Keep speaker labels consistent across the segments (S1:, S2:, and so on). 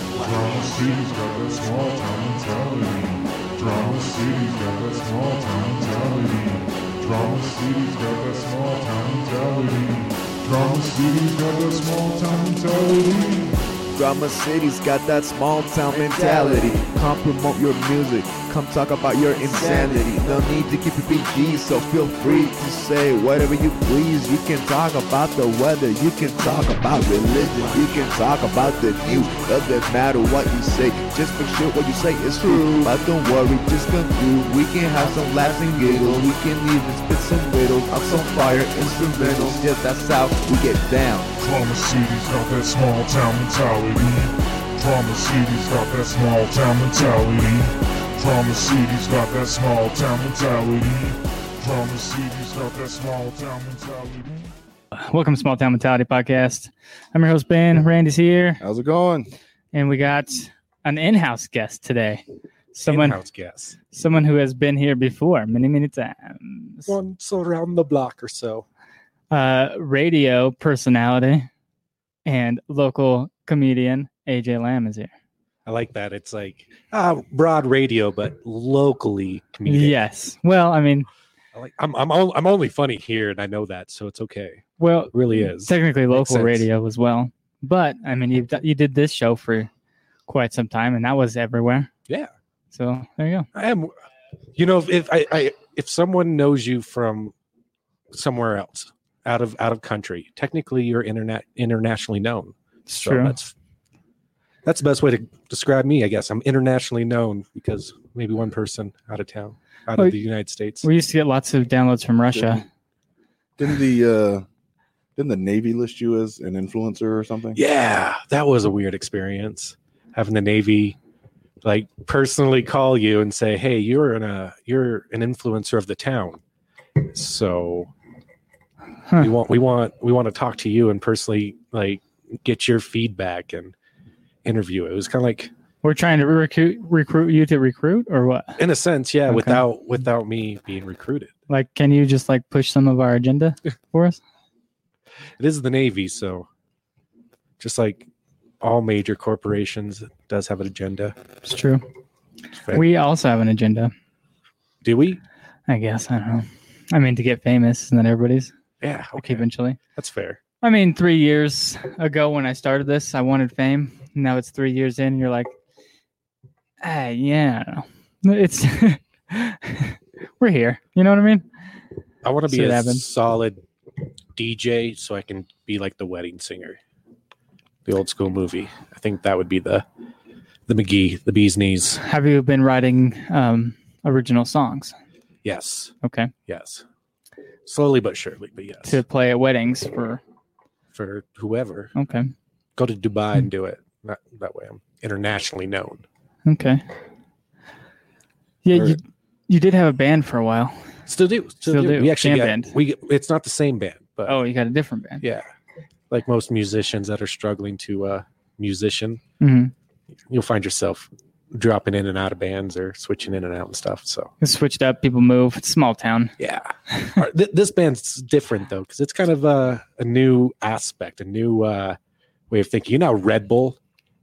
S1: Drama City's got that small town mentality. Drama City's got that small town mentality. Drama City's got that small town mentality. Drama City's got that small town mentality.
S2: Drama City's got that small town mentality. Come promote your music, come talk about your insanity. No need to keep it PG, so feel free to say whatever you please. You can talk about the weather, you can talk about religion, you can talk about the news. Doesn't matter what you say, just make sure what you say is true. But don't worry, just conclude. We can have some laughs and giggles, we can even spit some riddles. I'm some fire instrumentals, yeah, that's how we get down.
S1: Drama City's got that small town mentality. Drama City's got that small town mentality. Drama City's got that small town mentality. Drama City's got that small town mentality.
S3: Welcome to Small Town Mentality Podcast. I'm your host Ben. Randy's here,
S4: How's it going?
S3: and we got an in-house guest today. Someone,
S5: in-house guess.
S3: someone who has been here before many, many times.
S5: Once around the block or so.
S3: Uh, radio personality and local comedian AJ Lamb is here.
S5: I like that. It's like ah, broad radio, but locally comedic.
S3: Yes. Well, I mean,
S5: I like I'm I'm, on, I'm only funny here, and I know that, so it's okay.
S3: well,
S5: It really is.
S3: technically local
S5: sense.
S3: radio as well. But I mean, you you did this show for quite some time, and that was everywhere.
S5: Yeah.
S3: So there you go.
S5: I am. You know, if I, I if someone knows you from somewhere else, out of out of country, technically you're internet internationally known.
S3: It's
S5: So
S3: true.
S5: That's that's the best way to describe me, I guess. I'm internationally known because maybe one person out of town, out
S3: Well,
S5: of the United States.
S3: We used to get lots of downloads from Russia.
S4: Didn't the uh didn't the Navy list you as an influencer or something?
S5: Yeah, that was a weird experience. Having the Navy like personally call you and say, "Hey, you're an uh, you're an influencer of the town, so
S3: Huh.
S5: we want we want we want to talk to you and personally like get your feedback and interview." It was kind of like,
S3: We're trying to recruit recruit you to recruit or what?
S5: in a sense, yeah,
S3: Okay.
S5: without without me being recruited.
S3: Like, can you just like push some of our agenda for us?
S5: It is the Navy, so just like all major corporations it does have an agenda.
S3: It's true.
S5: Right.
S3: We also have an agenda,
S5: Do we?
S3: I guess. I don't know. I mean, to get famous, isn't that everybody's?
S5: Yeah,
S3: Like,
S5: okay,
S3: eventually.
S5: that's fair.
S3: I mean, three years ago when I started this, I wanted fame. Now it's three years in, and you're like, ah, yeah, I don't know." it's we're here. You know what I mean?
S5: I want to
S3: See
S5: be
S3: it
S5: a
S3: happen.
S5: solid DJ so I can be like the wedding singer, the old school movie. I think that would be the the McGee, the bee's knees.
S3: Have you been writing um, original songs?
S5: Yes,
S3: Okay,
S5: yes. Slowly but surely, but yes.
S3: to play at weddings for
S5: For whoever,
S3: okay,
S5: go to Dubai and do it. That, that way, I'm internationally known.
S3: okay. Yeah, you,
S4: Alright.
S3: you did have a band for a while.
S5: Still do, still,
S3: Still
S5: do.
S3: do.
S5: We actually
S3: Jam
S5: get,
S3: band.
S5: we it's not the same band, but
S3: Oh, you got a different band.
S5: yeah, like most musicians that are struggling to uh musician,
S3: hmm
S5: you'll find yourself dropping in and out of bands or switching in and out and stuff. So
S3: It's switched up. People move. It's a small town.
S5: yeah, All right, th- this band's different though because it's kind of a, a new aspect, a new uh, way of thinking. You know, how Red Bull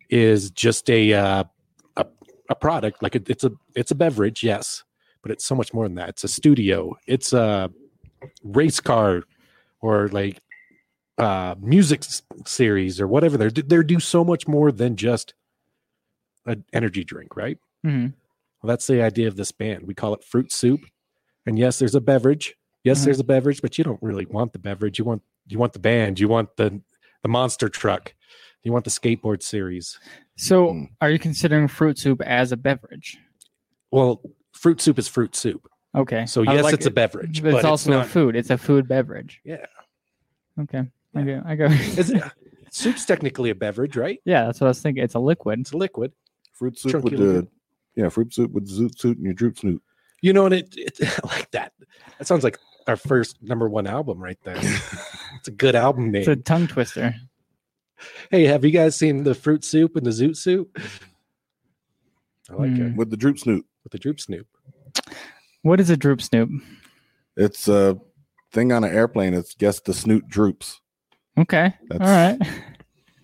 S5: is just a uh, a, a product like it, it's a it's a beverage, yes, but it's so much more than that. It's a studio. It's a race car or like uh music s- series or whatever they're they do so much more than just an energy drink right
S3: hmm
S5: well, that's the idea of this band. We call it fruit soup. And yes, there's a beverage. Yes,
S3: Mhm.
S5: there's a beverage, but you don't really want the beverage. You want you want the band. You want the the monster truck. You want the skateboard series.
S3: So,
S5: Mm-hmm.
S4: Mm.
S3: are you considering fruit soup as a beverage?
S5: Well, fruit soup is fruit soup.
S3: Okay.
S5: So
S3: I
S5: yes,
S3: like
S5: it's a
S3: it.
S5: beverage,
S3: But it's also
S5: not,
S3: a food. It's a food beverage.
S5: Yeah.
S3: Okay. I go. I go.
S5: Is it, soup's technically a beverage, right?
S3: yeah, that's what I was thinking. It's a liquid.
S5: It's a liquid.
S4: Fruit soup
S5: Chunky
S4: with the
S5: looking.
S4: yeah, fruit soup with zoot suit and your droop snoot.
S5: You know, and it, it I like that. That sounds like our first number one album right there. it's a good album name.
S3: It's a tongue twister.
S5: hey, have you guys seen the fruit soup and the zoot soup? I like it.
S3: Hmm.
S4: With the droop snoot.
S5: with the droop snoop.
S3: What is a droop snoop?
S4: It's a thing on an airplane. It's guess the snoot droops.
S3: Okay.
S4: That's
S3: All right.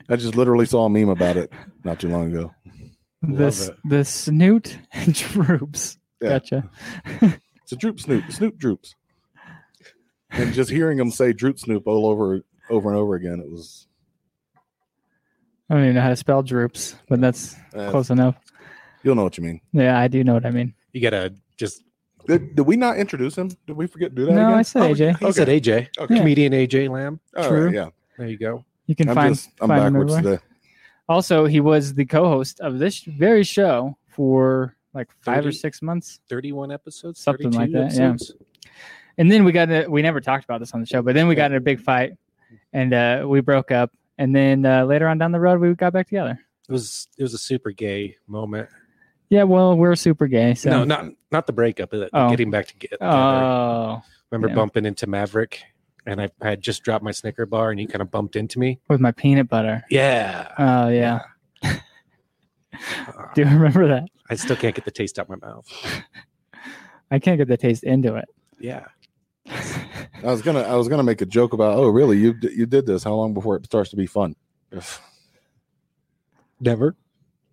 S4: I just literally saw a meme about it not too long ago.
S3: This
S4: it.
S3: the snoot and droops.
S4: Yeah.
S3: Gotcha.
S4: It's a droop snoop, snoop droops. And just hearing him say droop snoop all over over and over again, it was
S3: I don't even know how to spell droops, but that's
S4: uh,
S3: close enough.
S4: you'll know what you mean.
S3: Yeah, I do know what I mean.
S5: You gotta just.
S4: Did, did we not introduce him? Did we forget to do that?
S3: No,
S4: again?
S3: I said
S4: Oh,
S3: AJ.
S5: I said AJ,
S4: Okay.
S5: comedian AJ Lamb.
S4: All right,
S3: True.
S4: yeah.
S5: There you go.
S3: You can
S4: I'm
S3: find
S4: just I'm
S3: find him
S4: backwards
S3: everywhere.
S4: today.
S3: Also, he was the co-host of this very show for like five or
S5: 30?
S3: six months,
S5: Thirty-one episodes,
S3: Something like
S5: 32
S3: that, yeah.
S5: episodes.
S3: and then we got in a, we never talked about this on the show, but then we got in a big fight, and uh, we broke up, and then uh, later on down the road we got back together.
S5: It was it was a super gay moment.
S3: Yeah, well, we're super gay, so
S5: no, not not the breakup, but the
S3: Oh.
S5: getting back to get.
S3: oh,
S5: Remember
S3: yeah.
S5: bumping into Maverick, and I had just dropped my Snicker bar, and he kind of bumped into me.
S3: with my peanut butter.
S5: Yeah.
S3: Oh yeah,
S5: Uh,
S3: do you remember that?
S5: I still can't get the taste out my mouth.
S3: I can't get the taste into it.
S5: Yeah.
S4: I was gonna I was gonna make a joke about oh really you d- you did this how long before it starts to be fun?
S5: Never.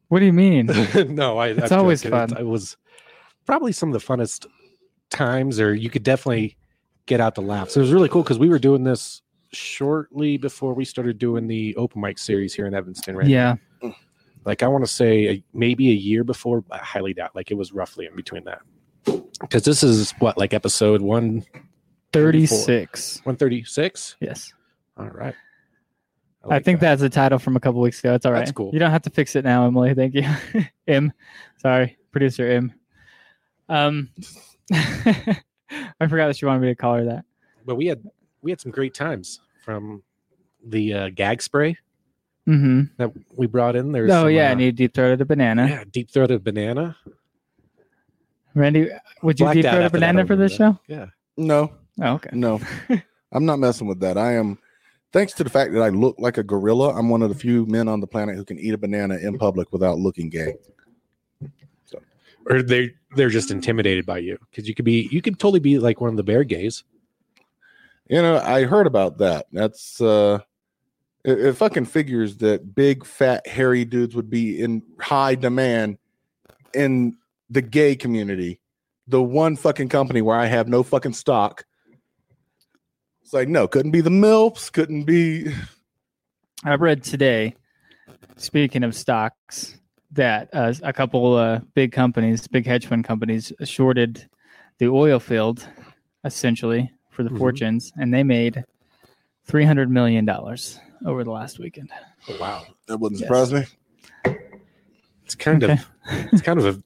S3: What do you mean?
S5: no, I.
S3: It's always fun.
S5: It was probably some of the funnest times, or you could definitely get out the laughs. It was really cool because we were doing this shortly before we started doing the open mic series here in Evanston, right?
S3: Yeah,
S5: Like I want to say a, maybe a year before. I highly doubt. Like it was roughly in between that. Because this is what like episode one
S3: thirty six.
S5: one thirty six.
S3: Yes,
S5: All right.
S3: I,
S5: like
S3: think that's the title from a couple weeks ago. It's all right.
S5: That's cool.
S3: You don't have to fix it now, Emily. Thank you, M. Sorry, producer M. Um, I forgot that she wanted me to call her that.
S5: but we had we had some great times from the uh, gag spray
S3: Mm-hmm.
S5: that we brought in. There's
S3: Oh
S5: some,
S3: yeah,
S5: uh,
S3: and you deep throated a banana.
S5: yeah, deep throated banana.
S3: Randy, would you
S5: Blacked
S3: deep
S5: out
S3: throat a
S5: after that, I
S3: banana for this show?
S5: Yeah,
S4: No,
S3: Oh, okay.
S4: no, I'm not messing with that. I am. Thanks to the fact that I look like a gorilla, I'm one of the few men on the planet who can eat a banana in public without looking gay.
S5: or they they're just intimidated by you because you could be you could totally be like one of the bear gays.
S4: You know, I heard about that. That's uh it, it fucking figures that big fat hairy dudes would be in high demand in the gay community. The one fucking company where I have no fucking stock. It's like no, couldn't be the MILFs, couldn't be
S3: I read today, speaking of stocks, that uh, a couple uh, big companies, big hedge fund companies, shorted the oil field essentially for the
S5: Mhm.
S3: fortunes, and they made three hundred million dollars over the last weekend.
S5: Oh, wow,
S4: that wouldn't
S3: Yes.
S4: surprise me.
S5: it's kind
S3: Okay.
S5: of it's kind of a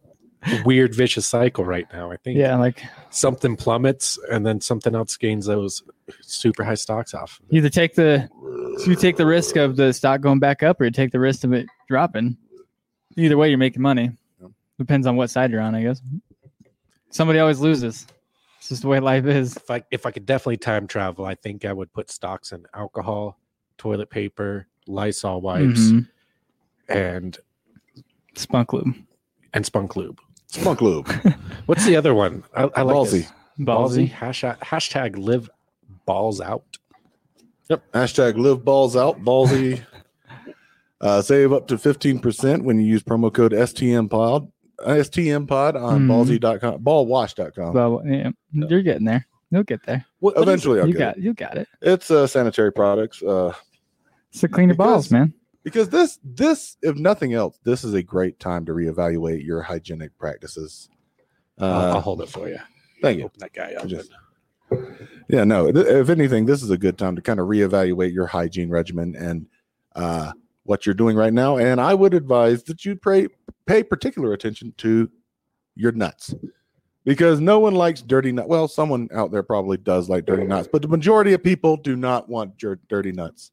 S5: weird vicious cycle right now. I think
S3: Yeah, like
S5: something plummets and then something else gains those super high stocks off.
S3: you either take the you take the risk of the stock going back up, or you take the risk of it dropping. Either way, you're making money. Depends on what side you're on, I guess. Somebody always loses. It's just the way life is.
S5: if I if I could definitely time travel, I think I would put stocks in alcohol, toilet paper, Lysol wipes,
S3: Mhm.
S5: and
S3: Spunk lube.
S5: and spunk lube.
S4: Spunk lube.
S5: What's the other one? I, I like
S4: Ballsy.
S5: this. ballsy. Hashtag, hashtag live balls out.
S4: Hashtag live balls out, ballsy. uh, save up to 15% when you use promo code STM pod, uh, STM pod on
S3: Mhm.
S4: ballsy.com, ballwash.com.
S3: Well, yeah, you're getting there. You'll get there.
S5: What, what is-
S4: Eventually, I'll
S3: you
S4: get
S3: got
S4: it.
S3: you got it.
S4: It's uh, sanitary products. Uh,
S3: It's to clean your balls,
S4: Because-
S3: man.
S4: because this, this, if nothing else, this is a great time to reevaluate your hygienic practices.
S5: I'll, I'll
S4: Uh,
S5: hold it for you.
S4: thank you.
S5: Open that guy up.
S4: Just- Yeah, no. th- If anything, this is a good time to kind of reevaluate your hygiene regimen and uh, what you're doing right now. And I would advise that you pray, pay particular attention to your nuts because no one likes dirty nuts. Well, someone out there probably does like dirty nuts, but the majority of people do not want your dirty nuts.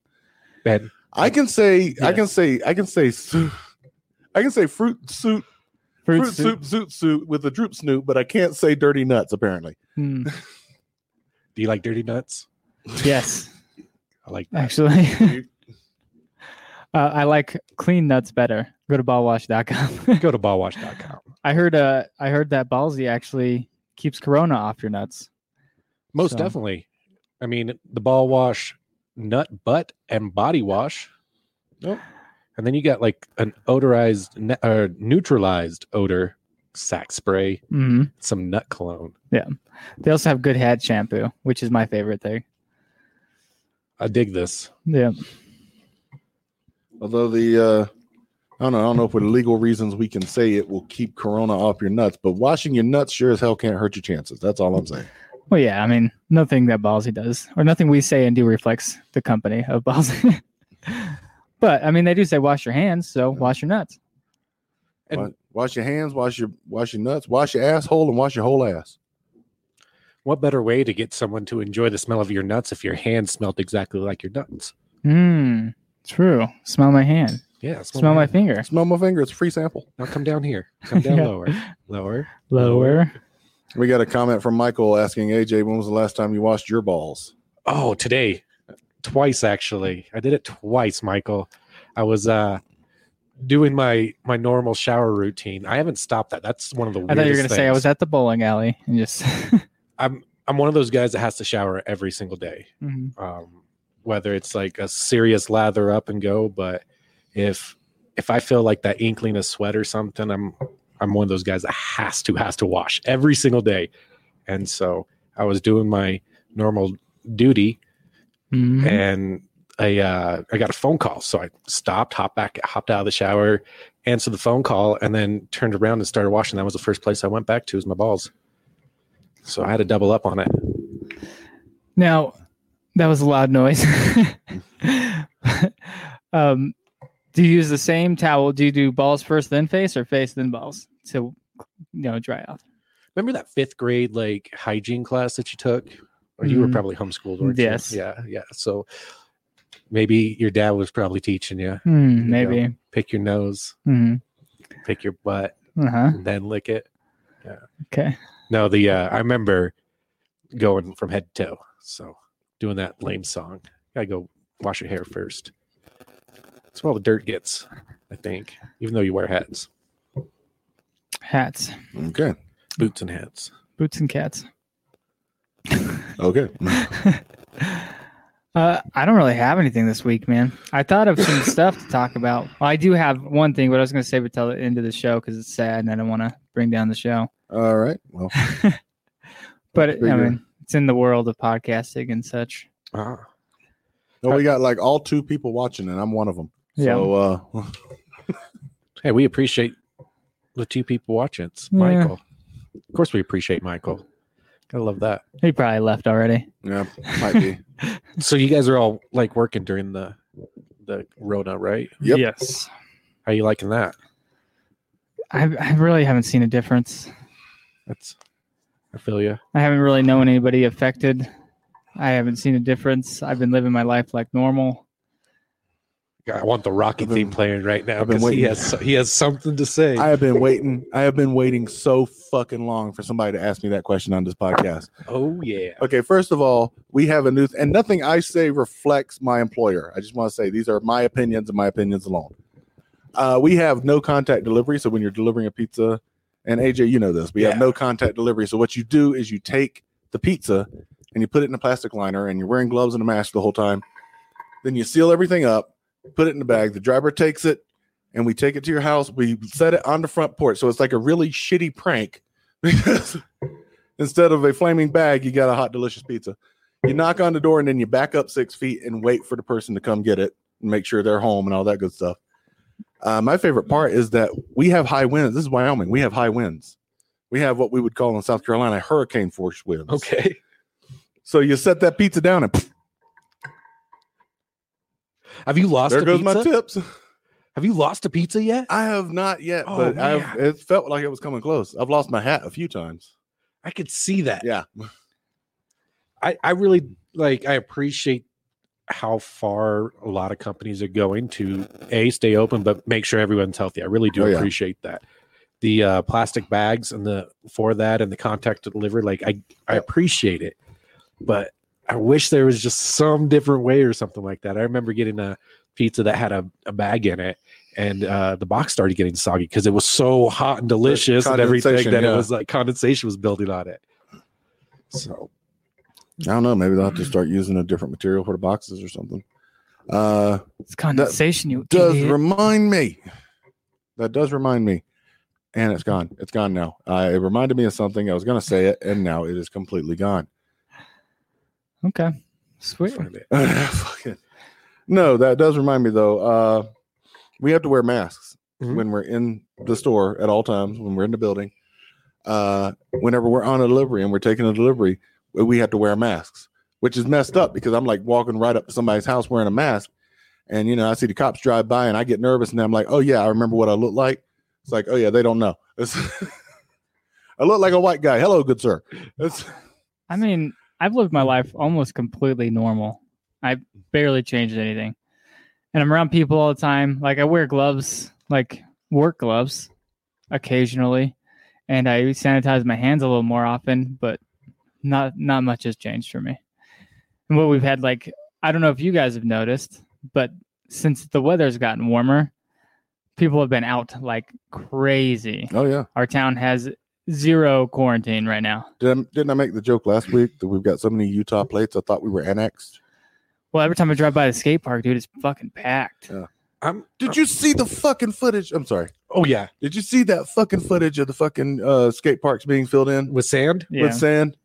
S5: Ben,
S4: I can say, I can
S3: Yes.
S4: say, I can say, su- I can say fruit soup,
S3: Fruit,
S4: fruit, soup, zoot soup with a droop snoop, but I can't say dirty nuts apparently.
S3: Hmm.
S5: do you like dirty nuts?
S3: yes,
S5: I like that.
S3: actually. uh, I like clean nuts better. Go to ballwash.com.
S5: Go to ballwash.com.
S3: I heard uh I heard that ballsy actually keeps corona off your nuts.
S5: Most
S3: So-
S5: definitely. I mean, the ball wash, nut butt, and body wash.
S4: Nope.
S5: and then you got like an odorized ne- or neutralized odor sack spray,
S3: hmm
S5: some nut cologne.
S3: They also have good hat shampoo, which is my favorite thing.
S5: I dig this.
S3: Yeah.
S4: Although the uh, I don't know, I don't know if with legal reasons we can say it will keep corona off your nuts, but washing your nuts sure as hell can't hurt your chances. That's all I'm saying.
S3: Well, yeah. I mean, nothing that Ballsy does or nothing we say and do reflects the company of Ballsy. but I mean, they do say wash your hands, so wash your nuts.
S5: And-
S4: Wa- wash your hands, wash your wash your nuts, wash your asshole, and wash your whole ass.
S5: What better way to get someone to enjoy the smell of your nuts if your hand smelled exactly like your nuts?
S3: Hmm. True. Smell my hand.
S5: Yeah,
S3: Smell my
S5: hand.
S3: finger.
S4: Smell my finger; it's a free sample.
S5: Now come down here. Come down
S3: Yeah.
S5: lower. Lower.
S3: Lower.
S4: We got a comment from Michael asking AJ, "When was the last time you washed your balls?"
S5: Oh, today. Twice actually. I did it twice, Michael. I was uh doing my my normal shower routine. I haven't stopped that. That's one of the
S3: I
S5: weirdest
S3: thought you were gonna say I
S5: things.
S3: was at the bowling alley and just.
S5: I'm I'm one of those guys that has to shower every single day.
S3: Mhm.
S5: Um whether it's like a serious lather up and go, but if if I feel like that inkling of sweat or something, I'm I'm one of those guys that has to has to wash every single day. And so I was doing my normal duty
S3: Mhm.
S5: and I uh, I got a phone call, so I stopped, hopped back, hopped out of the shower, answered the phone call, and then turned around and started washing. That was the first place I went back to was my balls. So I had to double up on it.
S3: Now, that was a loud noise. um, do you use the same towel? Do you do balls first, then face, or face then balls to you know dry off?
S5: Remember that fifth grade like hygiene class that you took, or you were
S3: Mhm.
S5: probably homeschooled, weren't you?
S3: Yes.
S5: Yeah, yeah. So maybe your dad was probably teaching you
S3: Hmm,
S5: There you go.
S3: maybe.
S5: pick your nose,
S3: hmm
S5: pick your butt,
S3: Uh huh.
S5: and then lick it.
S3: Okay.
S5: No, the uh, I remember going from head to toe. So doing that lame song. Gotta go wash your hair first. That's where all the dirt gets, I think. Even though you wear hats,
S3: Hats,
S4: Okay,
S5: boots and hats.
S3: boots, and cats.
S4: okay.
S3: Uh, I don't really have anything this week, man. I thought of some stuff to talk about. Well, I do have one thing, but I was going to save it till the end of the show because it's sad and I don't want to bring down the show.
S4: All right. Well,
S3: But it, I
S4: Figure.
S3: mean, it's in the world of podcasting and such.
S5: Ah,
S4: no, we got like all two people watching, and I'm one of them.
S3: Yeah.
S4: So, uh,
S5: hey, we appreciate the two people watching. It's
S3: Yeah.
S5: Michael. Of course, we appreciate Michael. Gotta love that.
S3: He probably left already.
S4: yeah, might be.
S5: So you guys are all like working during the the Rona, right?
S4: Yep.
S3: Yes.
S5: How you liking that?
S3: I, I really haven't seen a difference.
S5: That's I feel you.
S3: I haven't really known anybody affected. I haven't seen a difference. I've been living my life like normal.
S5: I want the Rocky
S4: I've been-
S5: theme playing right now
S4: I've been
S5: because he
S4: waiting.
S5: has he has something to say.
S4: I have been waiting. I have been waiting so fucking long for somebody to ask me that question on this podcast.
S5: oh yeah.
S4: Okay, first of all, we have a new and nothing I say reflects my employer. I just want to say these are my opinions and my opinions alone. Uh, we have no contact delivery, so when you're delivering a pizza, and AJ, you know this, we
S5: Yeah.
S4: have no contact delivery. So what you do is you take the pizza and you put it in a plastic liner, and you're wearing gloves and a mask the whole time. Then you seal everything up, put it in the bag. The driver takes it, and we take it to your house. We set it on the front porch, so it's like a really shitty prank because instead of a flaming bag, you got a hot, delicious pizza. You knock on the door and then you back up six feet and wait for the person to come get it and make sure they're home and all that good stuff. Uh, my favorite part is that we have high winds. This is Wyoming. We have high winds. We have what we would call in South Carolina hurricane force winds.
S5: Okay.
S4: So you set that pizza down and
S5: Have you lost
S4: there
S5: a
S4: goes
S5: pizza?
S4: my tips.
S5: Have you lost a pizza yet?
S4: I have not yet,
S5: Oh,
S4: but
S5: man.
S4: I've, it felt like it was coming close. I've lost my hat a few times.
S5: I could see that.
S4: Yeah.
S5: I, I really like I appreciate how far a lot of companies are going to a stay open but make sure everyone's healthy. I really do
S4: Oh, yeah.
S5: appreciate that. The uh, plastic bags and the for that and the contact to deliver, like I I appreciate it, but I wish there was just some different way or something like that. I remember getting a pizza that had a, a bag in it and uh, the box started getting soggy because it was so hot and delicious and everything
S4: condensation,
S5: that it
S4: yeah.
S5: was like condensation was building on it. So
S4: I don't know. Maybe they'll have to start using a different material for the boxes or something. Uh,
S3: It's condensation, you
S4: does
S3: idiot.
S4: remind me. That does remind me. And it's gone. It's gone now. Uh, it reminded me of something. I was going to say it, and now it is completely gone.
S3: okay. Sweet.
S4: Fucking- no, that does remind me, though. Uh, we have to wear masks
S5: Mhm.
S4: when we're in the store at all times, when we're in the building. Uh, whenever we're on a delivery and we're taking a delivery, we- we have to wear masks, which is messed up because I'm like walking right up to somebody's house wearing a mask. And, you know, I see the cops drive by and I get nervous and I'm like, oh, yeah, I remember what I look like. It's like, oh, yeah, they don't know. It's- I look like a white guy. Hello, good sir. It's,
S3: I mean, I've lived my life almost completely normal. I barely changed anything. And I'm around people all the time. Like I wear gloves, like work gloves occasionally, and I sanitize my hands a little more often, but not not much has changed for me. And what we've had like I don't know if you guys have noticed, but since the weather's gotten warmer, people have been out like crazy.
S4: oh, yeah.
S3: Our town has zero quarantine right now.
S4: Did I, didn't I make the joke last week that we've got so many Utah plates? I thought we were annexed.
S3: Well, every time I drive by the skate park, dude, it's fucking packed.
S4: Yeah.
S5: I'm,
S4: Did you see the fucking footage? I'm sorry.
S5: oh yeah,
S4: Did you see that fucking footage of the fucking uh, skate parks being filled in
S5: with sand.
S3: Yeah.
S4: with sand?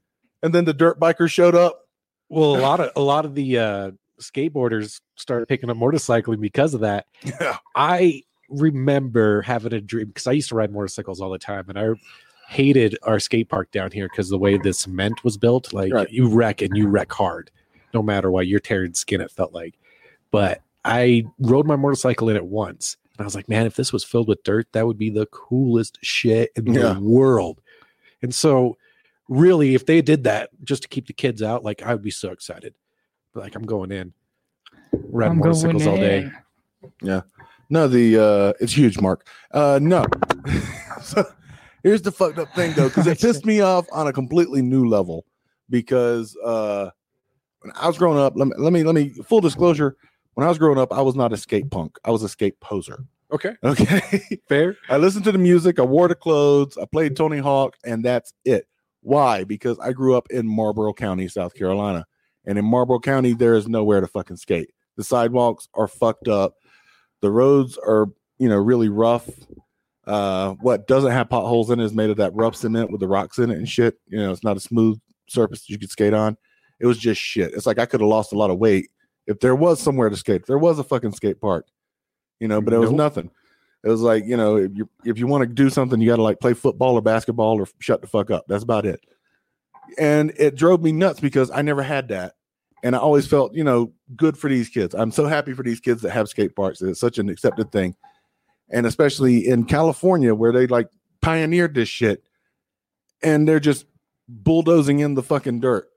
S4: And then the dirt bikers showed up.
S5: Well, a lot of a lot of the uh, skateboarders started picking up motorcycling because of that.
S4: Yeah.
S5: I remember having a dream because I used to ride motorcycles all the time, and I hated our skate park down here because the way the cement was built, like
S4: Right.
S5: you wreck and you wreck hard, no matter what. You're tearing skin. It felt like, but I rode my motorcycle in it once, and I was like, man, if this was filled with dirt, that would be the coolest shit in
S4: Yeah.
S5: the world. And so, really, if they did that just to keep the kids out, like I would be so excited. But like I'm going in, ride
S3: I'm going
S5: motorcycles all day.
S3: in.
S4: No, the uh, it's huge, Mark. Uh, no. so here's the fucked up thing though, because it pissed me off on a completely new level. Because uh, when I was growing up, let me, let me let me full disclosure. When I was growing up, I was not a skate punk. I was a skate poser.
S5: Okay,
S4: Okay.
S5: fair.
S4: I listened to the music, I wore the clothes, I played Tony Hawk, and that's it. Why? Because I grew up in Marlborough County, South Carolina. And in Marlborough County, there is nowhere to fucking skate. The sidewalks are fucked up. The roads are, you know, really rough. Uh, what doesn't have potholes in it is made of that rough cement with the rocks in it and shit. You know, it's not a smooth surface you could skate on. It was just shit. It's like I could have lost a lot of weight if there was somewhere to skate. If there was a fucking skate park, you know, but it was
S5: Nope.
S4: nothing. It was like, you know, if you if you want to do something, you got to like play football or basketball or shut the fuck up. That's about it. And it drove me nuts because I never had that. And I always felt, you know, good for these kids. I'm so happy for these kids that have skate parks. It's such an accepted thing. And especially in California where they like pioneered this shit and they're just bulldozing in the fucking dirt.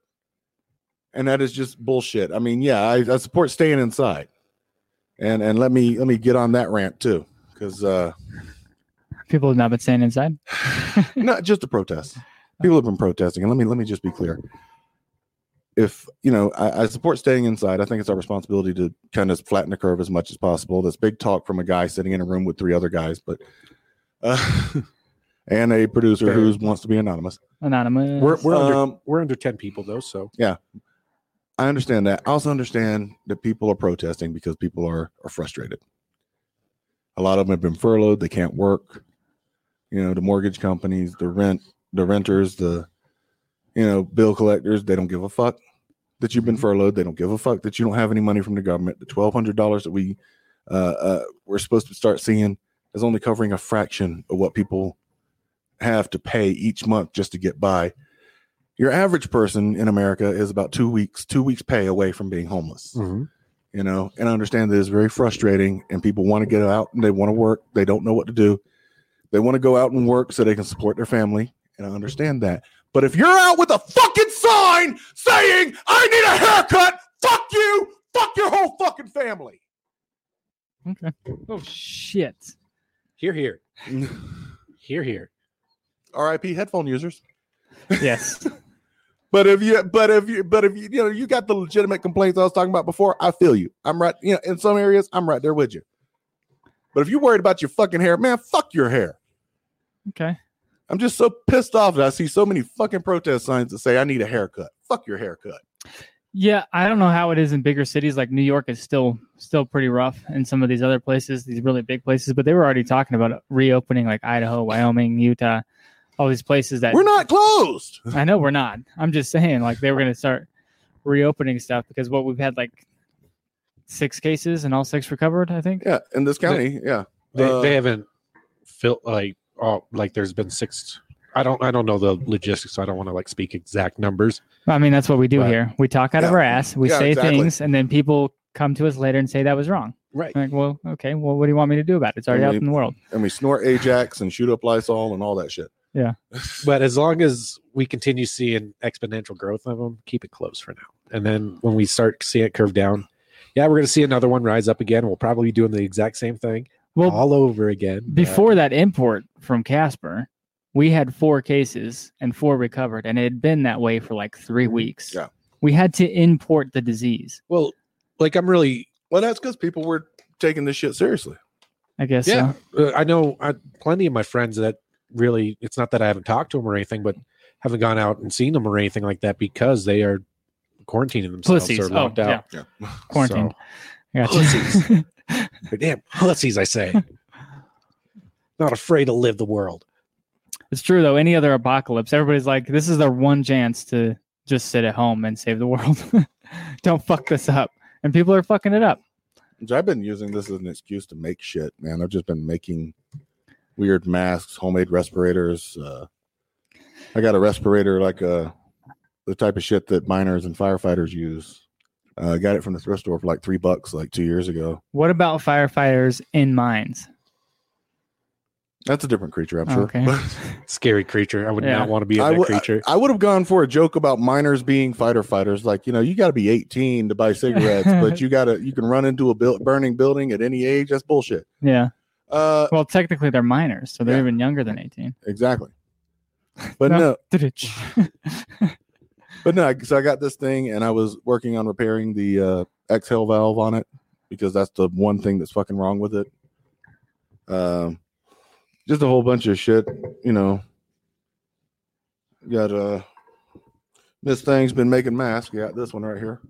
S4: And that is just bullshit. I mean, yeah, I, I support staying inside. And and let me let me get on that rant too. Cause uh
S3: People have not been staying inside.
S4: not just a protest. People have been protesting, and let me let me just be clear. If you know, I, I support staying inside. I think it's our responsibility to kind of flatten the curve as much as possible. This big talk from a guy sitting in a room with three other guys, but uh, and a producer
S5: Fair.
S4: who wants to be anonymous.
S3: Anonymous.
S5: We're we're under
S4: Um,
S5: we're under ten people though, so
S4: I understand that. I also understand that people are protesting because people are are frustrated. A lot of them have been furloughed. They can't work. You know, the mortgage companies, the rent, the renters, the you know bill collectors. They don't give a fuck that you've been furloughed. They don't give a fuck that you don't have any money from the government. The twelve hundred dollars that we uh, uh, we're supposed to start seeing is only covering a fraction of what people have to pay each month just to get by your average person in America is about two weeks, two weeks pay away from being homeless. You know, and I understand that it's very frustrating and people want to get out and they want to work. They don't know what to do. They want to go out and work so they can support their family. And I understand that. But if you're out with a fucking sign saying, I need a haircut, fuck you, fuck your whole fucking family.
S3: okay. Oh shit.
S5: here here here here.
S4: RIP headphone users.
S3: Yes.
S4: But if you, but if you, but if you, you know, you got the legitimate complaints I was talking about before. I feel you. I'm right. You know, in some areas, I'm right there with you. But if you're worried about your fucking hair, man, fuck your hair.
S3: okay.
S4: I'm just so pissed off that I see so many fucking protest signs that say I need a haircut. Fuck your haircut.
S3: Yeah, I don't know how it is in bigger cities like New York is still still pretty rough and some of these other places, these really big places, but they were already talking about reopening like Idaho, Wyoming, Utah, all these places that
S4: We're not closed.
S3: I know we're not. I'm just saying like they were going to start reopening stuff because what we've had like six cases and all six recovered, I think.
S4: Yeah, in this county. Yeah,
S5: They,
S4: Uh,
S5: they haven't felt like oh like there's been six. I don't I don't know the logistics. So I don't want to like speak exact numbers.
S3: I mean, that's what we do
S5: Right.
S3: here. We talk out of
S4: Yeah.
S3: our ass, we
S4: Yeah,
S3: say
S4: exactly.
S3: things and then people come to us later and say that was wrong.
S5: Right.
S3: I'm like, well, okay, well what do you want me to do about it? It's already
S4: I
S3: out
S4: mean-
S3: in the world.
S4: and we snort Ajax and shoot up Lysol and all that shit.
S5: But as long as we continue seeing exponential growth of them, keep it close for now. And then when we start seeing it curve down, yeah, we're going to see another one rise up again. We'll probably be doing the exact same thing
S3: Well,
S5: all over again. Uh, but-
S3: before that import from Casper, we had four cases and four recovered, and it had been that way for like three weeks.
S4: Yeah.
S3: We had to import the disease.
S5: well, like I'm really
S4: Well, that's because people were taking this shit seriously.
S3: I guess.
S5: Yeah.
S3: So.
S5: uh, I know I, plenty of my friends that really, it's not that I haven't talked to them or anything, but haven't gone out and seen them or anything like that because they are quarantining themselves
S3: Pussies.
S5: or
S3: Oh,
S5: locked out.
S4: Yeah.
S3: Quarantine. I got you.
S5: Pussies. But damn pussies, I say. not afraid to live the world.
S3: it's true though. Any other apocalypse, everybody's like, this is their one chance to just sit at home and save the world. Don't fuck this up. And people are fucking it up.
S4: Which I've been using this as an excuse to make shit, man. I've just been making weird masks, homemade respirators. Uh, I got a respirator like uh, the type of shit that miners and firefighters use. Uh, I got it from the thrift store for like three bucks like two years ago.
S3: What about firefighters in mines?
S4: That's a different creature, I'm sure.
S3: Okay.
S5: Scary creature. I would
S3: Yeah.
S5: not want to be a
S4: I
S5: that
S4: would-
S5: creature.
S4: I would have gone for a joke about miners being fighter fighters. Like, you know, you got to be 18 to buy cigarettes, but you got to, you can run into a buil- burning building at any age. That's bullshit.
S3: Yeah.
S4: Uh,
S3: Well, technically they're minors, so they're
S4: Yeah.
S3: even younger than 18.
S4: exactly. But
S3: No.
S4: no,
S3: Did
S4: but no. So I got this thing, and I was working on repairing the uh, exhale valve on it because that's the one thing that's fucking wrong with it. Um, just a whole bunch of shit, you know. Got uh, Miss Thing's been making masks. Yeah, this one right here.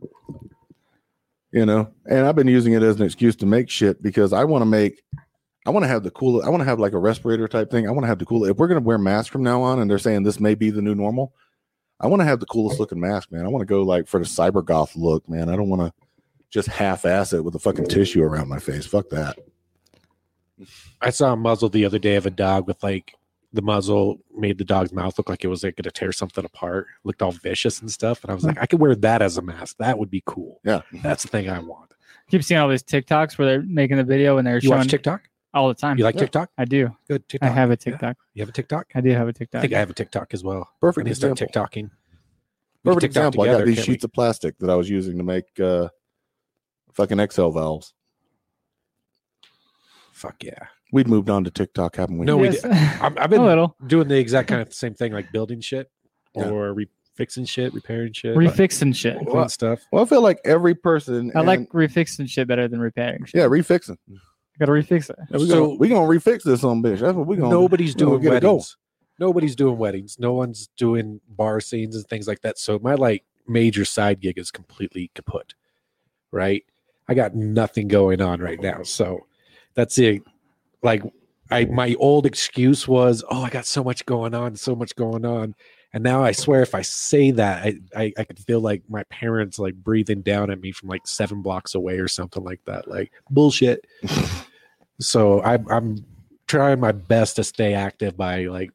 S4: You know, and I've been using it as an excuse to make shit because I want to make, I want to have the cool, I want to have like a respirator type thing. I want to have the cool. If we're gonna wear masks from now on, and they're saying this may be the new normal, I want to have the coolest looking mask, man. I want to go like for the cyber goth look, man. I don't want to just half ass it with a fucking tissue around my face. Fuck that.
S5: I saw a muzzle the other day of a dog with like the muzzle made the dog's mouth look like it was like going to tear something apart. Looked all vicious and stuff. And I was
S3: Hmm.
S5: like, I could wear that as a mask. That would be cool.
S4: Yeah.
S5: That's the thing I want.
S3: keep seeing all these TikToks where they're making the video and they're
S5: You
S3: showing
S5: watch TikTok?
S3: all the time.
S5: You like
S4: Yeah.
S5: TikTok?
S3: I do.
S5: Good
S3: I
S5: TikTok.
S3: have a
S5: Yeah.
S3: TikTok.
S5: You have a TikTok?
S3: I do have a
S5: I
S3: TikTok.
S5: think I have a TikTok as well. We
S4: Perfect
S5: need to start
S4: example.
S5: TikToking. We
S4: Perfect
S5: TikTok
S4: example. I
S5: together,
S4: got these
S5: can't
S4: sheets of plastic that I was using to make uh, fucking XL valves.
S5: we? Fuck yeah.
S4: We'd moved on to TikTok, haven't we?
S5: No, we did-
S3: have
S5: I'm, I've
S3: a
S5: been
S3: little
S5: doing the exact kind of same thing, like building shit
S4: Yeah.
S5: or re- fixing shit, repairing shit,
S3: refixing shit.
S5: doing
S4: Well,
S5: stuff.
S4: Well, I feel like every person.
S3: I
S4: and-
S3: like refixing shit better than repairing shit.
S4: Yeah, refixing.
S3: I gotta refix it.
S4: We're
S5: So-
S4: gonna, we gonna refix this on bitch. That's what we're gonna.
S5: Nobody's
S4: we gonna
S5: doing
S4: get it going.
S5: weddings. Nobody's doing weddings. No one's doing bar scenes and things like that. So my like major side gig is completely kaput. Right? I got nothing going on right now. So that's it. Like I my old excuse was, oh, I got so much going on, so much going on. And now I swear if I say that, I, I, I could feel like my parents like breathing down at me from like seven blocks away or something like that. Like bullshit. so I, I'm trying my best to stay active by like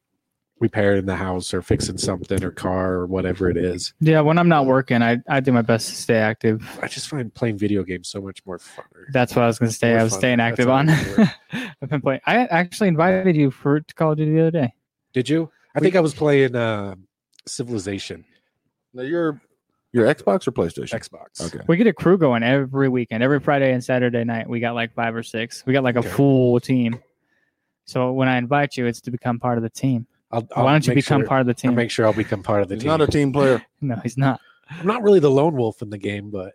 S5: repairing the house or fixing something or car or whatever it is.
S3: Yeah, when I'm not working, I, I do my best to stay active.
S5: I just find playing video games so much more fun.
S3: That's what I was gonna say.
S5: More
S3: I was
S5: fun.
S3: staying
S5: That's
S3: active
S5: all
S3: on.
S5: it works.
S3: I've been playing. I actually invited you for to Call of Duty the other day.
S5: Did you? I think I was playing uh, Civilization
S4: Now your your Xbox or PlayStation?
S5: Xbox.
S4: Okay.
S3: We get a crew going every weekend, every Friday and Saturday night. We got like five or six. We got like
S5: Okay.
S3: a full team. So when I invite you, it's to become part of the team.
S5: I'll,
S3: Why don't you
S5: make
S3: become
S5: sure,
S3: part of the
S5: I'll
S3: team?
S5: make sure I'll become part of the
S4: He's
S5: team.
S4: not a team player.
S3: no, he's not.
S5: I'm not really the lone wolf in the game, but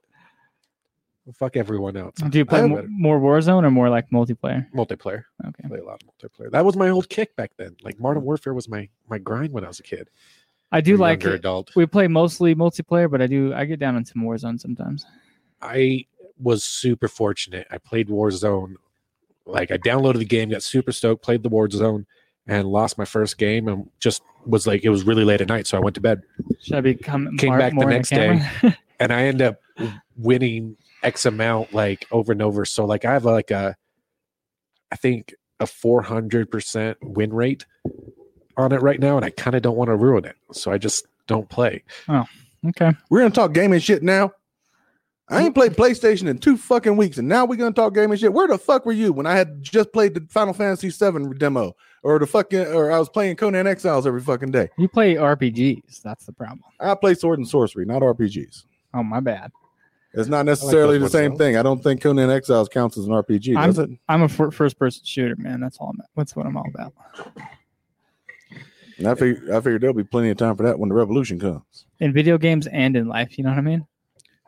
S5: fuck everyone else.
S3: Do you play
S5: I-
S3: mo- more Warzone or more like multiplayer?
S5: multiplayer.
S3: Okay.
S5: Play a lot of multiplayer. That was my old kick back then. Like Modern Warfare was my my grind when I was a kid.
S3: I Mm. do
S5: for
S3: like
S5: younger
S3: it.
S5: adult.
S3: We play mostly multiplayer, but I do I get down into some Warzone sometimes.
S5: I was super fortunate. I played Warzone. Like I downloaded the game, got super stoked, played the Warzone, and lost my first game, and just was like it was really late at night, so I went to bed.
S3: Should I be coming
S5: Came
S3: more,
S5: back the
S3: more in
S5: next
S3: camera?
S5: and I end up winning X amount like over and over. So like I have like a, I think a four hundred percent win rate on it right now, and I kind of don't want to ruin it, so I just don't play.
S3: okay.
S4: We're gonna talk gaming shit now. I ain't played PlayStation in two fucking weeks, and now we're gonna talk gaming shit. Where the fuck were you when I had just played the Final Fantasy VII demo, or the fucking, or I was playing Conan Exiles every fucking day?
S3: You play RPGs. That's the problem.
S4: I play Sword and Sorcery, not RPGs.
S3: Oh my bad.
S4: It's not necessarily the
S5: those
S4: same
S5: words, though.
S4: thing. I don't think Conan Exiles counts as an RPG, does it?
S3: I'm a fir- first person shooter, man. That's all. I'm, that's what I'm all about.
S4: And I figure, I figured there'll be plenty of time for that when the revolution comes.
S3: In video games and in life, you know what I mean?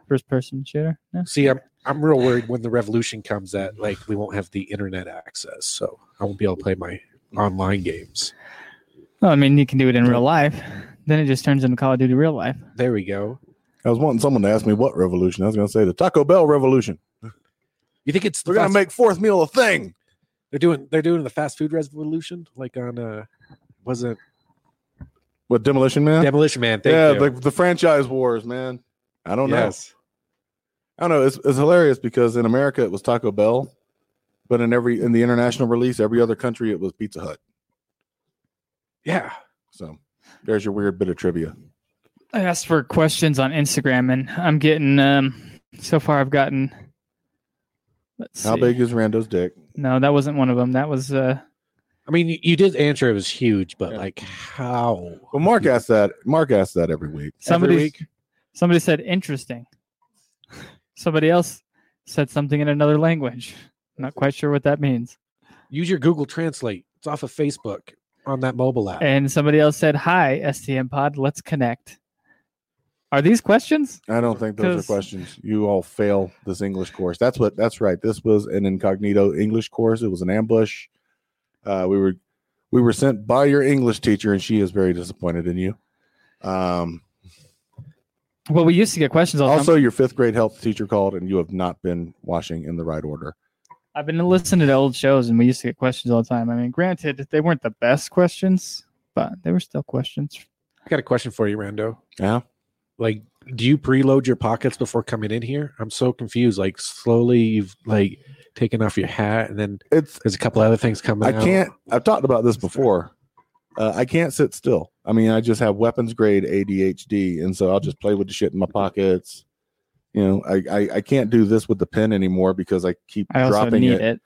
S3: First person shooter. Yeah.
S5: See, I'm I'm real worried when the revolution comes that like we won't have the internet access, so I won't be able to play my online games.
S3: Well, I mean, you can do it in real life. Then it just turns into Call of Duty real life.
S5: There we go.
S4: I was wanting someone to ask me what revolution. I was going to say the Taco Bell revolution.
S5: You think it's the
S4: We're going
S5: fast-
S4: to make fourth meal a thing.
S5: they're doing they're doing the fast food revolution like on uh was it
S4: What Demolition Man?
S5: Demolition Man? Thank
S4: yeah,
S5: you.
S4: like the franchise wars, man. I don't know.
S5: yes.
S4: I don't know. It's, it's hilarious because in America it was Taco Bell, but in every in the international release, every other country it was Pizza Hut.
S5: Yeah.
S4: So there's your weird bit of trivia.
S3: I asked for questions on Instagram, and I'm getting. Um, so far, I've gotten. Let's
S4: How
S3: see.
S4: big is Rando's dick?
S3: No, that wasn't one of them. That was. Uh,
S5: I mean, you, you did answer it was huge, but
S4: Yeah.
S5: like how?
S4: Well, Mark asked that. Mark asked that every week.
S3: Somebody,
S5: week?
S3: somebody said interesting. Somebody else said something in another language. Not quite sure what that means.
S5: Use your Google Translate. It's off of Facebook on that mobile app.
S3: And somebody else said, "Hi, STM Pod, let's connect." Are these questions?
S4: I don't think those are
S3: 'Cause-
S4: questions. You all fail this English course. That's what. That's right. This was an incognito English course. It was an ambush. Uh, we were we were sent by your English teacher, and she is very disappointed in you. Um,
S3: Well, we used to get questions all the time.
S4: also, your fifth grade health teacher called, and you have not been washing in the right order.
S3: I've been listening to old shows, and we used to get questions all the time. I mean, granted, they weren't the best questions, but they were still questions.
S5: I got a question for you, Rando.
S4: Yeah.
S5: Like, do you preload your pockets before coming in here? I'm so confused. Like, slowly you've like taken off your hat, and then
S4: It's
S5: there's a couple other things coming.
S4: I
S5: out.
S4: can't. I've talked about this before. Uh, I can't sit still. I mean, I just have weapons grade ADHD, and so I'll just play with the shit in my pockets. You know, I I, I can't do this with the pen anymore because I keep
S3: I also
S4: dropping
S3: need
S4: it,
S3: it.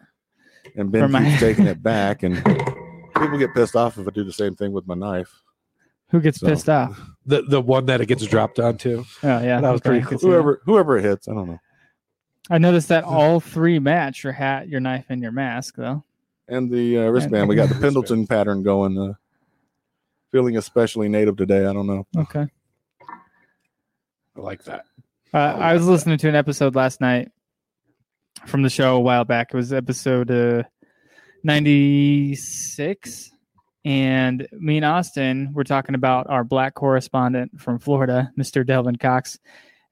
S4: and
S3: for
S4: Ben
S3: my-
S4: keeps taking it back, and people get pissed off if I do the same thing with my knife.
S3: Who gets
S4: So-
S3: pissed off?
S5: The the one that it gets dropped onto.
S3: Oh yeah,
S5: That was
S3: okay,
S5: pretty
S3: I
S5: cool.
S3: could see that.
S4: Whoever whoever it hits, I don't know.
S3: I noticed that all three match your hat, your knife, and your mask, though.
S4: And the uh, wristband, we got the Pendleton pattern going. Uh, feeling especially native today. I don't know.
S3: Okay.
S5: I like that.
S3: Uh, I was listening to an episode last night from the show a while back. It was episode uh, 96. And me and Austin were talking about our black correspondent from Florida, Mr. Delvin Cox.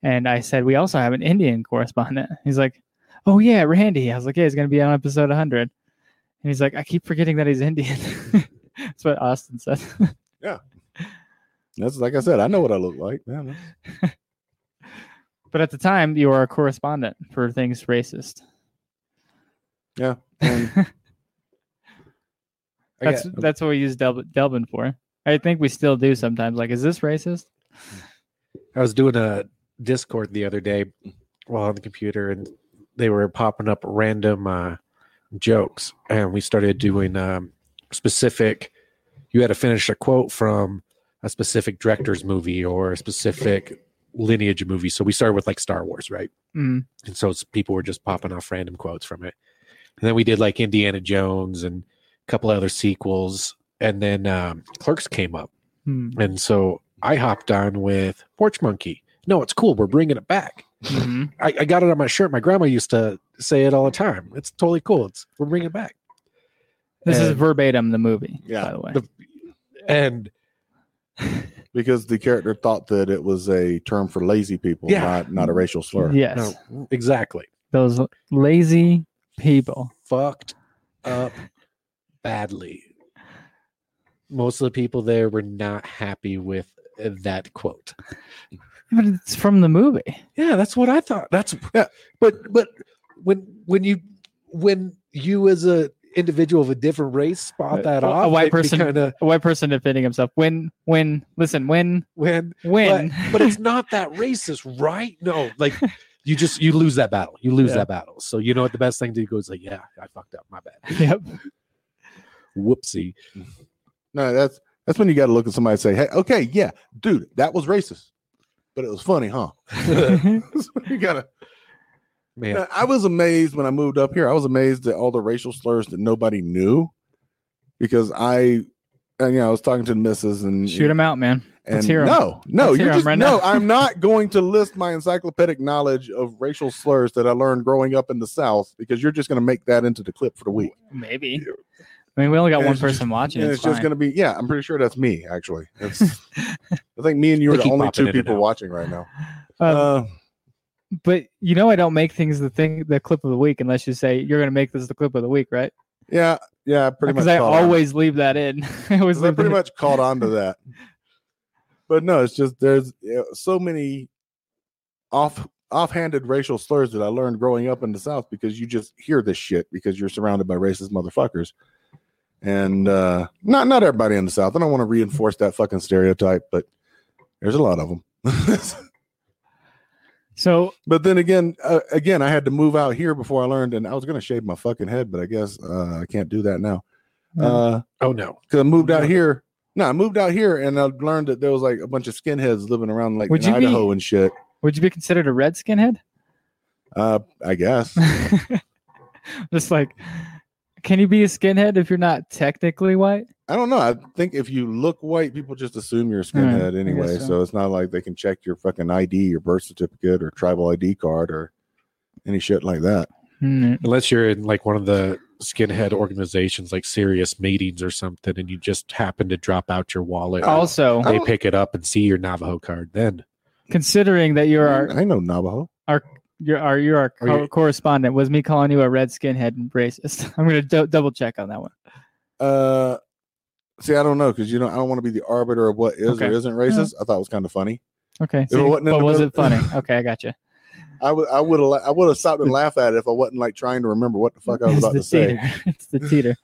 S3: And I said, We also have an Indian correspondent. He's like, Oh, yeah, Randy. I was like, Yeah, he's going to be on episode 100. And he's like, I keep forgetting that he's Indian. That's what Austin said.
S4: That's like I said. I know what I look like. Man, that's-
S3: but at the time, you were a correspondent for things racist.
S4: yeah. And
S5: I
S3: That's
S5: got-
S3: that's what we use Del- Delvin for. I think we still do sometimes. Like, is this racist?
S5: I was doing a Discord the other day while on the computer, and they were popping up random uh, jokes, and we started doing um, specific. You had to finish a quote from a specific director's movie or a specific lineage of movie. So we started with like Star Wars, right?
S3: Mm.
S5: And so it's, people were just popping off random quotes from it. And then we did like Indiana Jones and a couple other sequels, and then um, Clerks came up.
S3: Hmm.
S5: And so I hopped on with Porch Monkey. No, it's cool. We're bringing it back.
S3: Mhm.
S5: I, I got it on my shirt. My grandma used to say it all the time. It's totally cool. It's we're bringing it back.
S3: This is
S5: And-
S3: verbatim the movie.
S4: Yeah,
S3: By the way,
S5: the- and
S4: because the character thought that it was a term for lazy people,
S5: Yeah.
S4: not not a racial slur.
S3: Yes.
S5: No, exactly.
S3: Those lazy people.
S5: Fucked up badly. Most of the people there were not happy with uh, that quote.
S3: But it's from the movie.
S5: Yeah, that's what I thought. That's yeah. But but when when you when you as a individual of a different race
S3: A-
S5: spot that
S3: Uh, a- a
S5: off,
S3: white person-
S5: kind of
S3: A white person defending himself. When, when, listen, when,
S5: when
S3: when.
S5: But, but it's not that racist, right? No, like you just you lose that battle. You lose
S3: Yeah.
S5: that battle. So you know what the best thing to do is like, yeah, I fucked up. My bad.
S3: yep.
S5: Whoopsie.
S4: No, that's that's when you got to look at somebody and say, "Hey, okay, yeah, dude, that was racist, but it was funny, huh?" That's when you gotta.
S5: Man,
S4: Now, I was amazed when I moved up here. I was amazed at all the racial slurs that nobody knew, because I, and you know, I was talking to the missus and
S3: Shoot him out, man.
S4: And
S3: Let's hear 'em.
S4: no, no,
S3: Let's hear
S4: you're
S3: 'em
S4: just,
S3: right
S4: no.
S3: now.
S4: I'm not going to list my encyclopedic knowledge of racial slurs that I learned growing up in the South because you're just going to make that into the clip for the week.
S3: Maybe. I mean, we only got
S4: And
S3: one
S4: it's
S3: person watching.
S4: And
S3: it's
S4: it's just
S3: fine.
S4: going to be yeah. I'm pretty sure that's me actually. That's, I think me and you are
S5: They
S4: the
S5: keep
S4: only
S5: popping
S4: two
S5: in and
S4: people
S5: out.
S4: watching right now.
S3: Um,
S4: Uh,
S3: but you know, I don't make things the thing, the clip of the week, unless you say you're going to make this the clip of the week, right?
S4: yeah, yeah. I Pretty much.
S3: Because I
S4: caught on.
S3: always leave that in. I always
S4: 'Cause I
S3: leave
S4: pretty
S3: that-
S4: much caught on to that. But no, it's just there's you know, so many off offhanded racial slurs that I learned growing up in the South because you just hear this shit because you're surrounded by racist motherfuckers. And uh, not not everybody in the South. I don't want to reinforce that fucking stereotype, but there's a lot of them.
S3: So
S4: but then again, uh, again, I had to move out here before I learned, and I was gonna shave my fucking head, but I guess uh, I can't do that now.
S3: No.
S4: Uh,
S5: oh no.
S4: because I moved out
S5: Yeah.
S4: here. No, I moved out here and I learned that there was like a bunch of skinheads living around like
S3: Would
S4: in
S3: you be-
S4: Idaho and shit.
S3: would you be considered a red skinhead?
S4: Uh, I guess.
S3: just like, can you be a skinhead if you're not technically white?
S4: I don't know. I think if you look white, people just assume you're a
S3: All right,
S4: skinhead
S3: Hmm, I
S4: anyway.
S3: guess
S4: So.
S3: so.
S4: it's not like they can check your fucking ID, your birth certificate, or tribal ID card, or any shit like that.
S3: Hmm.
S5: Unless you're in like one of the skinhead organizations like serious meetings or something and you just happen to drop out your wallet.
S3: Also,
S5: they
S4: Oh.
S5: pick it up and see your Navajo card then.
S3: considering that you're our
S4: I know Navajo.
S3: you're our you're our
S5: Are
S3: co-
S5: you-
S3: correspondent, was me calling you a red skinhead racist? I'm going to do- double check on that one.
S4: Uh, see, I don't know because you know I don't want to be the arbiter of what is
S3: Okay.
S4: or isn't racist. I thought it was kind of funny.
S3: Okay, so
S4: it
S3: you-
S4: wasn't in
S3: but
S4: the
S3: was
S4: middle-
S3: it funny? Okay, I got you.
S4: I would I would have I would have stopped and laughed at it if I wasn't like trying to remember what the fuck I was
S3: it's
S4: about
S3: the
S4: to say.
S3: teeter. It's the teeter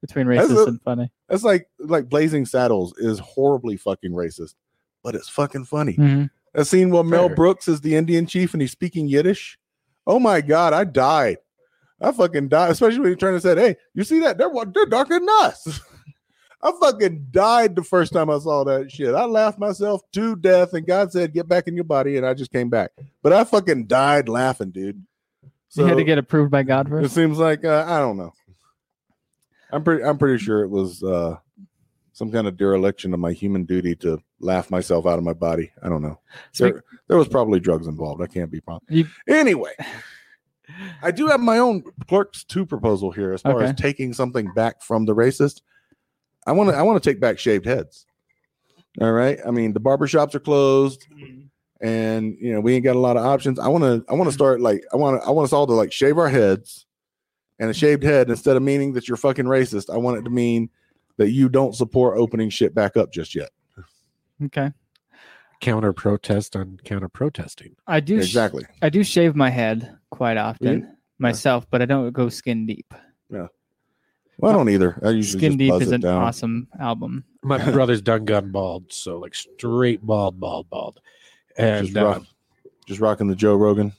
S3: between
S4: That's
S3: racist
S4: a-
S3: and funny.
S4: That's like like Blazing Saddles is horribly fucking racist, but it's fucking funny.
S3: Mhm.
S4: That scene where Mel
S5: Fair.
S4: Brooks is the Indian chief and he's speaking Yiddish. Oh my god, I died. I fucking died, especially when he turned and said, "Hey, you see that? They're wa- they're darker than us." I fucking died the first time I saw that shit. I laughed myself to death, and God said, "Get back in your body," and I just came back. But I fucking died laughing, dude.
S3: you had to get approved by God
S4: It
S3: first.
S4: seems like uh, I don't know. I'm pretty. I'm pretty sure it was uh, some kind of dereliction of my human duty to laugh myself out of my body. I don't know.
S3: Speak-
S4: there, there was probably drugs involved. I can't be wrong.
S3: You-
S4: Anyway, I do have my own clerk's two proposal here as far as
S3: Okay.
S4: taking something back from the racist. I want to. I want to take back shaved heads. All right. I mean, the barber shops are closed
S3: Mm-hmm.
S4: and you know we ain't got a lot of options. I want to I want to start like I want to I want us all to like shave our heads, and a shaved head instead of meaning that you're fucking racist, I want it to mean that you don't support opening shit back up just yet.
S3: Okay,
S5: Counter protest on counter protesting.
S3: I do sh-
S4: exactly.
S3: I do shave my head quite often myself, but I don't go skin deep.
S4: Well, I don't either. I usually
S3: Skin
S4: just
S3: Deep
S4: buzz
S3: is
S4: it
S3: an
S4: down.
S3: awesome album.
S5: my brother's done gun bald, so like straight bald, bald, bald,
S4: Just,
S5: and uh,
S4: rock, just rocking the Joe Rogan.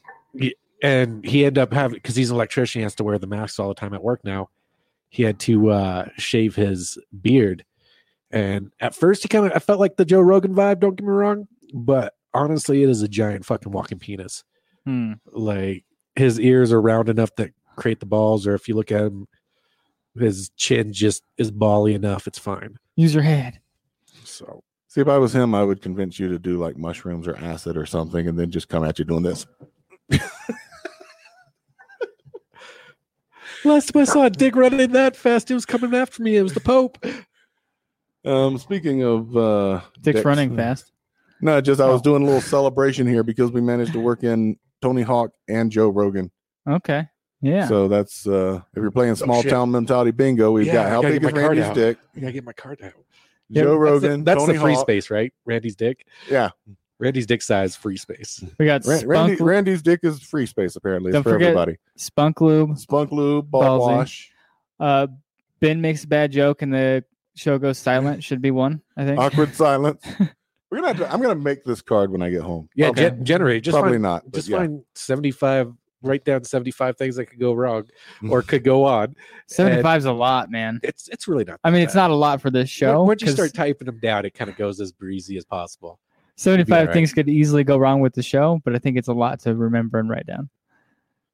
S5: and he ended up having because he's an electrician, he has to wear the mask all the time at work now. He had to uh, shave his beard, and at first he kind of I felt like the Joe Rogan vibe. Don't get me wrong, but honestly, it is a giant fucking walking penis.
S3: Hmm.
S5: Like his ears are round enough to create the balls, or if you look at him, his chin just is bally enough. It's fine.
S3: Use your head.
S5: So
S4: See, if I was him, I would convince you to do like mushrooms or acid or something, and then just come at you doing this.
S5: Last time I saw a dick running that fast, it was coming after me. It was the Pope.
S4: Um, speaking of uh,
S3: Dick's running
S4: fast.
S3: fast.
S4: No, just I was
S3: Oh.
S4: doing a little celebration here because we managed to work in Tony Hawk and Joe Rogan.
S3: Okay. Yeah.
S4: So that's uh if you're playing small
S5: Oh, shit.
S4: town mentality bingo, we've
S5: Yeah,
S4: got how
S5: gotta
S4: big
S5: get
S4: is
S5: my card
S4: Randy's
S5: out.
S4: dick,
S5: I gotta get my card out.
S3: Yeah,
S4: Joe
S3: that's
S4: Rogan,
S5: That's
S4: Tony
S5: the free
S4: Hawk.
S5: space, right? Randy's dick.
S4: Yeah,
S5: Randy's dick size free space.
S3: we got
S4: Ran- Randy,
S3: spunk,
S4: Randy's dick is free space apparently. It's
S3: Don't
S4: for
S3: forget-
S4: everybody.
S3: spunk lube.
S4: Spunk lube, ball
S3: Ballsy.
S4: wash,
S3: Uh, ben makes a bad joke and the show goes silent. Should be one, I think.
S4: awkward silence. We're gonna have to, I'm gonna make this card when I get home.
S5: Yeah,
S4: Probably-
S5: gen- generate. Just
S4: probably
S5: find,
S4: not. but
S5: just
S4: yeah.
S5: find seventy five. Write down seventy five things that could go wrong or could go on.
S3: 75's a lot, man.
S5: It's it's really not.
S3: I mean, it's not a lot for this show.
S5: Once you
S3: 'cause
S5: start typing them down, it kind of goes as breezy as possible.
S3: 75
S5: right.
S3: things could easily go wrong with the show, but I think it's a lot to remember and write down.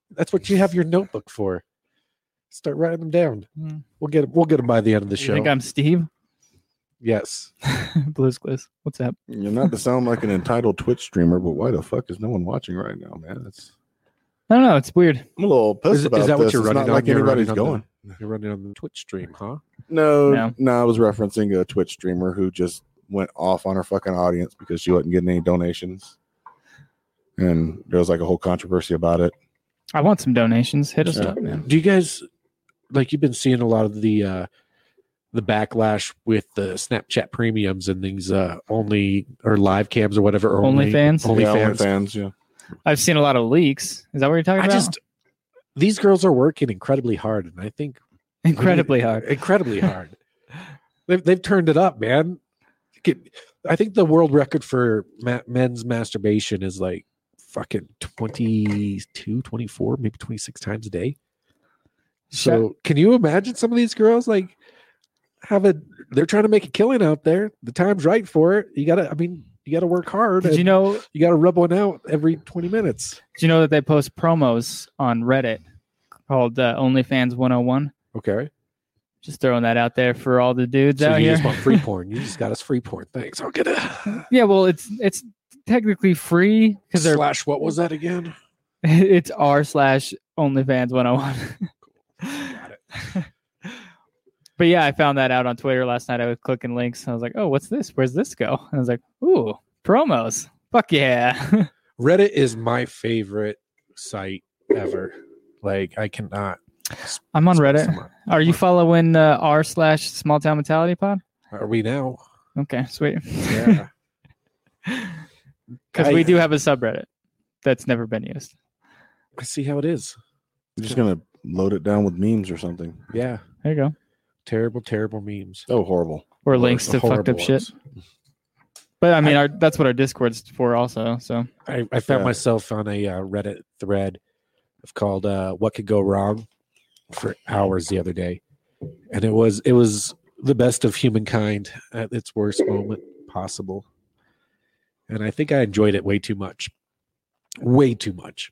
S5: That's what you have your notebook for. Start writing them down.
S3: Hmm.
S5: We'll get we'll get them by the end of the
S3: You
S5: show.
S3: think I'm Steve?
S5: yes.
S3: Blues Clues. What's up?
S4: You're not to sound like an entitled Twitch streamer, but why the fuck is no one watching right now, man? That's
S3: I don't know. It's weird.
S4: I'm a little pissed
S5: Is- is
S4: about
S5: that what
S4: this.
S5: you're
S4: It's
S5: running
S4: not
S5: on?
S4: like
S5: You're running
S4: anybody's
S5: on the-
S4: going.
S5: You're running on the Twitch stream, huh?
S4: No,
S3: No.
S4: no, I was referencing a Twitch streamer who just went off on her fucking audience because she wasn't getting any donations. And there was like a whole controversy about it.
S3: I want some donations. Hit us
S4: Yeah.
S3: up, man.
S5: Do you guys like you've been seeing a lot of the uh the backlash with the Snapchat premiums and these uh only or live cams or whatever or
S3: OnlyFans?
S5: Only
S4: yeah,
S5: fans.
S4: OnlyFans, yeah.
S3: I've seen a lot of leaks. Is that what you're talking
S5: I
S3: about?
S5: just these girls are working incredibly hard and I think
S3: Incredibly hard.
S5: incredibly hard. they've they've turned it up, man. Get- I think the world record for ma- men's masturbation is like fucking 22, 24, maybe 26 times a day. So, can you imagine some of these girls like have a they're trying to make a killing out there. The time's right for it. You got to I mean, you got to work hard.
S3: Did
S5: and
S3: you know
S5: you got to rub one out every 20 minutes.
S3: Do you know that they post promos on Reddit called uh, OnlyFans 101?
S5: Okay. Is
S3: Just throwing that out there for all the dudes
S5: So
S3: out
S5: you
S3: here.
S5: just want free porn. You just got us free porn. Thanks. I'll get it.
S3: yeah, well, it's it's technically free because they're
S5: Slash what was that again?
S3: it's r slash OnlyFans 101. but yeah, I found that out on Twitter last night. I was clicking links. And I was like, oh, what's this? Where's this go? And I was like, ooh, promos. Fuck yeah.
S5: Reddit is my favorite site ever. Like I cannot.
S3: I'm on Reddit.
S5: Someone-
S3: Are you following uh, r slash Small Town Mentality Pod?
S5: Are we now?
S3: Okay, sweet.
S5: Yeah.
S3: Because
S5: I-
S3: we do have a subreddit that's never been used.
S5: I see how it is.
S4: I'm just gonna load it down with memes or something.
S5: Yeah.
S3: There you go.
S5: Terrible, terrible memes.
S4: Oh horrible.
S3: Or links to
S5: Horrible
S3: fucked up shit.
S5: ones.
S3: But I mean, our, that's what our Discord's for, also. So
S5: I, I found
S4: Yeah.
S5: myself on a uh, Reddit thread of called uh, "What Could Go Wrong" for hours the other day, and it was it was the best of humankind at its worst moment possible, and I think I enjoyed it way too much, way too much.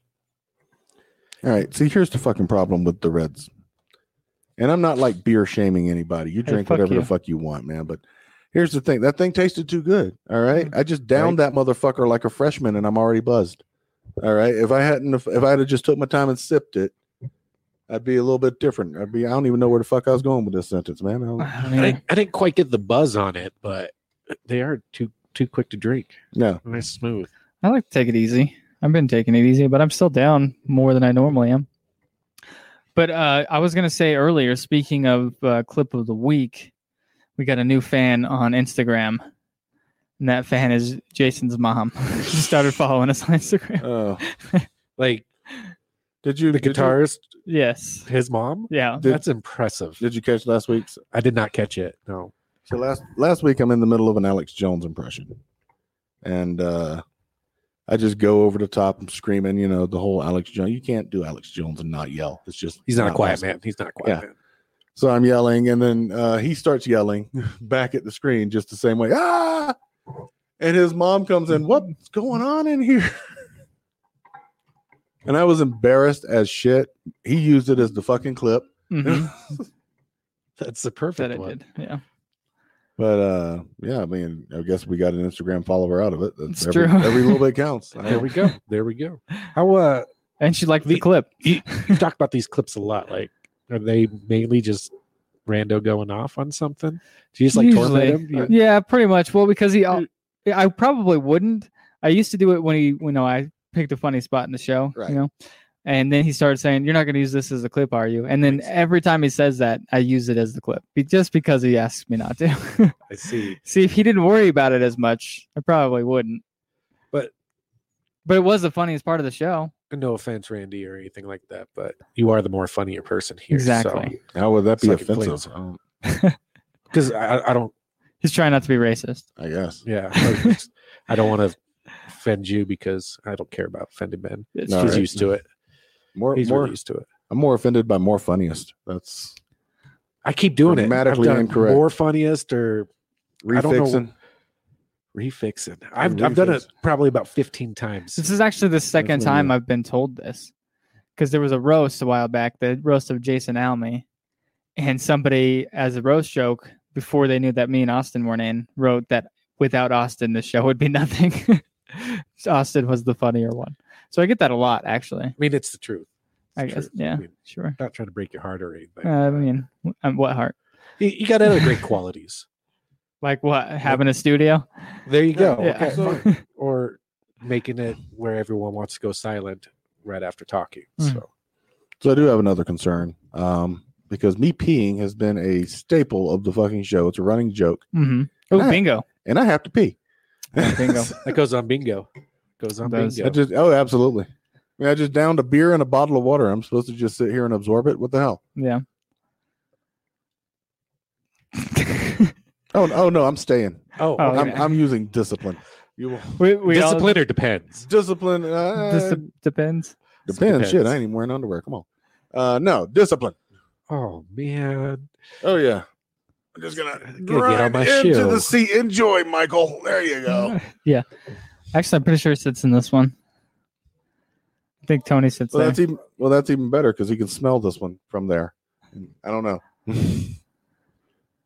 S4: All right. See, here's the fucking problem with the Reds. And I'm not like beer shaming anybody. You
S3: Hey,
S4: drink
S3: fuck
S4: whatever
S3: you.
S4: the fuck you want, man. But here's the thing. That thing tasted too good. All right.
S3: Mm-hmm.
S4: I just downed that motherfucker like a freshman and I'm already buzzed. All right. If I hadn't if I had have just took my time and sipped it, I'd be a little bit different. I'd be I don't even know where the fuck I was going with this sentence, man. I was-
S3: I
S5: I,
S3: mean,
S5: didn't, I didn't quite get the buzz on it, but they are too too quick to drink.
S4: no.
S5: Nice smooth.
S3: I like to take it easy. I've been taking it easy, but I'm still down more than I normally am. But uh, I was gonna say earlier, speaking of uh, clip of the week, we got a new fan on Instagram, and that fan is Jason's mom. she started following us on Instagram.
S4: Oh.
S5: Like
S4: Did you
S5: the
S4: did you-
S5: guitarist,
S3: Yes.
S5: his mom.
S3: Yeah.
S4: Did-
S5: That's impressive.
S4: Did you catch last week's?
S5: I did not catch it. No.
S4: So last last week I'm in the middle of an Alex Jones impression. And uh I just go over the top and screaming, you know, the whole Alex Jones. You can't do Alex Jones and not yell. It's just
S5: He's not a quiet
S4: possible.
S5: man. He's not a quiet
S4: Yeah.
S5: man.
S4: So I'm yelling, and then uh, he starts yelling back at the screen just the same way. Ah! And his mom comes in. What's going on in here? And I was embarrassed as shit. He used it as the fucking clip,
S3: hmm
S5: That's the
S3: that
S5: perfect
S3: it
S5: one.
S3: did. Yeah.
S4: but uh, yeah, I mean, I guess we got an Instagram follower out of it. That's
S3: It's
S4: every,
S3: true.
S4: every little bit counts. I
S5: There we go. There we go. How uh
S3: And she liked the
S5: The-
S3: clip.
S5: you, you talk about these clips a lot. Like are they mainly just Rando going off on something? Do you just like torment him?
S3: Usually.
S5: You-
S3: Yeah, pretty much. Well, because he, I I probably wouldn't. I used to do it when he, you know, I picked a funny spot in the show,
S4: Right.
S3: you know, and then he started saying, "You're not going to use this as a clip, are you?" And then every time he says that, I use it as the clip, be- just because he asked me not to.
S5: I see.
S3: See, if he didn't worry about it as much, I probably wouldn't.
S5: But-
S3: but it was the funniest part of the show.
S5: No offense, Randy, or anything like that, but you are the more funnier person here.
S3: Exactly.
S4: How would that be
S5: Suck it, please.
S4: offensive? I don't-
S5: Because I, I don't,
S3: He's trying not to be racist.
S4: I guess.
S5: yeah, I just- I don't want to offend you because I don't care about offending men.
S3: It's
S4: No,
S5: He's
S4: right.
S5: used to it.
S4: More,
S5: He's
S4: more.
S5: really used to it.
S4: I'm more offended by more funniest. That's
S5: I keep doing it. I've
S4: Grammatically
S5: done
S4: incorrect.
S5: More funniest or I don't know-
S4: refixing.
S5: refixing. I've, I've done it
S4: refix.
S5: probably about 15 times.
S3: This is actually the second
S4: Definitely
S3: time
S4: not.
S3: I've been told this because there was a roast a while back, the roast of Jason Alme, and somebody, as a roast joke, before they knew that me and Austin weren't in, wrote that without Austin, the show would be nothing. So Austin was the funnier one. So I get that a lot, actually.
S5: I mean, it's the truth. It's
S3: I
S5: the
S3: guess,
S5: truth.
S3: yeah.
S5: I mean,
S3: Sure.
S5: not trying to break your heart or anything.
S3: Uh, I mean, w- um, what heart?
S5: you, you got other great qualities.
S3: Like what? Having a studio?
S5: There you go.
S3: Yeah.
S5: Okay, fine. or making it where everyone wants to go silent right after talking.
S3: Mm.
S5: So
S4: So I do have another concern um, because me peeing has been a staple of the fucking show. It's a running joke,
S3: hmm Oh,
S4: Nice.
S3: bingo.
S4: and I have to pee.
S3: Bingo.
S5: that goes on bingo. Goes on
S3: Does-
S4: I
S5: bingo.
S4: just oh, absolutely. I mean, I just downed a beer and a bottle of water. I'm supposed to just sit here and absorb it. What the hell?
S3: Yeah.
S4: Oh, oh no, I'm staying.
S5: oh,
S3: Oh,
S5: okay.
S4: I'm, I'm using discipline. You will-
S3: we we all-
S5: discipline or depends.
S4: discipline uh,
S3: Dis- depends.
S4: depends.
S5: depends.
S4: Shit, I ain't even wearing underwear. Come on. Uh, no discipline.
S5: Oh man,
S4: Oh yeah. I'm just gonna
S5: get on
S4: grind
S5: my
S4: into
S5: shoe.
S4: the seat. Enjoy, Michael. There you go.
S3: Yeah. Actually, I'm pretty sure it sits in this one. I think Tony sits
S4: Well,
S3: there.
S4: that's even well, that's even better because you can smell this one from there. I don't know.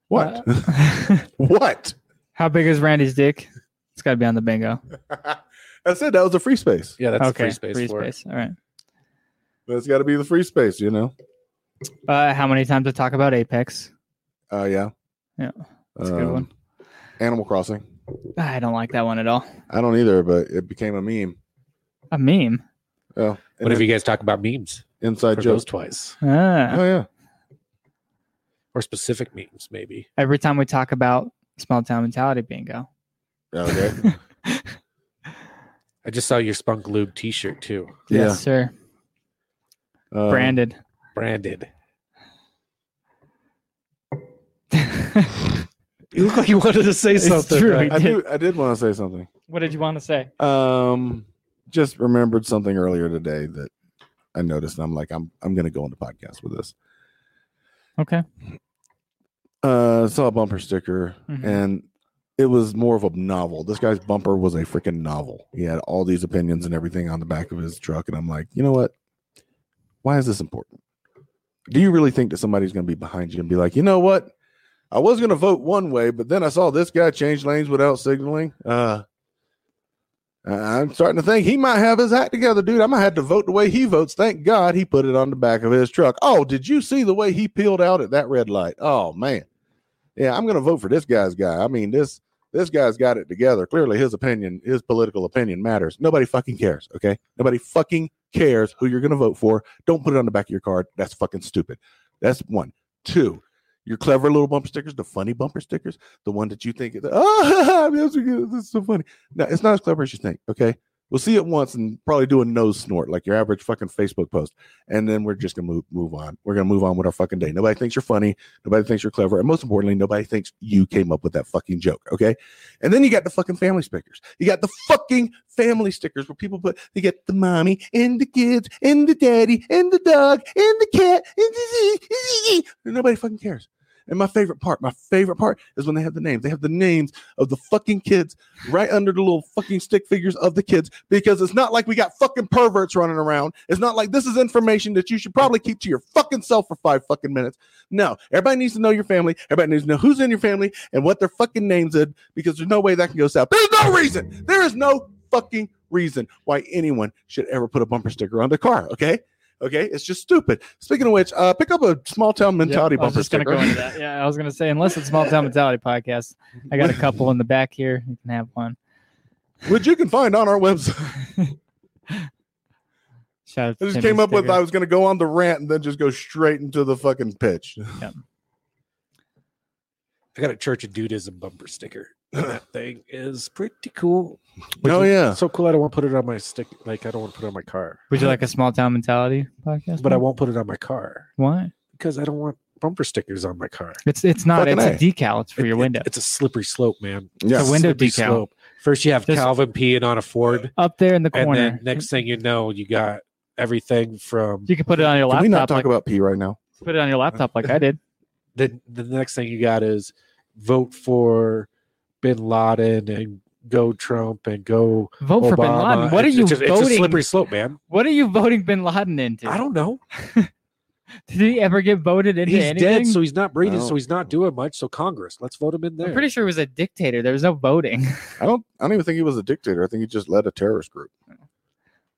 S4: what?
S3: Uh,
S4: what?
S3: how big is Randy's dick? It's got to be on the bingo.
S4: I said that was a free space.
S5: yeah, that's
S3: okay.
S5: a free space for it.
S3: All right.
S4: That's got to be the free space, you know.
S3: Uh, how many times to talk about Apex?
S4: Uh, yeah. Um,
S3: Yeah, that's a good one.
S4: Animal Crossing.
S3: Ah, I don't like that one at all.
S4: I don't either, but it became a meme.
S3: A meme.
S4: Oh, and
S5: What if
S4: then
S5: you guys talk about memes
S4: inside
S5: for those
S4: jokes?
S5: twice
S3: Ah.
S4: Oh yeah.
S5: or specific memes? Maybe
S3: Every time we talk about small town mentality bingo.
S4: Okay.
S5: I just saw your Spunk Lube T-shirt too,
S4: Yeah.
S3: Yes, sir.
S4: Um,
S3: Branded.
S5: branded. You look like you wanted to say
S3: It's
S5: something.
S3: true.
S5: but-
S4: I do. I did want to say something.
S3: what did you want to say?
S4: Um, just remembered something earlier today that I noticed. And I'm like, I'm I'm gonna go on the podcast with this.
S3: Okay.
S4: Uh, saw a bumper sticker,
S3: Mhm.
S4: and it was more of a novel. This guy's bumper was a freaking novel. He had all these opinions and everything on the back of his truck, and I'm like, you know what? Why is this important? Do you really think that somebody's gonna be behind you and be like, you know what? I was gonna vote one way, but then I saw this guy change lanes without signaling. Uh, I- I'm starting to think he might have his act together, dude. I might have to vote the way he votes. Thank God he put it on the back of his truck. Oh, did you see the way he peeled out at that red light? Oh man, yeah, I'm gonna vote for this guy's guy. I mean this this guy's got it together. Clearly, his opinion, his political opinion matters. Nobody fucking cares. Okay, nobody fucking cares who you're gonna vote for. Don't put it on the back of your card. That's fucking stupid. That's one. Two. Your clever little bumper stickers, the funny bumper stickers, the one that you think is, oh, that's good. This is so funny. No, it's not as clever as you think. Okay. We'll see it once and probably do a nose snort like your average fucking Facebook post. And then we're just gonna move move on. We're gonna move on with our fucking day. Nobody thinks you're funny, nobody thinks you're clever, and most importantly, nobody thinks you came up with that fucking joke. Okay. And then you got the fucking family stickers. You got the fucking family stickers where people put they get the mommy and the kids and the daddy and the dog and the cat and the and nobody fucking cares. And my favorite part, my favorite part is when they have the names. They have the names of the fucking kids right under the little fucking stick figures of the kids because it's not like we got fucking perverts running around. It's not like this is information that you should probably keep to your fucking self for five fucking minutes. No, everybody needs to know your family. Everybody needs to know who's in your family and what their fucking names is because there's no way that can go south. There's no reason. There is no fucking reason why anyone should ever put a bumper sticker on their car. Okay. Okay, it's just stupid. Speaking of which, uh, pick up a small town mentality
S3: Yep, I was
S4: bumper
S3: just gonna
S4: sticker.
S3: go into that. Yeah, I was gonna say unless it's small town mentality podcast, I got a couple in the back here. You can have one.
S4: which you can find on our website.
S3: Shout out
S4: I
S3: to
S4: just
S3: Timmy
S4: came up with
S3: Stigger.
S4: I was going to go on the rant and then just go straight into the fucking pitch.
S5: I got a Church of Dudism bumper sticker. And that thing is pretty cool.
S4: oh
S5: Which is
S4: yeah,
S5: So cool. I don't want to put it on my stick. Like I don't want to put it on my car.
S3: Would you like a small town mentality podcast?
S5: But I won't put it on my car
S3: Why?
S5: because I don't want bumper stickers on my car.
S3: It's it's not.
S4: Fucking
S3: It's a
S4: A.
S3: decal. It's for
S5: It-
S3: your
S5: it-
S3: window.
S5: it's a slippery slope, man.
S4: yeah.
S3: So when- window
S5: Slippery
S3: decal.
S5: First, you have
S3: Just-
S5: Calvin peeing on a Ford,
S3: Up there in the corner.
S5: and then next thing you know, you got everything from
S3: you can put it on your
S4: Can we not
S3: laptop.
S4: talk
S3: Like,
S4: about pee right now?
S3: put it on your laptop like I did.
S5: the the next thing you got is vote for Bin Laden and go Trump and go
S3: Vote
S5: Obama.
S3: for Bin Laden. What are
S5: uh, It's-
S3: you
S5: it's a, It's a
S3: voting?
S5: slippery slope, man.
S3: What are you voting Bin Laden into?
S5: I don't know.
S3: Did he ever get voted into
S5: He's
S3: anything?
S5: dead, so he's not breathing,
S4: No.
S5: so he's not doing much. So Congress, let's vote him in there.
S3: I'm pretty sure he was a dictator. There was no voting.
S4: I don't. I don't even think he was a dictator. I think he just led a terrorist group.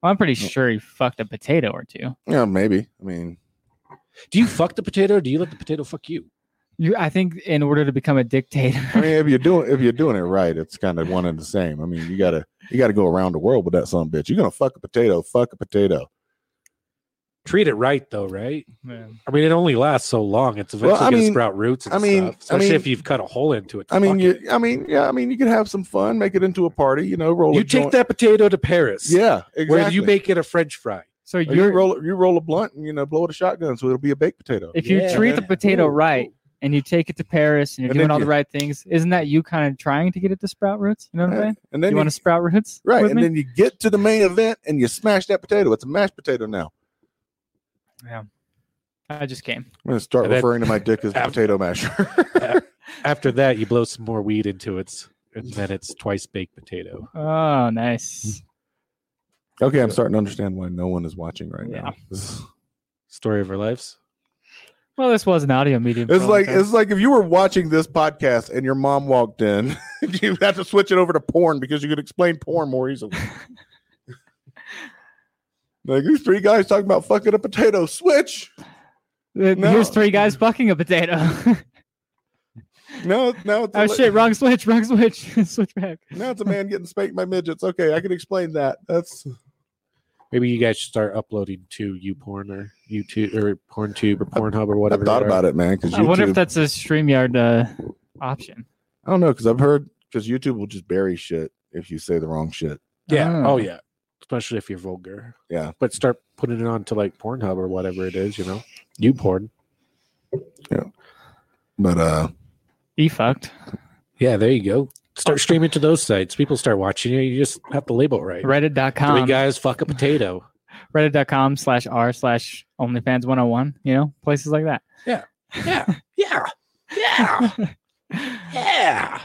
S3: I'm pretty sure he fucked a potato or two.
S4: Yeah, maybe. I mean,
S5: do you fuck the potato? Or do you let the potato fuck you?
S3: You, I think, in order to become a dictator,
S4: I mean, if you're doing if you're doing it right, it's kind of one and the same. I mean, you gotta you gotta go around the world with that son of a bitch. You're gonna fuck a potato, fuck a potato.
S5: Treat it right, though, right? I mean, it only lasts so long. It's
S4: Well, I
S5: eventually going
S4: mean-
S5: to sprout roots. And
S4: I mean-
S5: stuff,
S4: I
S5: especially
S4: mean-
S5: if you've cut a hole into it.
S4: I mean,
S5: Fuck
S4: you.
S5: it.
S4: I mean, yeah. I mean, you could have some fun, make it into a party. You know, roll.
S5: you
S4: a
S5: take
S4: joint.
S5: that potato to Paris,
S4: Yeah, exactly.
S5: where you make it a French fry.
S3: So
S4: Or you
S3: you're,
S4: roll you roll a blunt and you know blow it a shotgun, so it'll be a baked potato.
S3: if you
S5: Yeah,
S3: treat the
S5: man.
S3: potato
S5: Ooh,
S3: right
S5: ooh.
S3: and you take it to Paris and you're
S4: And then
S3: doing all
S4: you-
S3: the right things, isn't that you kind of trying to get it to sprout roots? You know what I'm
S4: Right.
S3: saying?
S4: And Uh, then
S3: you
S4: you-
S3: want to sprout roots,
S4: right,
S3: With
S4: and
S3: me?
S4: then you get to the main event and you smash that potato. It's a mashed potato now.
S3: I just came.
S4: I'm gonna start
S5: And then-
S4: referring to my dick as the
S5: Af-
S4: potato masher.
S5: After that, you blow some more weed into it, and then it's twice baked potato.
S3: Oh, nice.
S4: okay, I'm starting to understand why no one is watching right now. It's
S5: Story of our lives.
S3: Well, this was an audio medium. for a long
S4: like
S3: time.
S4: it's like if you were watching this podcast and your mom walked in, you have to switch it over to porn because you could explain porn more easily. like these three guys talking about fucking a potato. Switch.
S3: Uh,
S4: no.
S3: here's three guys fucking a potato.
S4: No, no. It's a
S3: oh
S4: li-
S3: shit! Wrong switch. Wrong switch. switch back.
S4: Now it's a man getting spanked by midgets. Okay, I can explain that. That's
S5: Maybe you guys should start uploading to YouPorn or YouTube or PornTube or Pornhub or whatever.
S4: I thought about it, man. Because
S3: I wonder if
S4: YouTube,
S3: that's a Streamyard uh, option.
S4: I don't know, because I've heard because YouTube will just bury shit if you say the wrong shit.
S5: Yeah.
S3: Oh.
S5: Oh yeah. Especially if you're vulgar.
S4: Yeah.
S5: But start putting it on to like Pornhub or whatever it is. You know, YouPorn.
S4: But uh,
S3: E fucked.
S5: Yeah, there you go. Start streaming to those sites. People start watching you. You just have to label it right. Three
S3: Reddit.com.
S5: guys fuck a potato.
S3: Reddit.com slash r slash OnlyFans 101. You know, places like that.
S5: Yeah. Yeah. Yeah.
S4: Ah.
S5: Yeah.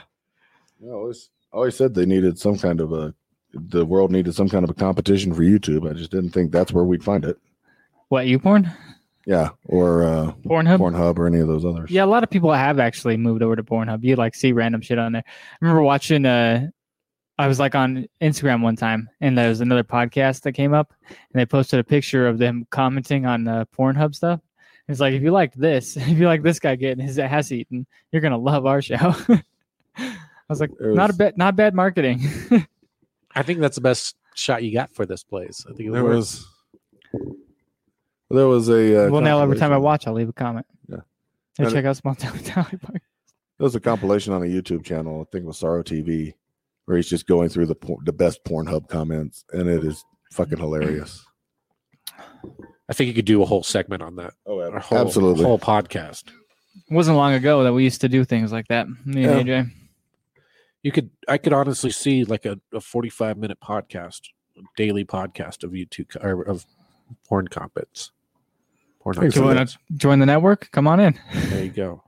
S4: I always I always said they needed some kind of a the world needed some kind of a competition for YouTube. I just didn't think that's where we'd find it.
S3: What you porn?
S4: Yeah, or uh,
S3: Pornhub.
S4: Pornhub or any of those others.
S3: Yeah, a lot of people have actually moved over to Pornhub. You like see random shit on there. I remember watching uh I was like on Instagram one time and there was another podcast that came up and they posted a picture of them commenting on uh, Pornhub stuff. It's like if you liked this, if you like this guy getting his ass eaten, you're gonna love our show. I was like,
S4: It
S3: not a
S4: was-
S3: bad, not bad marketing.
S5: I think that's the best shot you got for this place. I think it
S4: there
S5: worked.
S4: was there was a uh,
S3: well, now every time I
S4: compilation.
S3: watch, I'll leave a comment.
S4: Yeah.
S3: Hey,
S4: Now
S3: check out Small Town Mentality Park.
S4: There was a compilation on a YouTube channel, I think it was Sorrow TV, where he's just going through the por- the best Pornhub comments, and it is fucking hilarious.
S5: I think you could do a whole segment on that.
S4: Oh,
S5: A whole,
S4: absolutely.
S5: Whole podcast.
S3: It wasn't long ago that we used to do things like that. Me and AJ.
S5: You could. I could honestly see like a, a forty-five minute podcast, daily podcast of YouTube co- or of porn comments. Porn
S4: Thanks,
S5: comments.
S3: Joanna. Join the network. Come on in.
S5: There you go.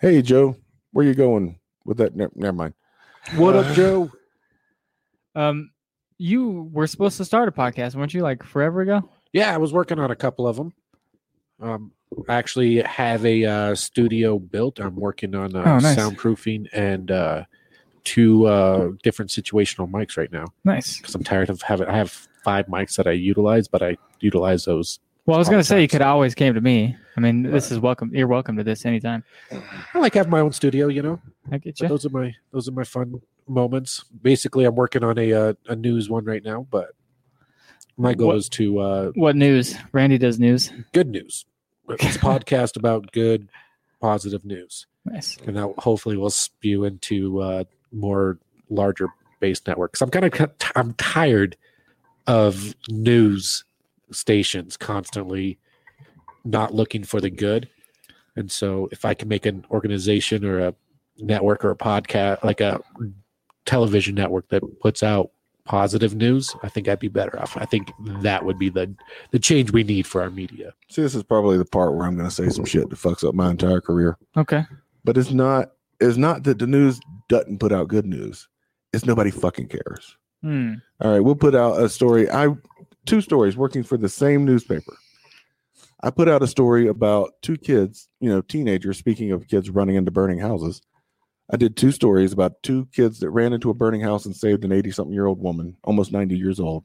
S4: Hey, Joe, where you going with that? Ne- never mind.
S5: What up, Joe?
S3: Um, you were supposed to start a podcast, weren't you? Like forever ago.
S5: Yeah, I was working on a couple of them. Um, I actually have a uh, studio built. I'm working on uh,
S3: Oh, nice.
S5: soundproofing and uh, two uh, different situational mics right now.
S3: Nice.
S5: because I'm tired of having. I have five mics that I utilize, but I utilize those
S3: Well, I was
S5: All
S3: gonna
S5: the
S3: say you
S5: time,
S3: could always came to me. I mean, this is welcome. You're welcome to this anytime.
S5: I like having my own studio, you know.
S3: I get
S5: But
S3: you.
S5: those are my those are my fun moments. Basically, I'm working on a uh, a news one right now, but my goal
S3: What-
S5: is to uh,
S3: What news? Randy does news.
S5: good news. It's a podcast about good, positive news,
S3: Nice.
S5: and that hopefully will spew into uh, more larger base networks. I'm kind of I'm tired of news stations constantly not looking for the good, and so if I can make an organization or a network or a podcast like a television network that puts out positive news, I think I'd be better off. I think that would be the the change we need for our media.
S4: See, this is probably the part where I'm going to say some shit that fucks up my entire career.
S3: Okay.
S4: But it's not. It's not that the news doesn't put out good news. It's nobody fucking cares.
S3: Hmm.
S4: All right, we'll put out a story. I two stories working for the same newspaper. I put out a story about two kids, you know, teenagers. Speaking of kids running into burning houses, I did two stories about two kids that ran into a burning house and saved an eighty-something-year-old woman, almost ninety years old,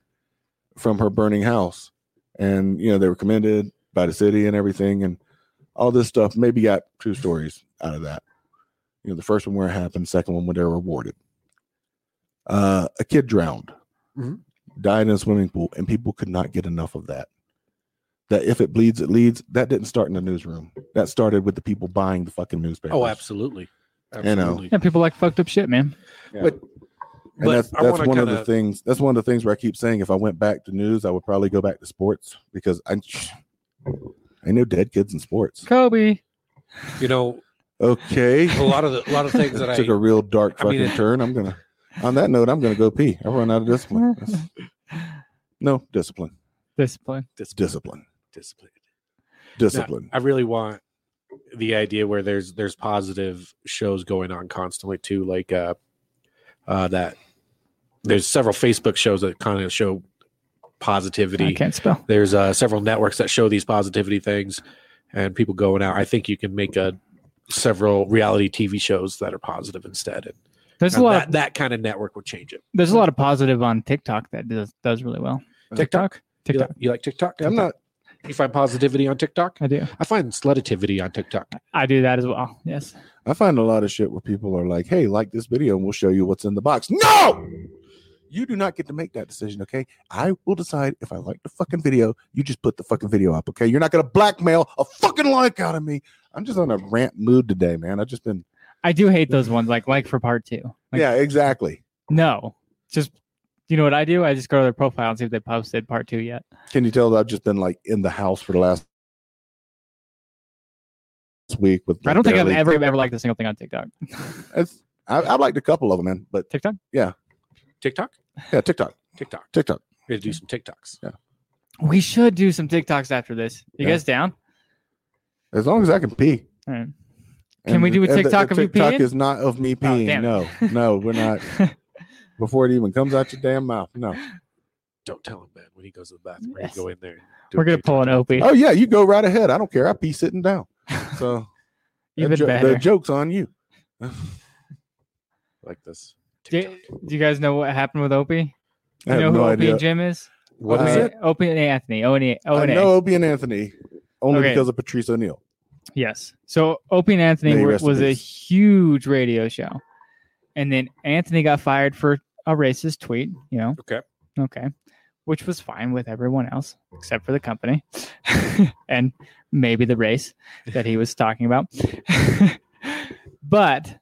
S4: from her burning house. And you know, they were commended by the city and everything, and all this stuff. Maybe got two stories out of that. You know, the first one where it happened, second one when they were rewarded. Uh, a kid drowned died in a swimming pool, and people could not get enough of that. That if it bleeds, it leads. That didn't start in the newsroom. That started with the people buying the fucking newspaper.
S5: Oh, absolutely.
S4: know.
S3: Yeah, people like fucked up shit, man.
S4: And that's,
S5: I
S4: that's
S5: wanna
S4: one of
S5: kinda-
S4: the things. That's one of the things where I keep saying, if I went back to news, I would probably go back to sports because I, I know dead kids in sports.
S3: Kobe.
S5: You know,
S4: Okay,
S5: a lot of the, a lot of things that I
S4: took a real dark
S5: I
S4: fucking
S5: mean, it-
S4: turn. I'm gonna. On that note, I'm gonna go pee. I run out of discipline. That's- no discipline.
S3: Discipline.
S4: Discipline.
S5: discipline.
S4: Discipline.
S5: I really want the idea where there's there's positive shows going on constantly too, like uh, uh that there's several Facebook shows that kind of show
S3: I
S5: positivity.
S3: can't spell.
S5: There's uh, several networks that show these positivity things, and people going out. I think you can make a several reality TV shows that are positive instead. And
S3: There's a
S5: now
S3: lot.
S5: that,
S3: Of,
S5: that kind of network would change it.
S3: there's a lot of positive on TikTok that does does really well. TikTok.
S5: You
S3: Uh, TikTok.
S5: like, you like TikTok?
S4: I'm not.
S5: You find positivity on TikTok?
S3: I do.
S5: I find sluttivity on TikTok.
S3: I do that as well. Yes.
S4: I find a lot of shit where people are like, hey, like this video and we'll show you what's in the box. No! You do not get to make that decision, okay? I will decide if I like the fucking video. You just put the fucking video up, okay? You're not going to blackmail a fucking like out of me. I'm just on a rant mood today, man. I've just been.
S3: I do hate those ones. Like like for part two. Like,
S4: yeah, exactly.
S3: No. Just you know what I do? I just go to their profile and see if they posted part two yet.
S4: Can you tell that I've just been like in the house for the last week with.
S3: I don't think I've
S4: barely-
S3: ever ever liked a single thing on TikTok.
S4: It's- I, I liked a couple of them, man, but
S3: TikTok.
S5: TikTok?
S4: yeah, TikTok,
S5: TikTok.
S4: TikTok.
S5: We're going to do some TikToks.
S3: We should do some TikToks after this. You
S4: Yeah.
S3: guys down?
S4: As long as I can pee.
S3: All right.
S4: And
S3: Can we do a
S4: the- and the-
S3: TikTok
S4: the
S3: of you
S4: TikTok
S3: peeing? Oh,
S4: is not of me peeing.
S3: damn
S4: no, no, we're not. Before it even comes out your damn mouth. No.
S5: Don't tell him, man, when he goes to the bathroom. We're
S3: Yes.
S5: gonna go in there. and do
S3: We're
S5: a
S3: gonna
S5: TikTok.
S3: pull an Opie.
S4: Oh yeah, you go right ahead. I don't care. I pee sitting down. So
S3: Even
S4: the, jo-
S3: better.
S4: the joke's on you.
S5: like this.
S3: do,
S5: TikTok.
S3: do you guys know what happened with Opie?
S4: I
S3: You know
S4: have
S3: who
S4: no
S3: Opie
S4: idea.
S3: and Jim is?
S5: What
S4: Uh,
S5: is
S3: Opie-
S5: it?
S3: Opie and Anthony. O and A. O
S4: I
S3: and A.
S4: know Opie and Anthony only
S3: Okay.
S4: because of Patrice O'Neill.
S3: Yes. So Opie and Anthony
S4: May he
S3: were,
S4: rest in
S3: was a
S4: peace.
S3: huge radio show, and then Anthony got fired for a racist tweet. You know.
S5: Okay.
S3: Okay. Which was fine with everyone else except for the company, and maybe the race that he was talking about. but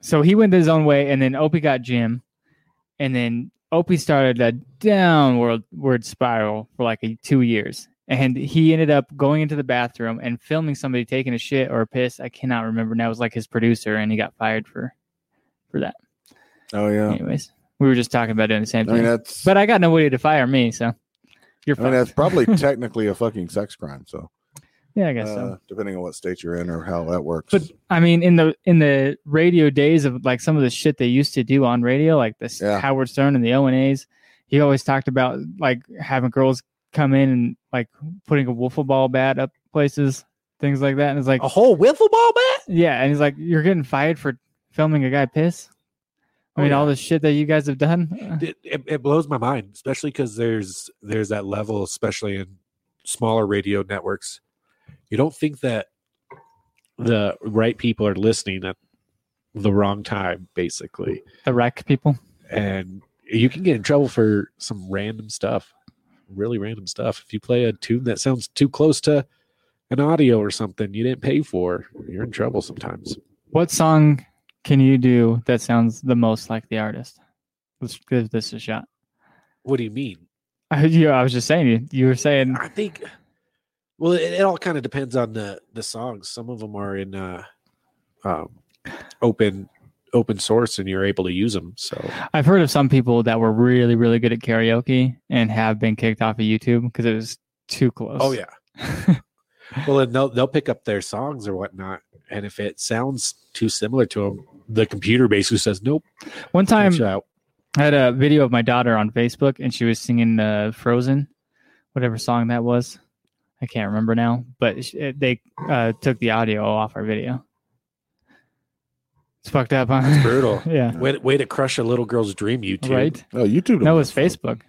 S3: so he went his own way, and then Opie got Jim, and then Opie started a downward word spiral for like a, two years. And he ended up going into the bathroom and filming somebody taking a shit or a piss. I cannot remember now. It was like his producer, and he got fired for for that.
S4: Oh yeah.
S3: Anyways, we were just talking about doing the same
S4: I
S3: thing.
S4: mean that's
S3: but I got nobody to fire me, so
S4: I
S3: you're fine.
S4: mean that's probably technically a fucking sex crime. So
S3: yeah, I guess so.
S4: uh, depending on what state you're in or how that works.
S3: But I mean, in the in the radio days of like some of the shit they used to do on radio, like this
S4: Yeah.
S3: Howard Stern and the O and A's, he always talked about like having girls come in and like putting a wiffle ball bat up places, things like that. And it's like,
S5: A whole wiffle ball bat?
S3: yeah, and he's like, you're getting fired for filming a guy piss. I
S5: Oh,
S3: mean, all
S5: yeah.
S3: this shit that you guys have done.
S5: It, it, it blows my mind, especially because there's there's that level, especially in smaller radio networks, you don't think that the right people are listening at the wrong time, basically.
S3: The wreck people.
S5: And you can get in trouble for some random stuff, really random stuff. If you play a tune that sounds too close to an audio or something you didn't pay for, you're in trouble sometimes.
S3: What song can you do that sounds the most like the artist? Let's give this a shot.
S5: What do you mean?
S3: I, you, I was just saying you. You were saying
S5: I think. Well, it, it all kind of depends on the the songs. Some of them are in uh, um, open open source, and you're able to use them. So
S3: I've heard of some people that were really really good at karaoke and have been kicked off of YouTube because it was too close.
S5: oh yeah. well, and they'll they'll pick up their songs or whatnot, and if it sounds too similar to them, the computer basically says nope.
S3: One time
S5: punch out.
S3: I had a video of my daughter on Facebook and she was singing uh, Frozen, whatever song that was. I can't remember now, but sh- it, they uh, took the audio off our video. It's fucked up, huh?
S5: brutal.
S3: yeah.
S5: Way, to- way to crush a little girl's dream, YouTube.
S3: Right?
S4: Oh, YouTube.
S3: No,
S4: don't
S3: it's
S4: give a fuck.
S3: Facebook.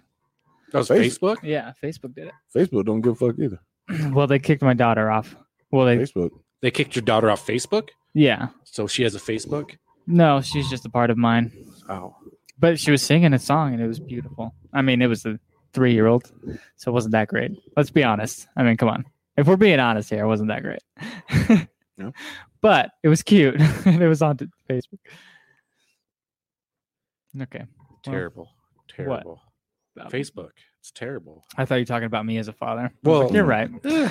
S5: That was
S4: Face-
S5: Facebook.
S3: Yeah, Facebook did
S4: Facebook don't give a fuck either.
S3: it. well, they kicked my daughter off. Well, they,
S4: Facebook.
S5: They kicked your daughter off Facebook,
S3: yeah.
S5: so she has a Facebook.
S3: No, she's just a part of mine.
S5: Oh,
S3: But she was singing a song and it was beautiful. I mean, it was a three year old, so it wasn't that great. Let's be honest. I mean, come on. If we're being honest here, it wasn't that great.
S4: No.
S3: But it was cute. and it was on t- Facebook. Okay.
S5: terrible, terrible.
S3: Um,
S5: Facebook, it's terrible.
S3: I thought you were talking about me as a father.
S5: Well, eh.
S3: Well, you're right.
S5: Won't
S3: you're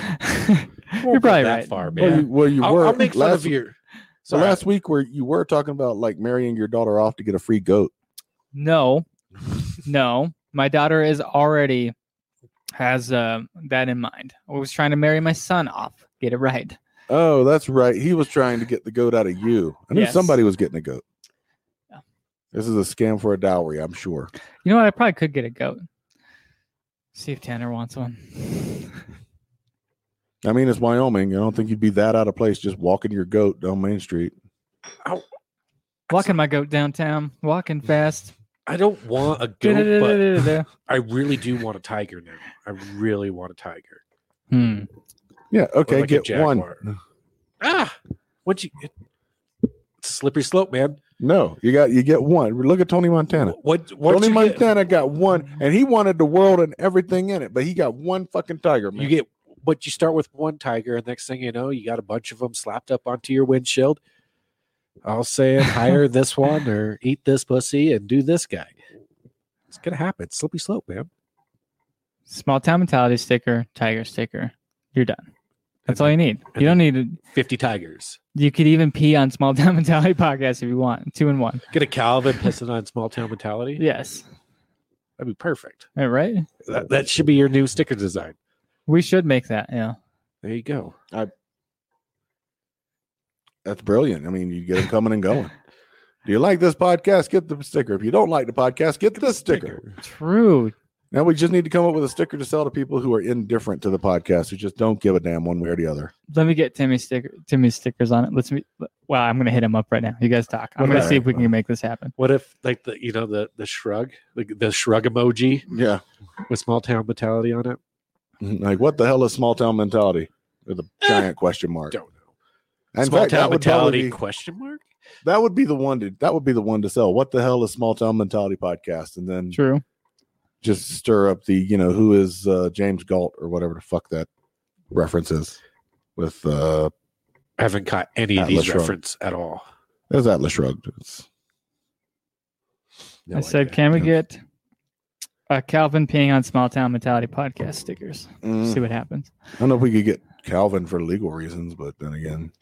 S3: probably
S5: go that
S3: right.
S5: far,
S4: Well,
S5: man.
S4: you, well, you
S5: I'll,
S4: were
S5: I'll make fun
S4: last,
S5: of your.
S4: So
S5: Sorry.
S4: last week, where you were talking about like marrying your daughter off to get a free goat.
S3: No, no. My daughter is already has uh, that in mind. I was trying to marry my son off. Get it right.
S4: Oh, that's right. He was trying to get the goat out of you. I knew
S3: Yes.
S4: somebody was getting a goat.
S3: Yeah.
S4: This is a scam for a dowry, I'm sure.
S3: You know what? I probably could get a goat. See if Tanner wants one.
S4: I mean, it's Wyoming. I don't think you'd be that out of place just walking your goat down Main Street.
S3: Walking my goat downtown, walking fast.
S5: I don't want a goat, but
S3: Hmm.
S5: I really do want a tiger now. I really want a tiger.
S3: Hmm.
S4: Yeah, okay,
S5: like a
S4: get one.
S5: jaguar. Ah, what you? It, it's a slippery slope, man.
S4: No, you got you get one. Look at Tony Montana.
S5: What? What?
S4: Tony
S5: you get-
S4: Montana got one, and he wanted the world and everything in it, but he got one fucking tiger. Man.
S5: you get but you start with one tiger and next thing you know you got a bunch of them slapped up onto your windshield i'll say hire this one or eat this pussy and do this guy it's gonna happen slippy slope man
S3: Small town mentality sticker, tiger sticker. You're done. That's all you need. You don't need. to-
S5: 50 tigers
S3: You could even pee on small town mentality podcast if you want. Two and one.
S5: get a calvin pissing on small town mentality
S3: Yes.
S5: that'd be perfect
S3: All right.
S5: that, that should be your new sticker design
S3: We should make that. Yeah.
S5: there you go
S4: That's brilliant. I mean, you get them coming and going. Do you like this podcast? Get the sticker. If you don't like the podcast, get this sticker.
S3: True.
S4: Now we just need to come up with a sticker to sell to people who are indifferent to the podcast, who just don't give a damn one way or the other.
S3: Let me get Timmy sticker. Timmy's stickers on it. Let's. Me, well, I'm gonna hit him up right now. You guys talk. I'm gonna
S4: Okay.
S3: see if we can make this happen.
S5: what if like the you know the the shrug the, the shrug emoji
S4: Yeah.
S5: with small town mentality on it
S4: Like, what the hell is small town mentality? With a giant question mark.
S5: Eh, don't know
S4: And in
S5: small
S4: fact,
S5: town
S4: that would probably
S5: mentality
S4: be-
S5: question mark
S4: That would be the one to that would be the one to sell. What the hell is small town mentality podcast? And then
S3: True.
S4: just stir up the you know who is uh, James Galt or whatever the fuck that reference is with uh,
S5: I haven't caught any of
S4: Atlas
S5: these
S4: Shrugged.
S5: reference at all.
S4: there's Atlas Shrugged. It's,
S5: No
S3: I said,
S5: idea.
S3: can we
S4: Yeah.
S3: get a Calvin peeing on small town mentality podcast stickers?
S4: Mm,
S3: See what happens.
S4: I don't know if we could get Calvin for legal reasons, but then again,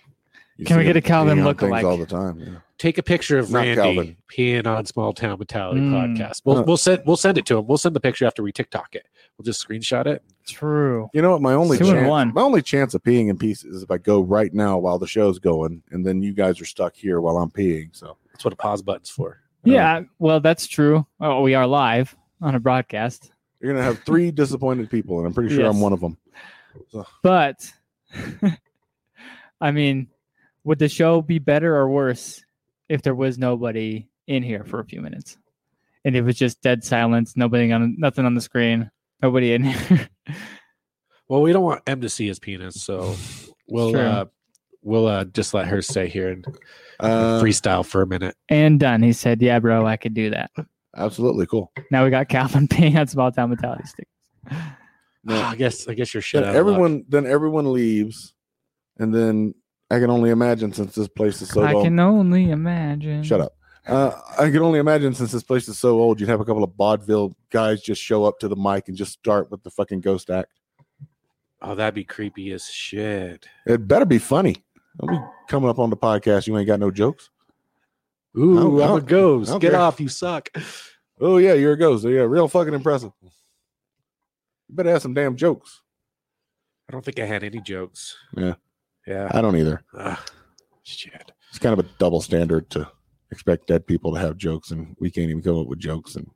S4: you
S3: Can we
S4: see
S3: get a
S4: him
S3: Calvin
S4: peeing on
S3: look
S4: things
S3: alike?
S4: all the time? yeah.
S5: take a picture of
S4: Not
S5: Randy
S4: Calvin.
S5: peeing on Small Town Mentality
S3: Mm.
S5: podcast. We'll,
S4: Huh.
S5: we'll send we'll send it to him. We'll send the picture after we TikTok it. We'll just screenshot it.
S3: True.
S4: You know what? My only
S3: Two and
S4: chance,
S3: one.
S4: my only chance of peeing in peace is if I go right now while the show's going, and then you guys are stuck here while I'm peeing. So
S5: That's what a pause button's for.
S3: Yeah. Well, that's true. Oh, we are live on a broadcast,
S4: you're gonna have three disappointed people, and I'm pretty sure I'm
S3: Yes.
S4: one of them.
S3: but I mean, would the show be better or worse if there was nobody in here for a few minutes and it was just dead silence, nobody on nothing on the screen, nobody in here?
S5: well, we don't want M to see his penis, so we'll
S3: True.
S5: uh, we'll uh, just let her stay here and
S4: Uh,
S5: freestyle for a minute.
S3: And done. He said, "Yeah, bro, I could do that."
S4: absolutely cool.
S3: Now we got Calvin Payne on small town mentality stick.
S4: No.
S5: Ah, I guess I guess you're shit.
S4: Then
S5: out of luck.
S4: everyone, then everyone leaves, and then I can only imagine since this place is so
S3: I
S4: old.
S3: can only imagine.
S4: Shut up. Uh, I can only imagine since this place is so old, you'd have a couple of vaudeville guys just show up to the mic and just start with the fucking ghost act.
S5: Oh, that'd be creepy as shit.
S4: It better be funny. Don't be coming up on the podcast. You ain't got no jokes.
S5: Ooh,
S4: don't- I
S5: I'm a
S4: don't- I
S5: ghost.
S4: don't
S5: Get
S4: care.
S5: off, you suck.
S4: Oh yeah, you're a ghost. Yeah, real fucking impressive. You better have some damn jokes.
S5: I don't think I had any jokes.
S4: Yeah.
S5: Yeah.
S4: I don't either.
S5: Ah, shit.
S4: It's kind of a double standard to expect dead people to have jokes, and we can't even come up with jokes. And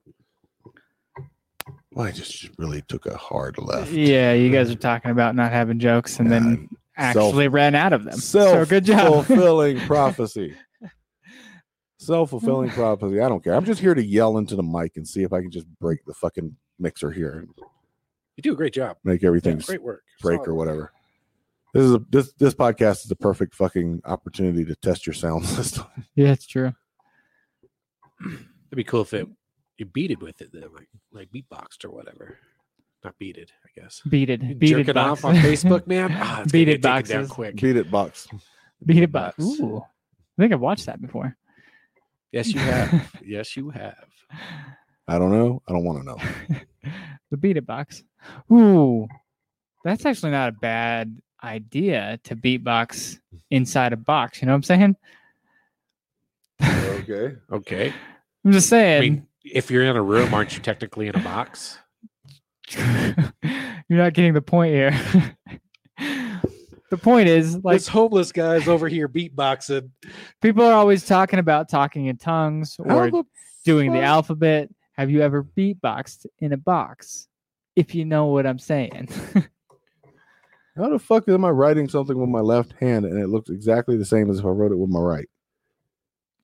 S4: well, I just really took a hard
S5: Uh,
S4: left.
S3: Yeah, you guys are talking about not having jokes and then actually ran out of them. So
S4: self
S3: good job.
S4: fulfilling prophecy. Self fulfilling prophecy. I don't care. I'm just here to yell into the mic and see if I can just break the fucking mixer here and
S5: You do a great job.
S4: make everything
S5: Great work.
S4: break
S5: Solid.
S4: or whatever. This is a, this this podcast is the perfect fucking opportunity to test your sound system.
S3: yeah, it's true.
S5: It'd be cool if it you beat it with it then, like like beatboxed or whatever. Not beated, I guess. You
S3: Beaded. Beaded
S5: jerking
S3: box.
S5: off on Facebook, man. Ah, it's gonna
S3: Beaded
S5: get taken down
S3: boxes.
S5: quick.
S4: Beat it, box.
S3: Beaded box.
S5: box.
S3: Ooh. I think I've watched that before.
S5: Yes, you have. yes, you have.
S4: I don't know. I don't want to know.
S3: the beaded box. Ooh. That's actually not a bad idea to beatbox inside a box. You know what I'm saying?
S4: okay.
S5: Okay.
S3: I'm just saying.
S5: I mean, if you're in a room, aren't you technically in a box?
S3: You're not getting the point here. the point is, like,
S5: this homeless guy's over here beatboxing.
S3: people are always talking about talking in tongues or doing the
S5: fuck?
S3: alphabet. Have you ever beatboxed in a box? If you know what I'm saying.
S4: How the fuck am I writing something with my left hand and it looks exactly the same as if I wrote it with my right?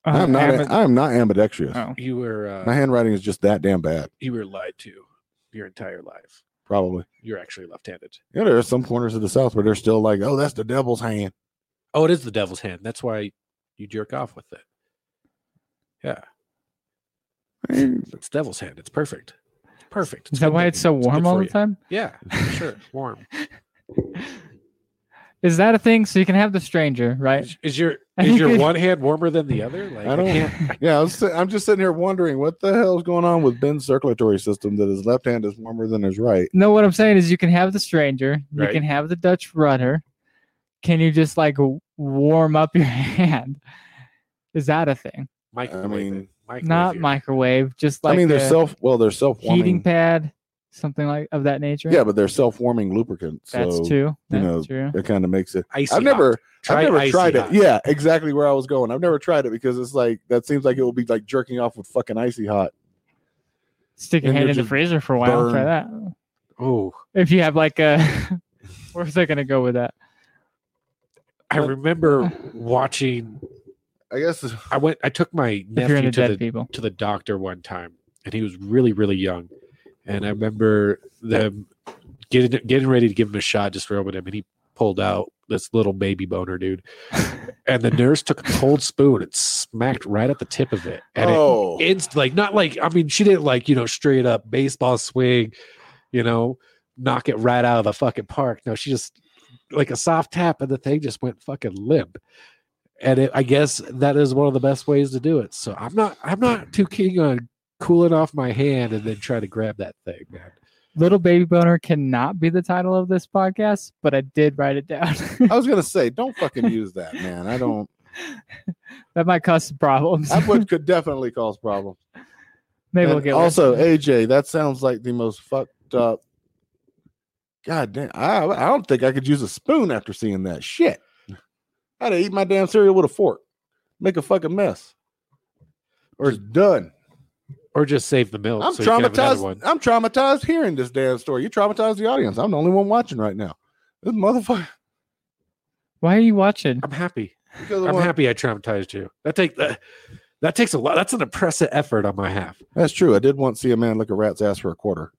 S4: I'm not.
S3: Amaz-
S4: I am not ambidextrous.
S3: Uh, Oh.
S5: You were uh,
S4: My handwriting is just that damn bad.
S5: you were lied to your entire life.
S4: Probably.
S5: You're actually left-handed.
S4: You know, there are some corners of the South where they're still like, "Oh, that's the devil's hand."
S5: Oh, it is the devil's hand. That's why you jerk off with it. Yeah, it's devil's hand. It's perfect. It's perfect.
S3: Is that
S5: good
S3: why
S5: looking.
S3: it's so
S5: good
S3: warm all
S5: for
S3: the
S5: you.
S3: time?
S5: Yeah, sure. Warm.
S3: Is that a thing? So you can have the stranger, right?
S5: Is, is your
S3: I
S5: is
S3: think
S5: your
S3: it-
S5: one hand warmer than the other? Like
S4: I don't-
S5: can't.
S4: Yeah, I was, si- I'm just sitting here wondering what the hell is going on with Ben's circulatory system that his left hand is warmer than his right.
S3: No, what I'm saying is you can have the stranger, you
S5: Right.
S3: can have the Dutch rudder. Can you just like w- warm up your hand? Is that a thing?
S5: Microwave.
S4: mean,
S5: it. Microwave
S3: Not
S5: your-
S3: microwave, just like
S4: I mean,
S3: a
S4: they're self well, they're self
S3: heating
S4: warming.
S3: pad, something like of that nature.
S4: Yeah, but they're self warming lubricants.
S3: that's
S4: so
S3: true. That's
S4: know,
S3: true.
S4: It kind of makes it.
S5: Icy
S4: I've never,
S5: Try
S4: I've never
S5: icy
S4: tried
S5: hot.
S4: it. Yeah, exactly where I was going. I've never tried it because it's like that seems like it would be like jerking off with fucking icy hot.
S3: Stick your
S4: and
S3: hand
S4: you're
S3: in the
S4: just
S3: freezer for a while. Try
S4: burned.
S3: that.
S5: hot. Oh,
S3: If you have like a, where's that gonna go with that?
S5: I remember watching.
S4: I guess
S5: I went. I took my
S3: if you're
S5: nephew
S3: into
S5: to
S3: dead
S5: the
S3: people,
S5: to the doctor one time, and he was really, really young. And I remember them getting getting ready to give him a shot, just rubbing him, and he pulled out this little baby boner, dude. and the nurse took a cold spoon and smacked right at the tip of it, and
S4: oh,
S5: it inst like not like I mean, she didn't like you know straight up baseball swing, you know, knock it right out of the fucking park. No, she just like a soft tap, and the thing just went fucking limp. And it, I guess that is one of the best ways to do it. So I'm not I'm not too keen on cooling off my hand and then try to grab that thing, man.
S3: little baby boner cannot be the title of this podcast, but I did write it down.
S4: I was gonna say, don't fucking use that, man. I don't.
S3: that might cause some problems.
S4: That would could definitely cause problems.
S3: Maybe we'll
S4: Oh. And
S3: get
S4: also,
S3: worse.
S4: AJ, that sounds like the most fucked up. God damn, I, I don't think I could use a spoon after seeing that shit. I'd have eat my damn cereal with a fork, make a fucking mess, or it's done.
S5: Or just save the milk.
S4: I'm
S5: Oh, so you can have another
S4: traumatized. I'm traumatized hearing this damn story. You traumatized the audience. I'm the only one watching right now. This motherfucker.
S3: why are you watching?
S5: I'm happy.
S4: because of
S5: I'm
S4: one-
S5: happy I traumatized you. That take that, that takes a lot. That's an impressive effort on my half.
S4: That's true. I did once see a man lick a rat's ass for a quarter.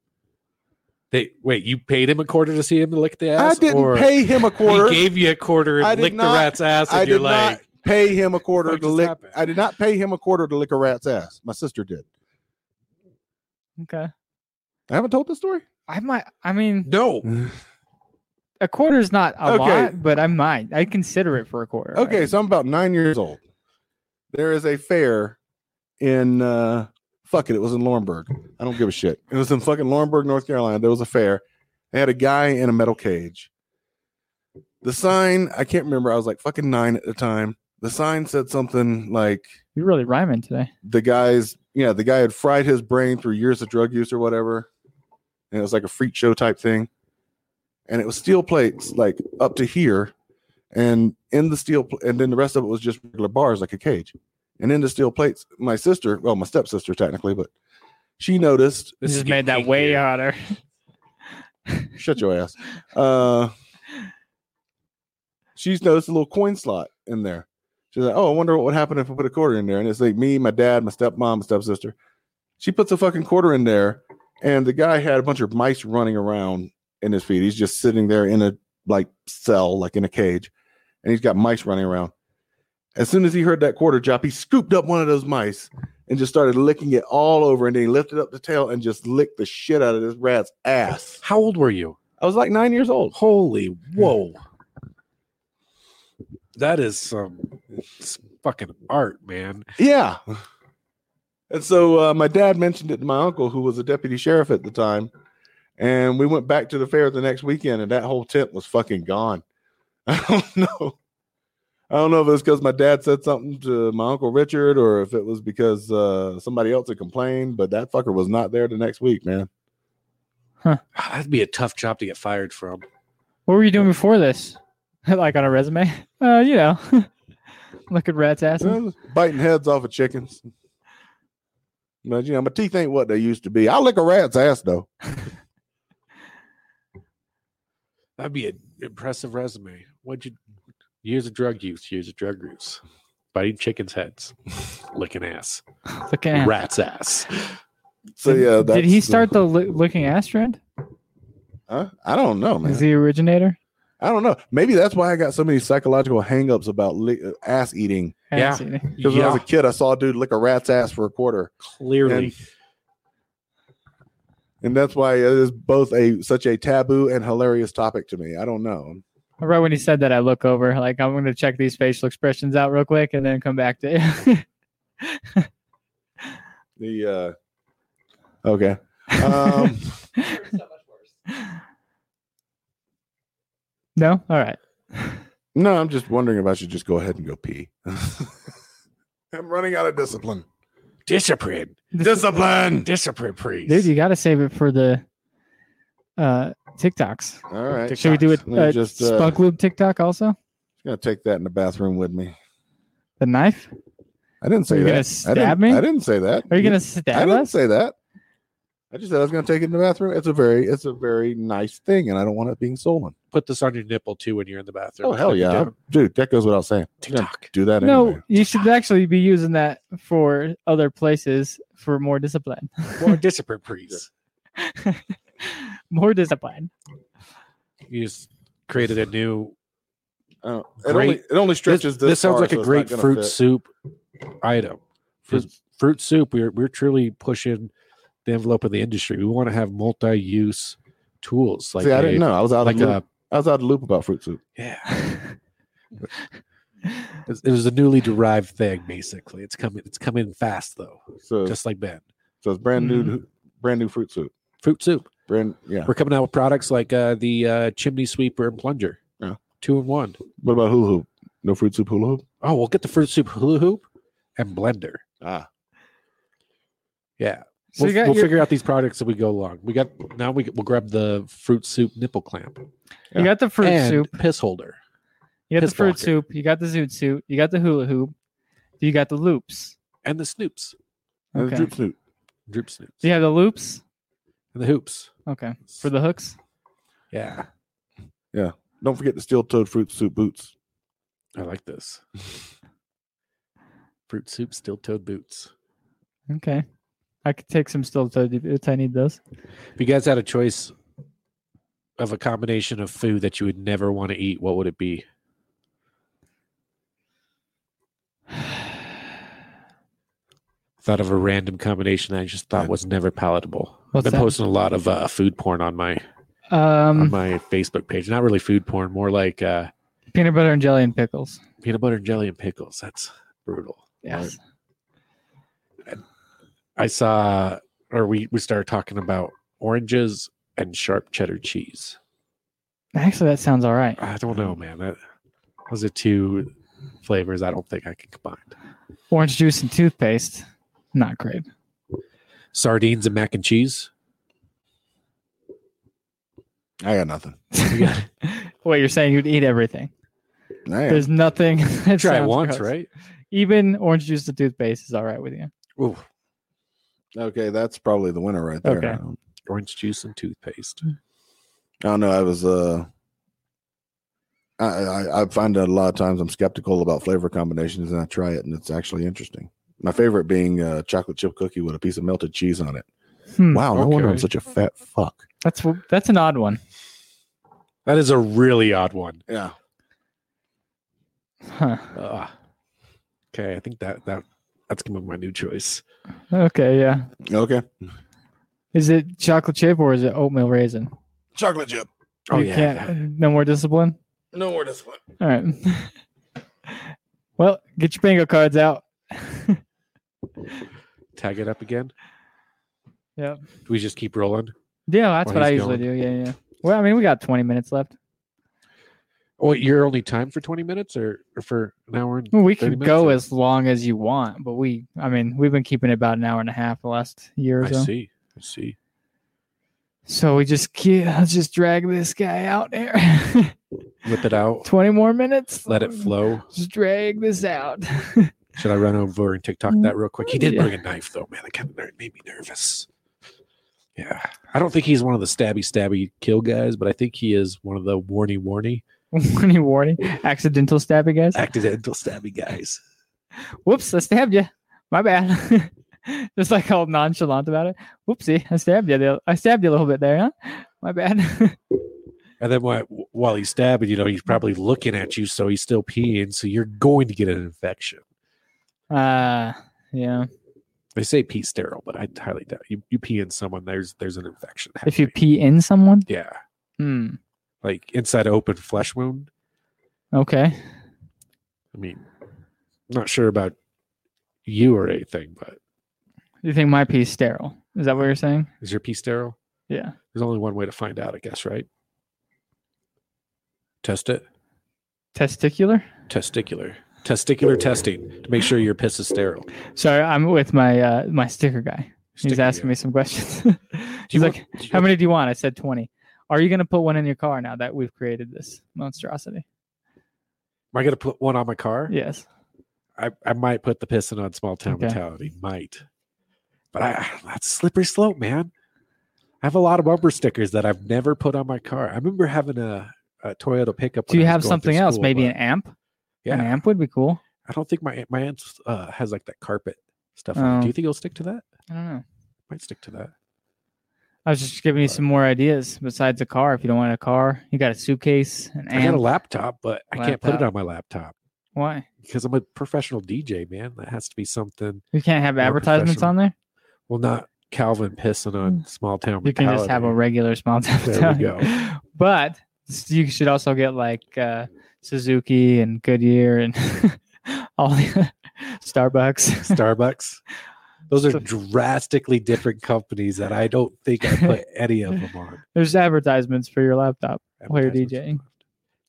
S5: They wait. You paid him a quarter to see him lick the
S4: I
S5: ass.
S4: didn't
S5: or
S4: pay him a quarter.
S5: He gave you a quarter
S4: I
S5: and
S4: did
S5: licked
S4: not-
S5: the rat's ass, and
S4: I
S5: you're
S4: did
S5: like,
S4: not pay him a quarter
S5: What
S4: to
S5: just
S4: lick.
S5: happened?
S4: I did not pay him a quarter to lick a rat's ass. My sister did.
S3: Okay.
S4: I haven't told this story.
S3: I might. I mean,
S5: no.
S3: a quarter's not a
S4: Okay.
S3: lot, but I might. I consider it for a quarter.
S4: Okay,
S3: right?
S4: so I'm about nine years old. There is a fair in uh fuck it, it was in Lornburg. I don't give a shit. It was in fucking Lornburg, North Carolina. There was a fair. They had a guy in a metal cage. The sign, I can't remember, I was like fucking nine at the time. The sign said something like
S3: you're really rhyming today.
S4: the guy's yeah, the guy had fried his brain through years of drug use or whatever. And it was like a freak show type thing. And it was steel plates like up to here. And in the steel pl- and then the rest of it was just regular bars like a cage. And in the steel plates, my sister, well, my stepsister technically, but she noticed
S3: This
S5: is
S3: just made
S5: getting
S3: that way
S5: kinkier.
S3: hotter.
S4: shut your ass. Uh, she's noticed a little coin slot in there. She's like, oh, I wonder what would happen if I put a quarter in there. And it's like me, my dad, my stepmom, my stepsister. She puts a fucking quarter in there, and the guy had a bunch of mice running around in his feet. He's just sitting there in a like cell, like in a cage, and he's got mice running around. As soon as he heard that quarter drop, he scooped up one of those mice and just started licking it all over. And then he lifted up the tail and just licked the shit out of this rat's ass.
S5: How old were you?
S4: I was like nine years old.
S5: Holy whoa. That is some s- fucking art, man.
S4: Yeah. And so uh, my dad mentioned it to my uncle, who was a deputy sheriff at the time. And we went back to the fair the next weekend, and that whole tent was fucking gone. I don't know. I don't know if it was because my dad said something to my uncle Richard or if it was because uh, somebody else had complained, but that fucker was not there the next week, man.
S5: That'd be a tough job to get fired from.
S3: What were you doing before this? like on a resume? Uh, you know, look at rat's ass.
S4: Yeah, just biting heads off of chickens. But you know, my teeth ain't what they used to be. I lick a rat's ass though.
S5: That'd be an impressive resume. What'd you years of drug use, years of drug use. Biting chickens' heads, licking ass,
S3: Looking ass.
S5: rat's ass.
S4: So
S3: Did-
S4: yeah,
S3: did he
S4: that's-
S3: start the li- looking ass trend?
S4: Huh? I don't know, man.
S3: Is the originator?
S4: I don't know. Maybe that's why I got so many psychological hangups about li- uh, ass eating.
S3: I haven't
S5: Yeah.
S3: seen it.
S4: Because when I was a kid, I saw a dude lick a rat's ass for a quarter,
S5: clearly.
S4: and that's why it is both a such a taboo and hilarious topic to me. I don't know.
S3: Right when he said that, I look over. Like I'm going to check these facial expressions out real quick and then come back to you.
S4: The uh, okay. Um,
S3: no, all right.
S4: no, I'm just wondering if I should just go ahead and go pee. I'm running out of discipline.
S5: Discipline.
S4: Discipline.
S5: Discipline, please.
S3: Dude, you got to save it for the uh TikToks.
S4: All right,
S3: Should we do it?
S4: Let me
S3: Uh,
S4: just,
S3: just
S4: uh,
S3: spunk lube TikTok also.
S4: gonna take that in the bathroom with me.
S3: The knife?
S4: I didn't say
S3: Are you
S4: that.
S3: gonna
S4: I
S3: stab
S4: didn't,
S3: me?
S4: I didn't say that.
S3: Are you gonna
S4: I
S3: stab
S4: didn't
S3: us?
S4: say that. I just said I was going to take it in the bathroom. It's a very, it's a very nice thing, and I don't want it being stolen.
S5: Put this on your nipple too when you're in the bathroom.
S4: Oh hell
S5: That'd be
S4: yeah,
S5: dope.
S4: dude! That goes without saying. I'm gonna
S5: TikTok.
S4: do that anyway.
S3: No, you should actually be using that for other places for more discipline.
S5: More discipline, please.
S3: more discipline.
S5: You just created a new
S4: I don't- it
S5: Great-
S4: only it only
S5: This-
S4: stretches
S5: this,
S4: this.
S5: sounds
S4: far,
S5: like
S4: so
S5: a
S4: it's not
S5: great
S4: gonna
S5: fruit
S4: fit.
S5: soup item. Fruit, fruit soup. We're we're truly pushing the envelope of the industry. We want to have multi-use tools like
S4: See, I
S5: a-
S4: didn't know. I was out
S5: like
S4: of the loop.
S5: a
S4: I was out of the loop about fruit soup.
S5: yeah. It's- It was a newly derived thing, basically. It's coming. It's coming fast though,
S4: So,
S5: just mm. like Ben.
S4: so it's brand new, brand new fruit soup.
S5: Fruit soup.
S4: Brand yeah.
S5: We're coming out with products like uh, the uh, chimney sweeper and plunger,
S4: Yeah.
S5: two in one.
S4: What about hula hoop? No fruit soup hula hoop.
S5: Oh, we'll get the fruit soup hula hoop and blender.
S4: Ah,
S5: Yeah.
S3: So
S5: we'll
S3: you got
S5: we'll
S3: your-
S5: figure out these products as we go along. We got now we we'll grab the fruit soup nipple clamp,
S3: You got the fruit
S5: and
S3: soup.
S5: piss holder.
S3: You got the
S5: piss
S3: fruit
S5: blocker.
S3: soup. You got the zoot suit. You got the hula hoop. You got the loops.
S5: and the snoops,
S4: and
S3: Okay.
S4: droop soup.
S5: droop snoops,
S3: Do you have the loops?
S5: and the hoops.
S3: Okay. For the hooks?
S5: Yeah,
S4: Don't forget the steel toed fruit soup boots.
S5: I like this. fruit soup, steel toed boots.
S3: Okay. I could take some still toed if I need those.
S5: If you guys had a choice of a combination of food that you would never want to eat, what would it be? Thought of a random combination I just thought
S4: Yeah.
S5: was never palatable.
S3: What's
S5: I've been
S3: that?
S5: posting a lot of uh, food porn on my on
S3: Um,
S5: my Facebook page. Not really food porn, more like uh,
S3: peanut butter and jelly and pickles.
S5: peanut butter and jelly and pickles. That's brutal.
S3: Yes.
S5: I saw, or we we started talking about oranges and sharp cheddar cheese.
S3: Actually, that sounds all right.
S5: I don't know, man. That those are two flavors I don't think I can combine.
S3: Orange juice and toothpaste. Not great.
S5: Sardines and mac and cheese.
S4: I got nothing.
S3: Wait, you're saying you'd eat everything?
S4: I
S3: There's nothing. that
S5: Try it
S3: sounds
S5: once,
S3: gross.
S5: right?
S3: Even orange juice and toothpaste is all right with you.
S5: Ooh,
S4: Okay, that's probably the winner right there.
S3: Okay.
S4: I don't-
S5: orange juice and toothpaste.
S4: I don't know. I was uh, I, I I find that a lot of times I'm skeptical about flavor combinations, and I try it, and it's actually interesting. My favorite being uh, chocolate chip cookie with a piece of melted cheese on it.
S3: Hmm,
S4: Wow, no wonder I'm
S5: okay.
S4: such a fat fuck.
S3: That's that's an odd one.
S5: That is a really odd one.
S4: Yeah,
S3: Huh.
S5: Ugh. Ah. Okay, I think that that that's gonna be my new choice.
S3: Okay, yeah.
S4: Okay.
S3: Is it chocolate chip or is it oatmeal raisin?
S4: Chocolate chip.
S5: Oh
S3: You
S5: yeah,
S3: can't- no more discipline.
S4: No more discipline.
S3: All right. well, get your bingo cards out.
S5: tag it up again.
S3: Yep.
S5: Do we just keep rolling?
S3: Yeah, that's
S5: Or
S3: what I
S5: he's
S3: usually do. Yeah, yeah. Well, I mean, we got 20 minutes left.
S5: Oh, wait, you're only timed for 20 minutes or, or for an hour? And
S3: Well, we
S5: 30
S3: can
S5: minutes?
S3: go as long as you want, but we, I mean, we've been keeping it about an hour and a half the last year or
S5: I
S3: so.
S5: see. I see.
S3: So we just keep, let's just drag this guy out there.
S5: Whip it out.
S3: 20 more minutes.
S5: Let it flow.
S3: Just drag this out.
S5: Should I run over and TikTok that real quick? He did
S3: Yeah.
S5: bring a knife, though, man. That kind of ner- made me nervous. Yeah. I don't think he's one of the stabby, stabby kill guys, but I think he is one of the warny, warny,
S3: warning, warning. Accidental stabbing, guys.
S5: accidental stabby guys.
S3: Whoops, I stabbed you. My bad. Just like all nonchalant about it. Whoopsie, I stabbed you. the- I stabbed you a little bit there, huh? My bad.
S5: And then while, while he's stabbing, you know, he's probably looking at you, so he's still peeing, so you're going to get an infection.
S3: uh, yeah.
S5: They say pee sterile, but I highly doubt you, you pee in someone, there's there's an infection.
S3: If you
S5: happening.
S3: pee in someone,
S5: yeah.
S3: hmm.
S5: like inside an open flesh wound.
S3: Okay.
S5: I mean, not sure about you or anything, but
S3: You think my pee's sterile? Is that what you're saying?
S5: is your pee sterile?
S3: Yeah.
S5: There's only one way to find out, I guess, right? Test it.
S3: Testicular?
S5: Testicular. Testicular testing to make sure your piss is sterile.
S3: Sorry, I'm with my uh my sticker guy. He's
S5: Stick
S3: asking
S5: it.
S3: me some questions.
S5: Do you
S3: He's
S5: want-
S3: like,
S5: do you-
S3: "How many do you want?" I said twenty. Are you gonna put one in your car now that we've created this monstrosity?
S5: Am I going to put one on my car?
S3: Yes.
S5: I, I might put the pissing on small town
S3: Okay.
S5: mentality. Might. But I, that's a slippery slope, man. I have a lot of bumper stickers that I've never put on my car. I remember having a, a Toyota pickup.
S3: Do
S5: when
S3: you
S5: I was
S3: have
S5: going through
S3: something else?
S5: school,
S3: Maybe an
S5: but-
S3: amp?
S5: yeah,
S3: An amp would be cool.
S5: I don't think my my aunt uh, has like that carpet stuff. on it. Do
S3: Oh.
S5: you think it'll stick to that?
S3: I don't know.
S5: Might stick to that.
S3: I was just giving you
S5: But-
S3: some more ideas besides a car. If you don't want a car, you got a suitcase, an
S5: I got a
S3: amp.
S5: laptop, but I can't put it
S3: Laptop.
S5: on my laptop
S3: Why?
S5: because I'm a professional DJ, man. That has to be something.
S3: You can't have
S5: More
S3: advertisements
S5: professional.
S3: on there.
S5: Well, not Calvin pissing on small town.
S3: Hmm. You can just have a
S5: mentality.
S3: regular small town.
S5: There we
S3: Italian. But s- you should also get like uh, Suzuki and Goodyear and all the Starbucks.
S5: Starbucks. Those are
S3: So-
S5: drastically different companies that I don't think I put any of them on.
S3: There's advertisements for your laptop. While you're
S5: Advertisements.
S3: DJing.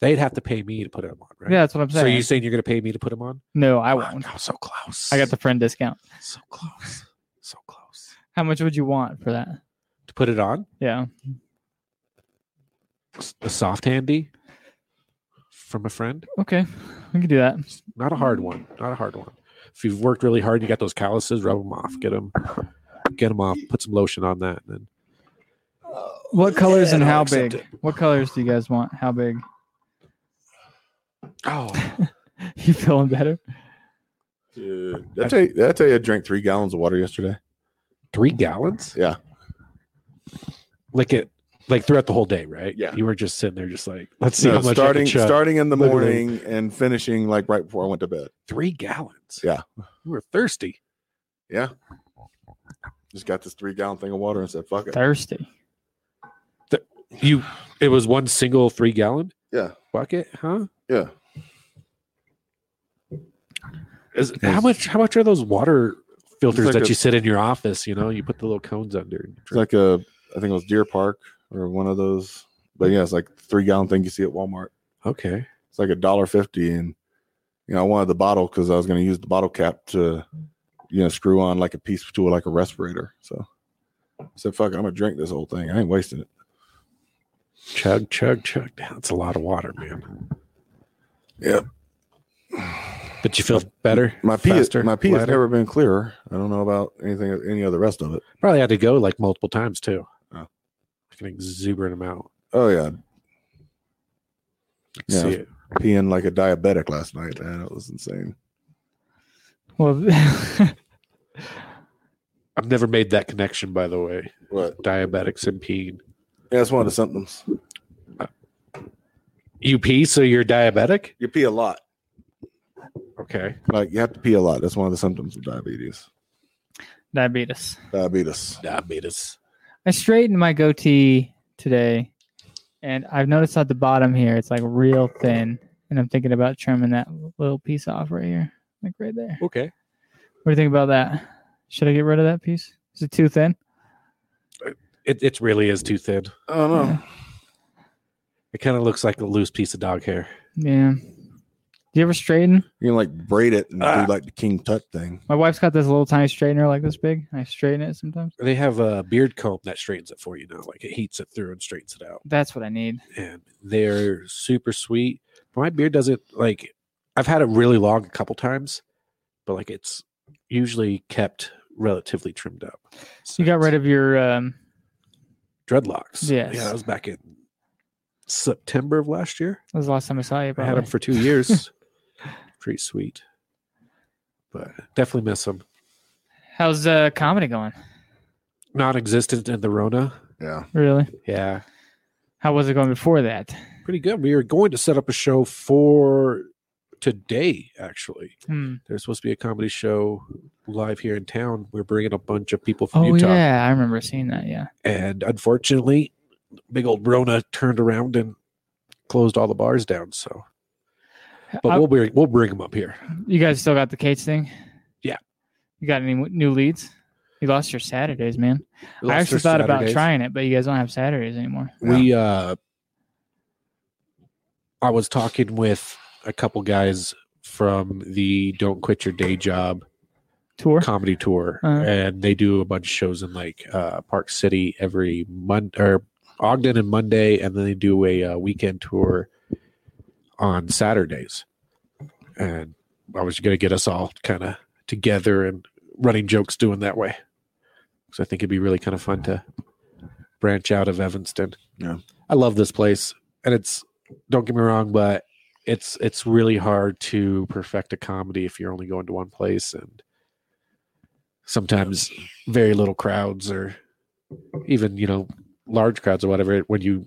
S5: They'd have to pay me to put them on, right?
S3: Yeah, that's what I'm
S5: So
S3: saying.
S5: you Oh, saying you're going to pay me to put them on?
S3: no, I
S5: Fuck,
S3: won't.
S5: I'm so close.
S3: I got the friend discount.
S5: so close. So close.
S3: How much would you want for that?
S5: To put it on?
S3: Yeah.
S5: a soft handy from a friend.
S3: Okay. We can do that.
S5: Not a hard one. Not a hard one. If you've worked really hard, you got those calluses, rub them off. Get them, get them off. Put some lotion on that. And then
S3: What colors and
S5: I'll
S3: how
S5: accept
S3: big?
S5: it.
S3: What colors do you guys want? How big?
S5: oh,
S3: You feeling better?
S4: Dude, did I tell you, did I tell you I drank three gallons of water yesterday?
S5: three gallons.
S4: Yeah.
S5: Like it like throughout the whole day, right?
S4: Yeah.
S5: You were just sitting there, just like, let's see
S4: No,
S5: how much I
S4: starting
S5: can chug.
S4: starting in the
S5: Literally.
S4: morning and finishing like right before I went to bed.
S5: three gallons.
S4: Yeah.
S5: You were thirsty.
S4: Yeah. Just got this three gallon thing of water and said, fuck it.
S3: Thirsty.
S5: You, it was one single three gallon
S4: Yeah.
S5: bucket, huh?
S4: Yeah.
S5: Is,
S4: Yes.
S5: how much? How much are those water filters
S4: like
S5: that
S4: a-
S5: you sit in your office? You know, you put the little cones under. And
S4: It's like a, I think it was Deer Park or one of those. But yeah, it's like three gallon thing you see at Walmart.
S5: okay,
S4: It's like a dollar fifty, and you know I wanted the bottle because I was going to use the bottle cap to, you know, screw on like a piece to like a respirator. So I said, "Fuck, it, I'm gonna drink this whole thing. I ain't wasting it."
S5: chug, chug, chug. That's a lot of water, man.
S4: Yep.
S5: But you feel better.
S4: My pee,
S5: faster,
S4: my pee has
S5: lighter?
S4: never been clearer. I don't know about anything, any of the rest of it.
S5: Probably had to go like multiple times too.
S4: Oh.
S5: Like an exuberant amount.
S4: Oh yeah,
S5: I
S4: Yeah.
S5: See it.
S4: peeing like a diabetic last night, man. It was insane.
S3: Well,
S5: I've never made that connection, by the way.
S4: What?
S5: Diabetics and peeing.
S4: Yeah, it's one of the symptoms.
S5: You pee, so you're diabetic.
S4: You pee a lot.
S5: Okay.
S4: Like you have to pee a lot. That's one of the symptoms of diabetes.
S3: diabetes.
S4: Diabetes.
S5: Diabetes.
S3: I straightened my goatee today, and I've noticed at the bottom here it's like real thin, and I'm thinking about trimming that little piece off right here, like right there.
S5: Okay.
S3: What do you think about that? Should I get rid of that piece? Is it too thin?
S5: It it really is too thin.
S4: Oh no.
S5: It kind of looks like a loose piece of dog hair.
S3: Yeah. Do you ever straighten?
S4: You can like braid it and
S5: Ah.
S4: do like the King Tut thing.
S3: My wife's got this little tiny straightener like this big. I straighten it sometimes.
S5: They have a beard comb that straightens it for you now. Like it heats it through and straightens it out.
S3: That's what I need.
S5: And they're super sweet. My beard doesn't like I've had it really long a couple times, but like it's usually kept relatively trimmed up.
S3: You got rid of your um
S5: dreadlocks.
S3: Yes.
S5: Yeah, that was back in September of last year.
S3: that was the last time I saw you
S5: I had
S3: probably.
S5: them for two years. Pretty sweet. But definitely miss them.
S3: How's uh comedy going?
S5: Non existent in the Rona.
S4: Yeah.
S3: Really?
S5: Yeah.
S3: How was it going before that?
S5: Pretty good. We are going to set up a show for today, actually.
S3: Hmm.
S5: There's supposed to be a comedy show live here in town. We're bringing a bunch of people from
S3: Oh
S5: Utah.
S3: yeah, I remember seeing that, yeah.
S5: And unfortunately, big old Rona turned around and closed all the bars down. So, but
S3: I-
S5: we'll, bring, we'll bring them up here.
S3: you guys still got the cage thing?
S5: Yeah.
S3: You got any w- new leads? You lost your Saturdays, man.
S5: Lost
S3: I actually
S5: their
S3: thought about
S5: Saturdays.
S3: trying it, but you guys don't have Saturdays anymore.
S5: We uh I was talking with a couple guys from the Don't Quit Your Day Job
S3: Tour?
S5: comedy tour
S3: Uh-huh.
S5: and they do a bunch of shows in like uh Park City every month or Ogden and Monday and then they do a uh, weekend tour on Saturdays. And I was going to get us all kind of together and running jokes doing that way. Cuz I think it'd be really kind of fun to branch out of Evanston.
S4: Yeah.
S5: I love this place and it's don't get me wrong but it's it's really hard to perfect a comedy if you're only going to one place and sometimes very little crowds or even you know large crowds or whatever when you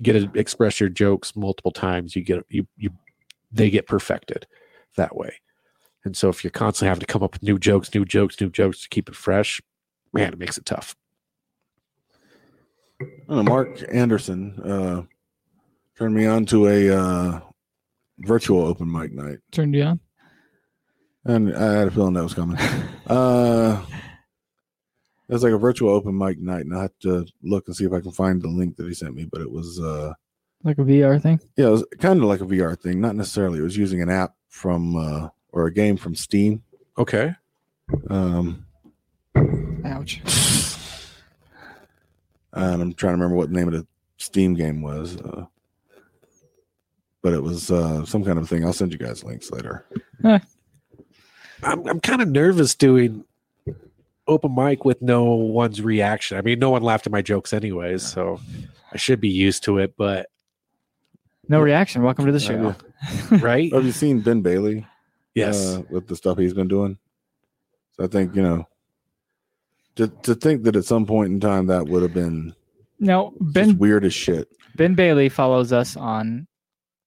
S5: get to express your jokes multiple times you get you you they get perfected that way and so if you're constantly having to come up with new jokes new jokes new jokes to keep it fresh man it makes it tough
S4: I don't know, Mark Anderson uh, turned me on to a uh, virtual open mic night,
S3: Turned you on?
S4: and I had a feeling that was coming. Uh, it was like a virtual open mic night, and I have to look and see if I can find the link that he sent me. But it was, uh,
S3: Like a VR thing?
S4: yeah, it was kind of like a VR thing, not necessarily. It was using an app from uh, or a game from Steam.
S5: okay
S4: Um,
S3: Ouch.
S4: and I'm trying to remember what the name of the Steam game was, uh, but it was uh, some kind of thing. I'll send you guys links later.
S5: i'm, I'm kind of nervous doing open mic with no one's reaction i mean no one laughed at my jokes anyways so i should be used to it but
S3: No reaction. Welcome to the show.
S4: Yeah.
S5: right
S4: Have you seen Ben Bailey?
S5: yes
S4: uh, with the stuff he's been doing. So I think you know to to think that at some point in time that would have been
S3: No,
S4: It's
S3: Ben
S4: just weird as shit.
S3: Ben Bailey follows us on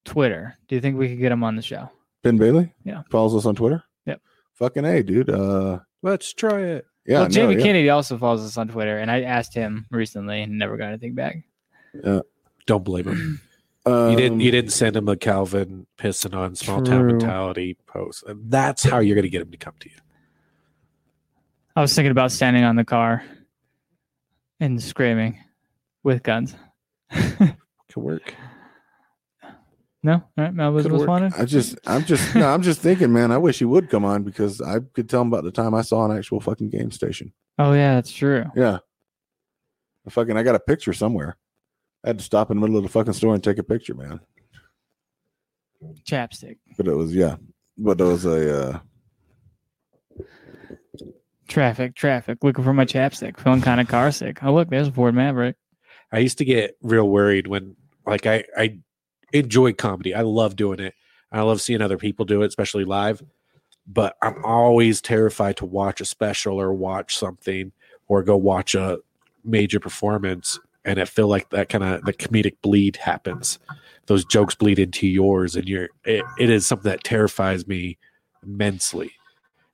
S3: Twitter. Do you think we could get him on the show?
S4: Ben Bailey?
S3: Yeah.
S4: Follows us on Twitter?
S3: Yep.
S4: Fucking A, dude. Uh
S5: Let's try it.
S4: yeah,
S3: well,
S4: no,
S3: Jamie
S4: yeah.
S3: Kennedy also follows us on Twitter, and I asked him recently and never got anything back.
S5: Don't blame him.
S4: Um,
S5: you didn't. You didn't send him a Calvin pissing on small town
S3: True.
S5: mentality post. That's how you're going to get him to come to you.
S3: I was thinking about standing on the car and screaming with guns.
S5: Could work.
S3: No, All right? Mount Elizabeth
S5: work.
S3: wanted.
S4: I just I'm just no, I'm just thinking, man, I wish he would come on because I could tell him about the time I saw an actual fucking game station.
S3: Oh yeah, that's true.
S4: Yeah. I fucking I got a picture somewhere. I had to stop in the middle of the fucking store and take a picture, man.
S3: Chapstick,
S4: But it was yeah. But it was a uh
S3: traffic, traffic. Looking for my chapstick. Feeling kind of car sick. Oh look, there's a Ford Maverick.
S5: I used to get real worried when like I I enjoy comedy. I love doing it. I love seeing other people do it, especially live. But I'm always terrified to watch a special or watch something or go watch a major performance and I feel like that kind of the comedic bleed happens. Those jokes bleed into yours and you're it, it is something that terrifies me immensely.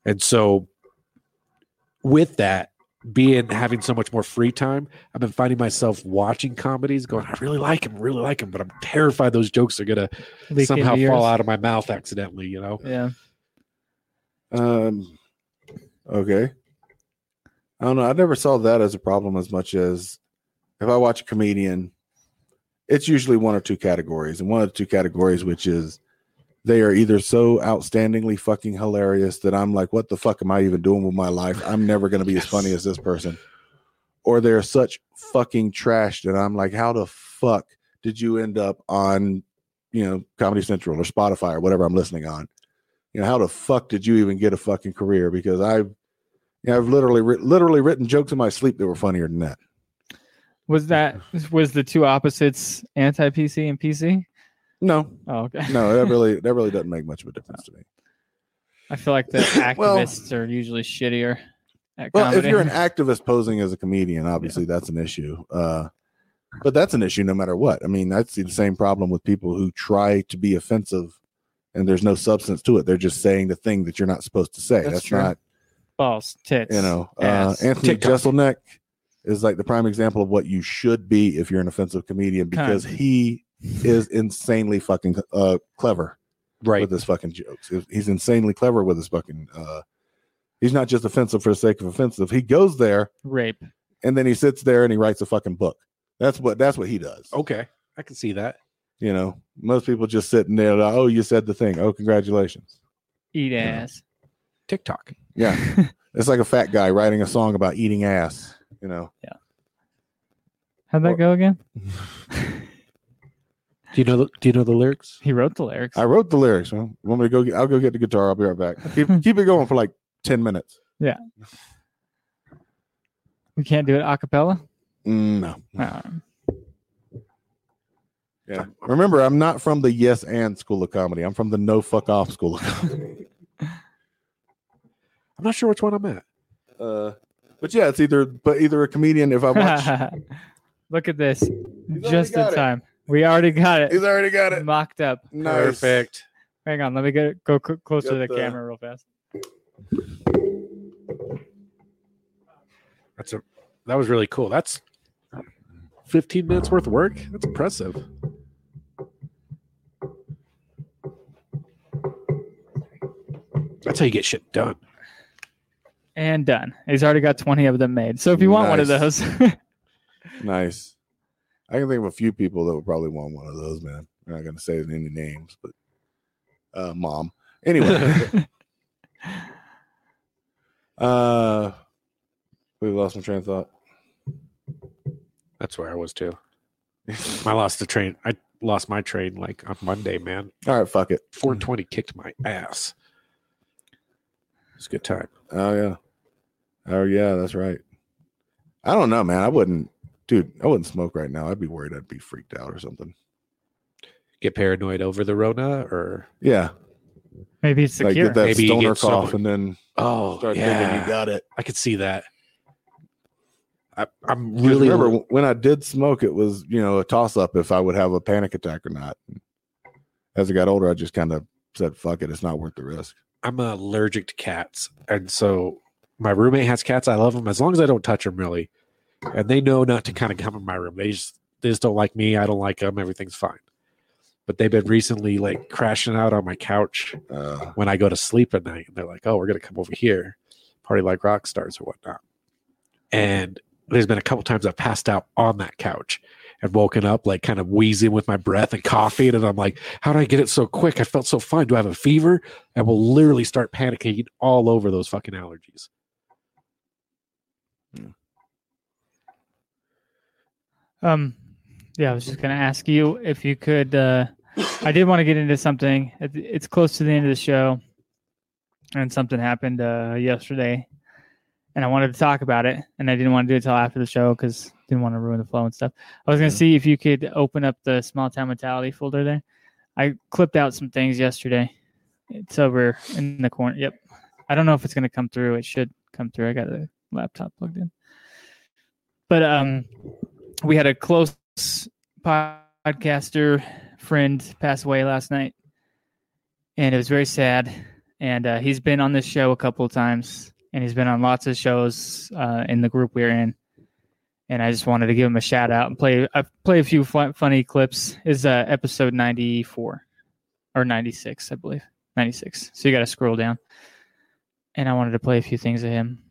S5: And so with that being having so much more free time I've been finding myself watching comedies, going, I really like him, really like him, but I'm terrified those jokes are gonna
S3: Leak
S5: somehow
S3: into
S5: fall
S3: yours.
S5: out of my mouth accidentally. You know,
S3: Yeah.
S4: Um, okay. I don't know. I never saw that as a problem as much as if I watch a comedian, it's usually one or two categories. And one of the two categories, which is they are either so outstandingly fucking hilarious that I'm like, what the fuck am I even doing with my life? I'm never going to be as funny as this person. Or they're such fucking trash that I'm like, how the fuck did you end up on, you know, Comedy Central or Spotify or whatever I'm listening on? you know how the fuck did you even get a fucking career because i you know, i've literally writ- literally written jokes in my sleep that were funnier than that
S3: Was that was the two opposites anti PC and PC?
S4: no
S3: Oh okay.
S4: no that really that really doesn't make much of a difference to me
S3: I feel like the
S4: Well-
S3: activists are usually shittier at
S4: well if
S3: comedy.
S4: you're an activist posing as a comedian obviously that's an issue uh but that's an issue no matter what i mean i see the same problem with people who try to be offensive and there's no substance to it they're just saying the thing that you're not supposed to say
S3: That's
S4: that's,
S3: true.
S4: not
S3: False tits.
S4: you know uh,
S3: ass.
S4: anthony
S5: TikTok.
S4: jeselnik is like the prime example of what you should be if you're an offensive comedian because he is insanely fucking uh clever
S5: right?
S4: with his fucking jokes He- he's insanely clever with his fucking uh he's not just offensive for the sake of offensive he goes there
S3: rape.
S4: and then he sits there and he writes a fucking book that's what that's what he does
S5: okay, I can see that.
S4: you know most people just sitting there like, oh you said the thing oh congratulations
S3: Eat
S4: Yeah.
S3: ass.
S5: TikTok.
S4: yeah it's like a fat guy writing a song about eating ass you know
S3: How'd that go again?
S5: Do you know? The, do you know the lyrics?
S3: He wrote the lyrics.
S4: I wrote the lyrics. Well, want me to go? Get, I'll go get the guitar. I'll be right back. Keep, keep it going for like ten minutes.
S3: we can't do it a cappella.
S4: Mm, No.
S3: Uh,
S4: Yeah. Remember, I'm not from the yes and school of comedy. I'm from the no fuck off school of comedy.
S5: I'm not sure which one I'm at.
S4: Uh, but yeah, it's either but either a comedian. If I watch,
S3: Oh. Look at this.
S4: already
S3: Just in
S4: got it.
S3: time. We already got it.
S4: he's already got it.
S3: Mocked up.
S4: Nice.
S5: Perfect.
S3: Hang on. Let me get go c- closer
S4: Got
S3: to the,
S4: the-
S3: camera real fast.
S5: That's a. That was really cool. That's 15 minutes worth of work. That's impressive. That's how you get shit done.
S3: And done. He's already got 20 of them made. So if you want one of
S4: Nice.
S3: those,
S4: Nice. I can think of a few people that would probably want one of those. Man, I'm not gonna say any names, but uh, mom. Anyway. uh, we lost my train of thought.
S5: That's where I was too. I lost the train. I lost my train like on Monday, man.
S4: All right, fuck it.
S5: 420 kicked my ass. It's a good time.
S4: Oh yeah. Oh yeah, that's right. I don't know, man. I wouldn't dude, I wouldn't smoke right now. I'd be worried I'd be freaked out or something.
S5: Get paranoid over the Rona or
S4: Yeah.
S3: maybe it's
S4: Like
S3: secure.
S4: get that
S5: Maybe you
S4: stoner
S5: get
S4: cough
S5: someone-
S4: and then
S5: oh
S4: start thinking you
S5: yeah,
S4: got it.
S5: I could see that. I I, I'm
S4: 'Cause
S5: really
S4: remember when I did smoke, it was you know a toss up if I would have a panic attack or not. As I got older, I just kind of said, "Fuck it, it's not worth the risk."
S5: I'm allergic to cats, and so my roommate has cats. I love them as long as I don't touch them really, and they know not to kind of come in my room. They just they just don't like me. I don't like them. Everything's fine. But they've been recently like crashing out on my couch
S4: Uh,
S5: when I go to sleep at night. And they're like, "Oh, we're gonna come over here, party like rock stars or whatnot." And there's been a couple times I've passed out on that couch and woken up like kind of wheezing with my breath and coughing, and I'm like, "How did I get it so quick? I felt so fine. Do I have a fever?" And we'll literally start panicking all over those fucking allergies.
S3: Um, yeah, I was just gonna ask you if you could. Uh, I did want to get into something. It- It's close to the end of the show, and something happened uh, yesterday, and I wanted to talk about it, and I didn't want to do it till after the show because didn't want to ruin the flow and stuff. I was gonna see if you could open up the small town mentality folder there. I clipped out some things yesterday. It's over in the corner. Yep. I don't know if it's gonna come through. It should come through. I got the laptop plugged in, but um we had a close podcaster friend pass away last night, and it was very sad. And uh, he's been on this show a couple of times, and he's been on lots of shows uh, in the group we're in. And I just wanted to give him a shout out and play. I play a few fun, funny clips. Is uh, episode ninety four or ninety six, I believe ninety six. So you got to scroll down. And I wanted to play a few things of him.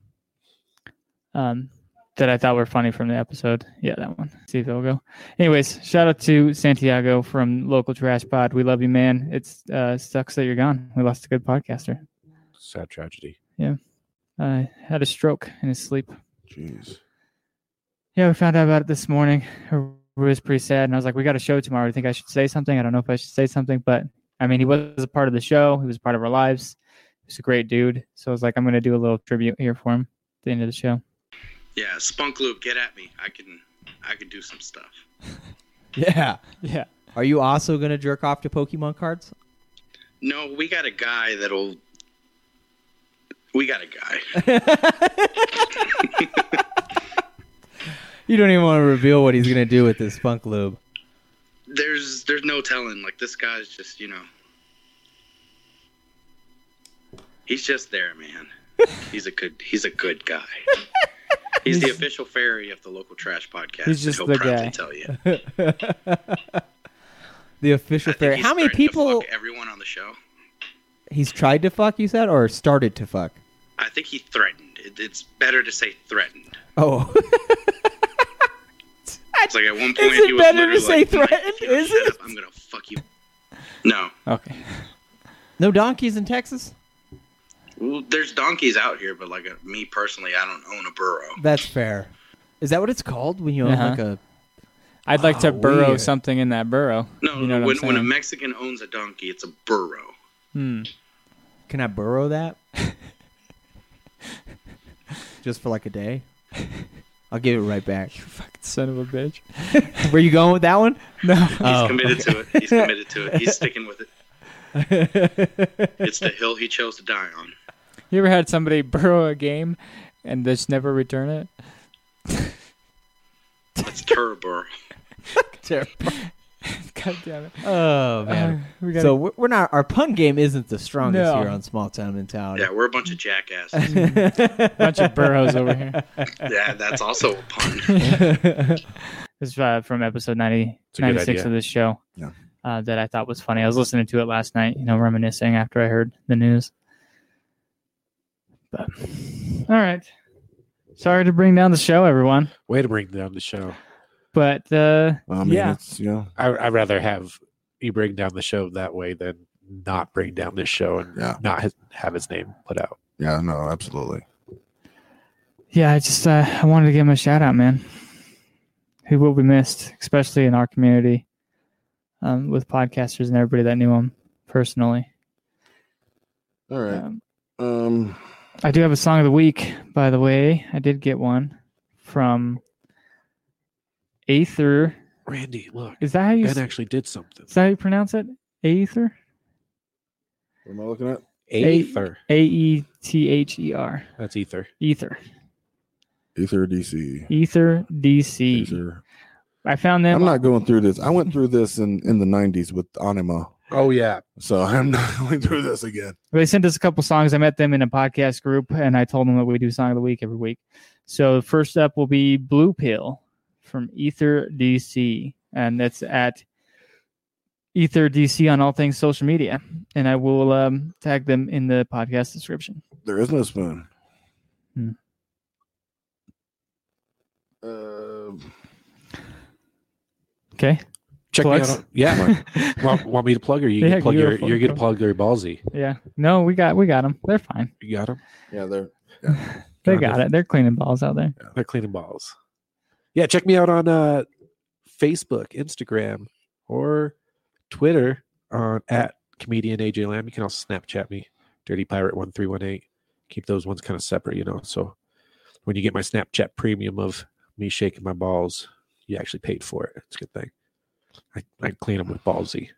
S3: Um, that I thought were funny from the episode. Yeah, that one. See if it'll go. Anyways, shout out to Santiago from Local Trash Pod. We love you, man. It's uh, sucks that you're gone. We lost a good podcaster.
S5: Sad tragedy.
S3: Uh, had a stroke in his sleep.
S4: jeez,
S3: Yeah, we found out about it this morning. It was pretty sad, and I was like, "We got a show tomorrow. I think I should say something. I don't know if I should say something, but I mean, he was a part of the show. He was a part of our lives. He's a great dude. So I was like, I'm gonna do a little tribute here for him at the end of the show.
S6: Yeah, Spunk Lube, get at me. I can, I can do some stuff.
S7: Yeah.
S3: Yeah.
S7: Are you also gonna jerk off to Pokemon cards?
S6: No, we got a guy that'll. We got a guy.
S7: You don't even want to reveal what he's gonna do with this spunk lube.
S6: There's, there's no telling. Like this guy's just, you know. He's just there, man. He's a good, he's a good guy. He's, the
S3: He's-
S6: official fairy of the local trash podcast.
S3: He's just
S6: and
S3: the
S6: he'll proudly
S3: guy.
S6: tell you.
S7: The official
S6: I think
S7: fairy.
S6: he's
S7: How many
S6: threatened to
S7: people
S6: fuck everyone on the show.
S7: he's tried to fuck? You said or started to fuck?
S6: I think he threatened. It, it's better to say threatened.
S7: Oh,
S6: It's like at one point
S7: Is it
S6: he was
S7: better to
S6: literally
S7: say
S6: like, "Mike,
S7: threatened?
S6: you know,
S7: Is
S6: shut
S7: it?"
S6: Up, I'm gonna fuck you. No,
S3: Okay.
S7: no donkeys in Texas.
S6: well, there's donkeys out here, but like uh, me personally, I don't own a burro.
S7: That's fair. Is that what it's called when you own
S3: Uh-huh.
S7: like a?
S3: I'd like
S7: Oh,
S3: to burrow
S7: weird.
S3: something in that burrow.
S6: Ah, No,
S3: You know what I'm
S6: when, when a
S3: saying.
S6: Mexican owns a donkey, it's a burro.
S3: Hmm.
S7: Can I borrow that? Just for like a day. I'll give it right back.
S3: Fucking son of a bitch.
S7: Where you going with that one?
S3: No.
S6: He's
S7: Oh,
S6: committed to it. He's committed to it. He's sticking with it. It's the hill he chose to die on.
S3: You ever had somebody borrow a game and just never return it?
S6: That's Turbo.
S3: God damn it.
S7: Oh man.
S3: Uh, we gotta-
S7: so we're we're not. Our pun game isn't the strongest
S3: No.
S7: here on Small Town
S3: Oh,
S7: Mentality.
S6: Yeah, we're a bunch of jackasses.
S3: bunch of burrows over here.
S6: yeah, that's also a pun.
S3: This is uh, from episode 90,
S5: It's a good
S3: 96
S5: idea.
S3: of this show
S4: Yeah.
S3: uh, that I thought was funny. I was listening to it last night, you know, reminiscing after I heard the news. But all right. Sorry to bring down the show, everyone.
S5: Way to bring down the show.
S3: But uh,
S4: I mean,
S3: yeah,
S4: it's you know,
S5: I, I'd rather have you bring down the show that way than not bring down this show and
S4: Yeah.
S5: not his, have his name put out.
S4: yeah, no, absolutely.
S3: yeah. I just uh, I wanted to give him a shout out, man. He will be missed, especially in our community, um, with podcasters and everybody that knew him personally.
S4: All right,
S3: Um,
S4: um,
S3: I do have a song of the week, by the way. I did get one from Aether.
S5: Randy, look,
S3: Is that how you
S5: Ben
S3: is
S5: actually did something.
S3: that how you pronounce it? Aether?
S4: what am I looking at?
S5: Aether.
S3: A E T H E R.
S5: That's ether.
S3: Ether.
S4: Ether DC.
S3: Ether DC.
S4: Ether.
S3: I found them.
S4: I'm not going through this. I went through this in, in the 90s with Anima.
S5: Oh yeah,
S4: So I'm not going through this again.
S3: they sent us a couple songs. I met them in a podcast group, and I told them that we do song of the week every week. So first up will be Blue Pill from Ether DC, and that's at Ether DC on all things social media. And I will um, tag them in the podcast description.
S4: There is no spoon.
S3: Hmm.
S4: Um,
S3: Okay.
S5: check
S3: Plugs?
S5: me out. on- yeah, want, want me to plug or you
S3: Yeah,
S5: can plug
S3: you're
S5: your
S3: full-
S5: you're
S3: go.
S5: gonna plug your ballsy.
S3: yeah. No, we got we got them. They're fine.
S5: You got him.
S4: yeah, there.
S3: They
S5: Got
S3: got it. They're cleaning balls out there.
S5: They're cleaning balls. Yeah, check me out on uh, Facebook, Instagram, or Twitter on at comedian AJ Lamb. You can also Snapchat me, Dirty Pirate one three one eight. Keep those ones kind of separate, you know. So when you get my Snapchat premium of me shaking my balls, you actually paid for it. It's a good thing. I, I clean them with ballsy.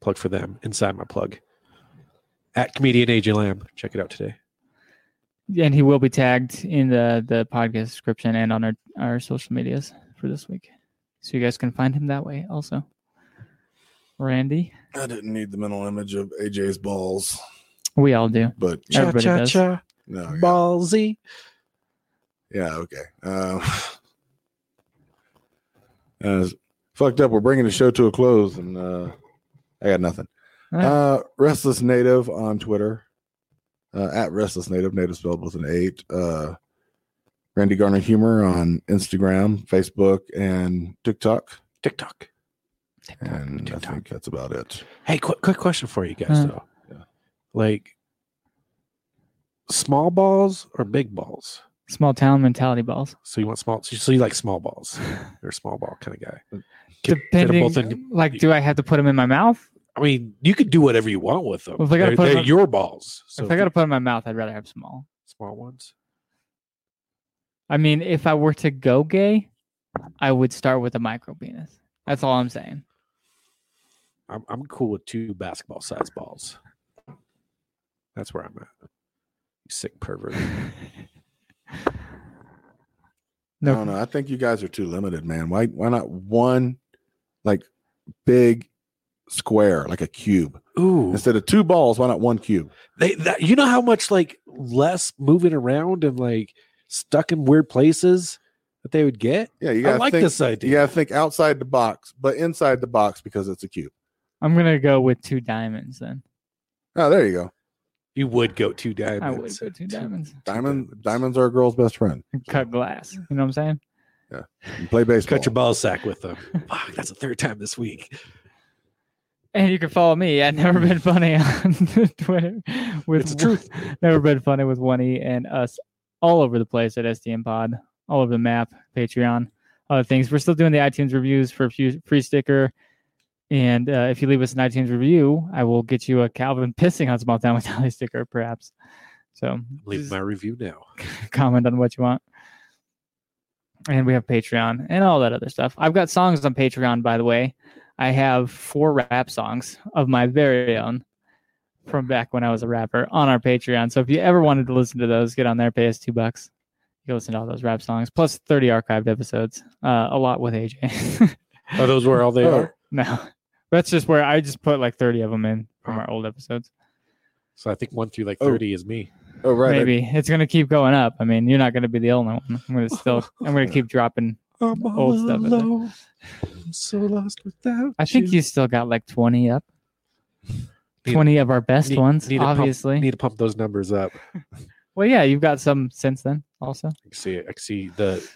S5: Plug for them inside my plug. At comedian AJ Lamb, check it out today.
S3: And he will be tagged in the the podcast description and on our our social medias for this week, so you guys can find him that way also. Randy.
S4: I didn't need the mental image of AJ's balls,
S3: We all do.
S4: but
S3: Sure.
S5: Cha
S3: Everybody
S5: cha
S3: does.
S5: cha,
S4: no, yeah,
S5: ballsy.
S4: yeah, okay. Um, uh, it's fucked up. We're bringing the show to a close, and uh, I got nothing.
S3: Alright.
S4: Uh, Restless Native on Twitter, uh, at Restless Native, native spelled with an eight. Uh, Randy Garner Humor on Instagram, Facebook, and TikTok.
S5: TikTok.
S4: And I
S5: TikTok.
S4: think that's about it.
S5: Hey, quick, quick question for you guys
S3: Uh.
S5: though. Like, small balls or big balls?
S3: Small town mentality balls.
S5: So you want small? So you like small balls? You're a small ball kind of guy. Get- get 'em
S3: Depending,
S5: both in-
S3: like, do I have to put them in my mouth?
S5: I mean, you could do whatever you want with them.
S3: Well, if I gotta
S5: they're
S3: put 'em
S5: they're
S3: on-
S5: your balls. So
S3: if I got to put 'em in my mouth, I'd rather have small.
S5: small ones,
S3: I mean, if I were to go gay, I would start with a micro penis. That's all I'm saying.
S5: I'm I'm cool with two basketball sized balls. That's where I'm at. You sick pervert.
S4: I don't know. I think you guys are too limited, man. Why why not one like big square, like a cube?
S5: Ooh,
S4: Instead of two balls, why not one cube?
S5: they that, you know how much like less moving around and like stuck in weird places that they would get.
S4: Yeah, you
S5: I
S4: gotta
S5: like
S4: think
S5: this idea.
S4: you gotta think outside the box, but inside the box because it's a cube.
S3: I'm gonna go with two diamonds then.
S4: Oh, there you go.
S5: You would go
S3: I
S5: two
S3: would
S5: diamonds.
S3: go two diamonds.
S4: Diamond diamonds are a girl's best friend.
S3: And cut glass. You know what I'm saying?
S4: You play baseball.
S5: Cut your ball sack with them. Fuck, that's the third time this week.
S3: And you can follow me at Never Been Funny on Twitter. With
S5: It's the truth.
S3: Never Been Funny with one E and us all over the place at SDM Pod, all over the map, Patreon, other things. We're still doing the iTunes reviews for a few free sticker. And uh, if you leave us an iTunes review, I will get you a Calvin pissing on Small Town Mentality sticker, perhaps. So
S5: Leave
S3: just
S5: my review now.
S3: comment on what you want. And we have Patreon and all that other stuff. I've got songs on Patreon, by the way. I have four rap songs of my very own from back when I was a rapper on our Patreon. So if you ever wanted to listen to those, get on there, pay us two bucks. You can listen to all those rap songs, plus 30 archived episodes, uh, a lot with AJ.
S5: Are those where all they
S4: Oh.
S5: are?
S3: no, that's just where I just put like 30 of them in from our old episodes.
S5: So I think one through like
S4: Oh.
S5: thirty is me.
S4: oh right. I-
S3: Maybe it's going to keep going up. I mean, you're not going to be the only one. I'm going to still, I'm going to keep dropping
S5: I'm
S3: all Old stuff in there.
S5: I'm so lost without.
S3: I think you still got like 20 up.
S5: Need-
S3: 20 of our best
S5: need-
S3: ones,
S5: need to pump-
S3: obviously.
S5: need to pump those numbers up.
S3: well, yeah, you've got some since then also.
S5: I can see it. I can see the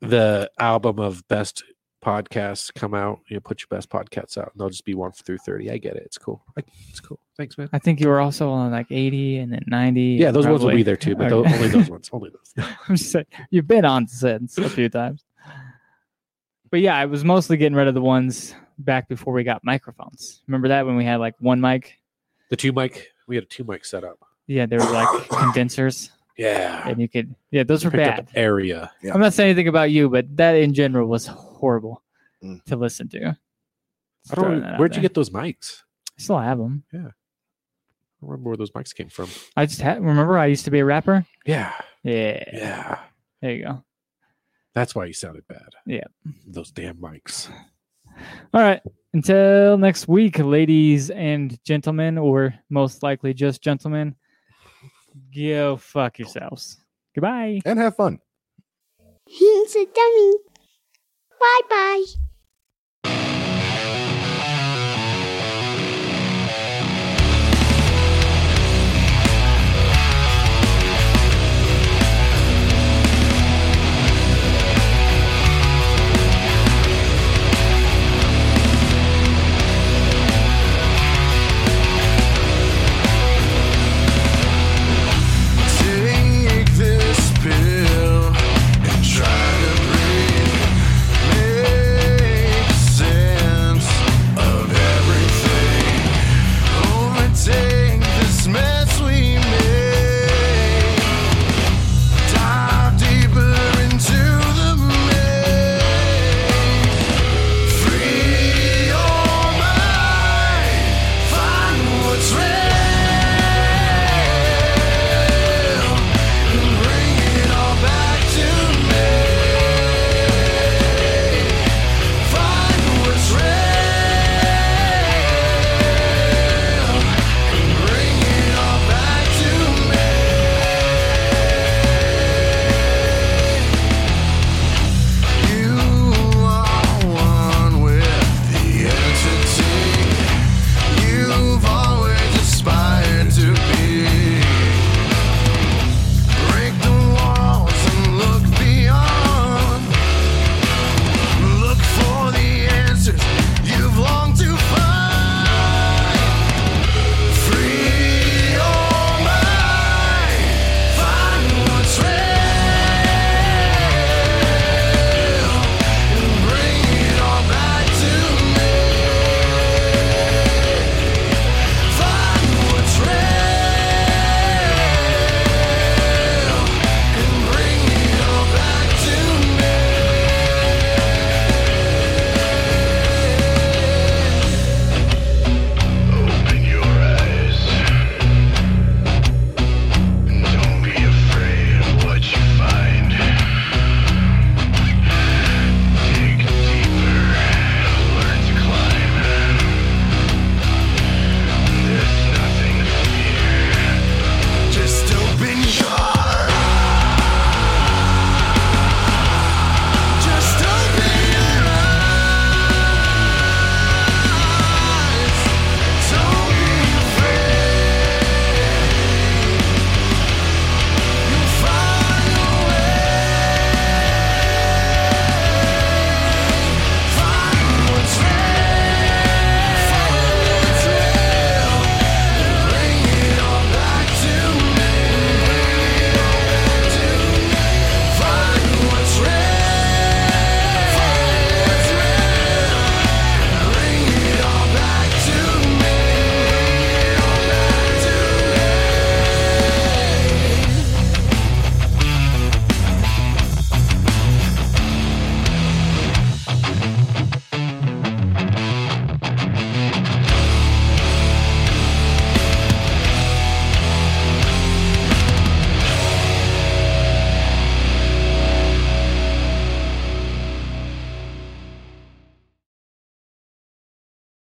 S5: the album of best podcasts come out. You know, put your best podcasts out, and they'll just be one through thirty. I get it. It's cool. I, it's cool. Thanks, man.
S3: I think you were also on like 80 and then 90.
S5: Yeah, those ones will
S3: probably-
S5: be there too, but tho-
S3: Okay.
S5: only those ones. Only those.
S3: I'm just saying, you've been on since a few times. But yeah, I was mostly getting rid of the ones back before we got microphones. Remember that when we had like one mic?
S5: The two mic. We had a two mic setup.
S3: Yeah, they were like condensers
S5: Yeah.
S3: and you could, yeah, those were
S5: Picked
S3: bad.
S5: up area.
S4: Yeah.
S3: I'm not saying anything about you, but that in general was horrible
S4: Mm.
S3: to listen to.
S5: I
S3: Throwing
S5: don't.
S3: that
S5: know-
S3: out
S5: Where'd you
S3: there.
S5: get those mics?
S3: I still have them.
S5: I don't remember where those mics came from.
S3: I just had, remember I used to be a rapper.
S5: Yeah.
S3: Yeah,
S5: Yeah.
S3: there you go.
S5: That's why he sounded bad.
S3: Yeah.
S5: Those damn mics.
S3: All right. Until next week, ladies and gentlemen, or most likely just gentlemen, go fuck yourselves. Goodbye.
S4: and have fun.
S8: He's a dummy. Bye bye.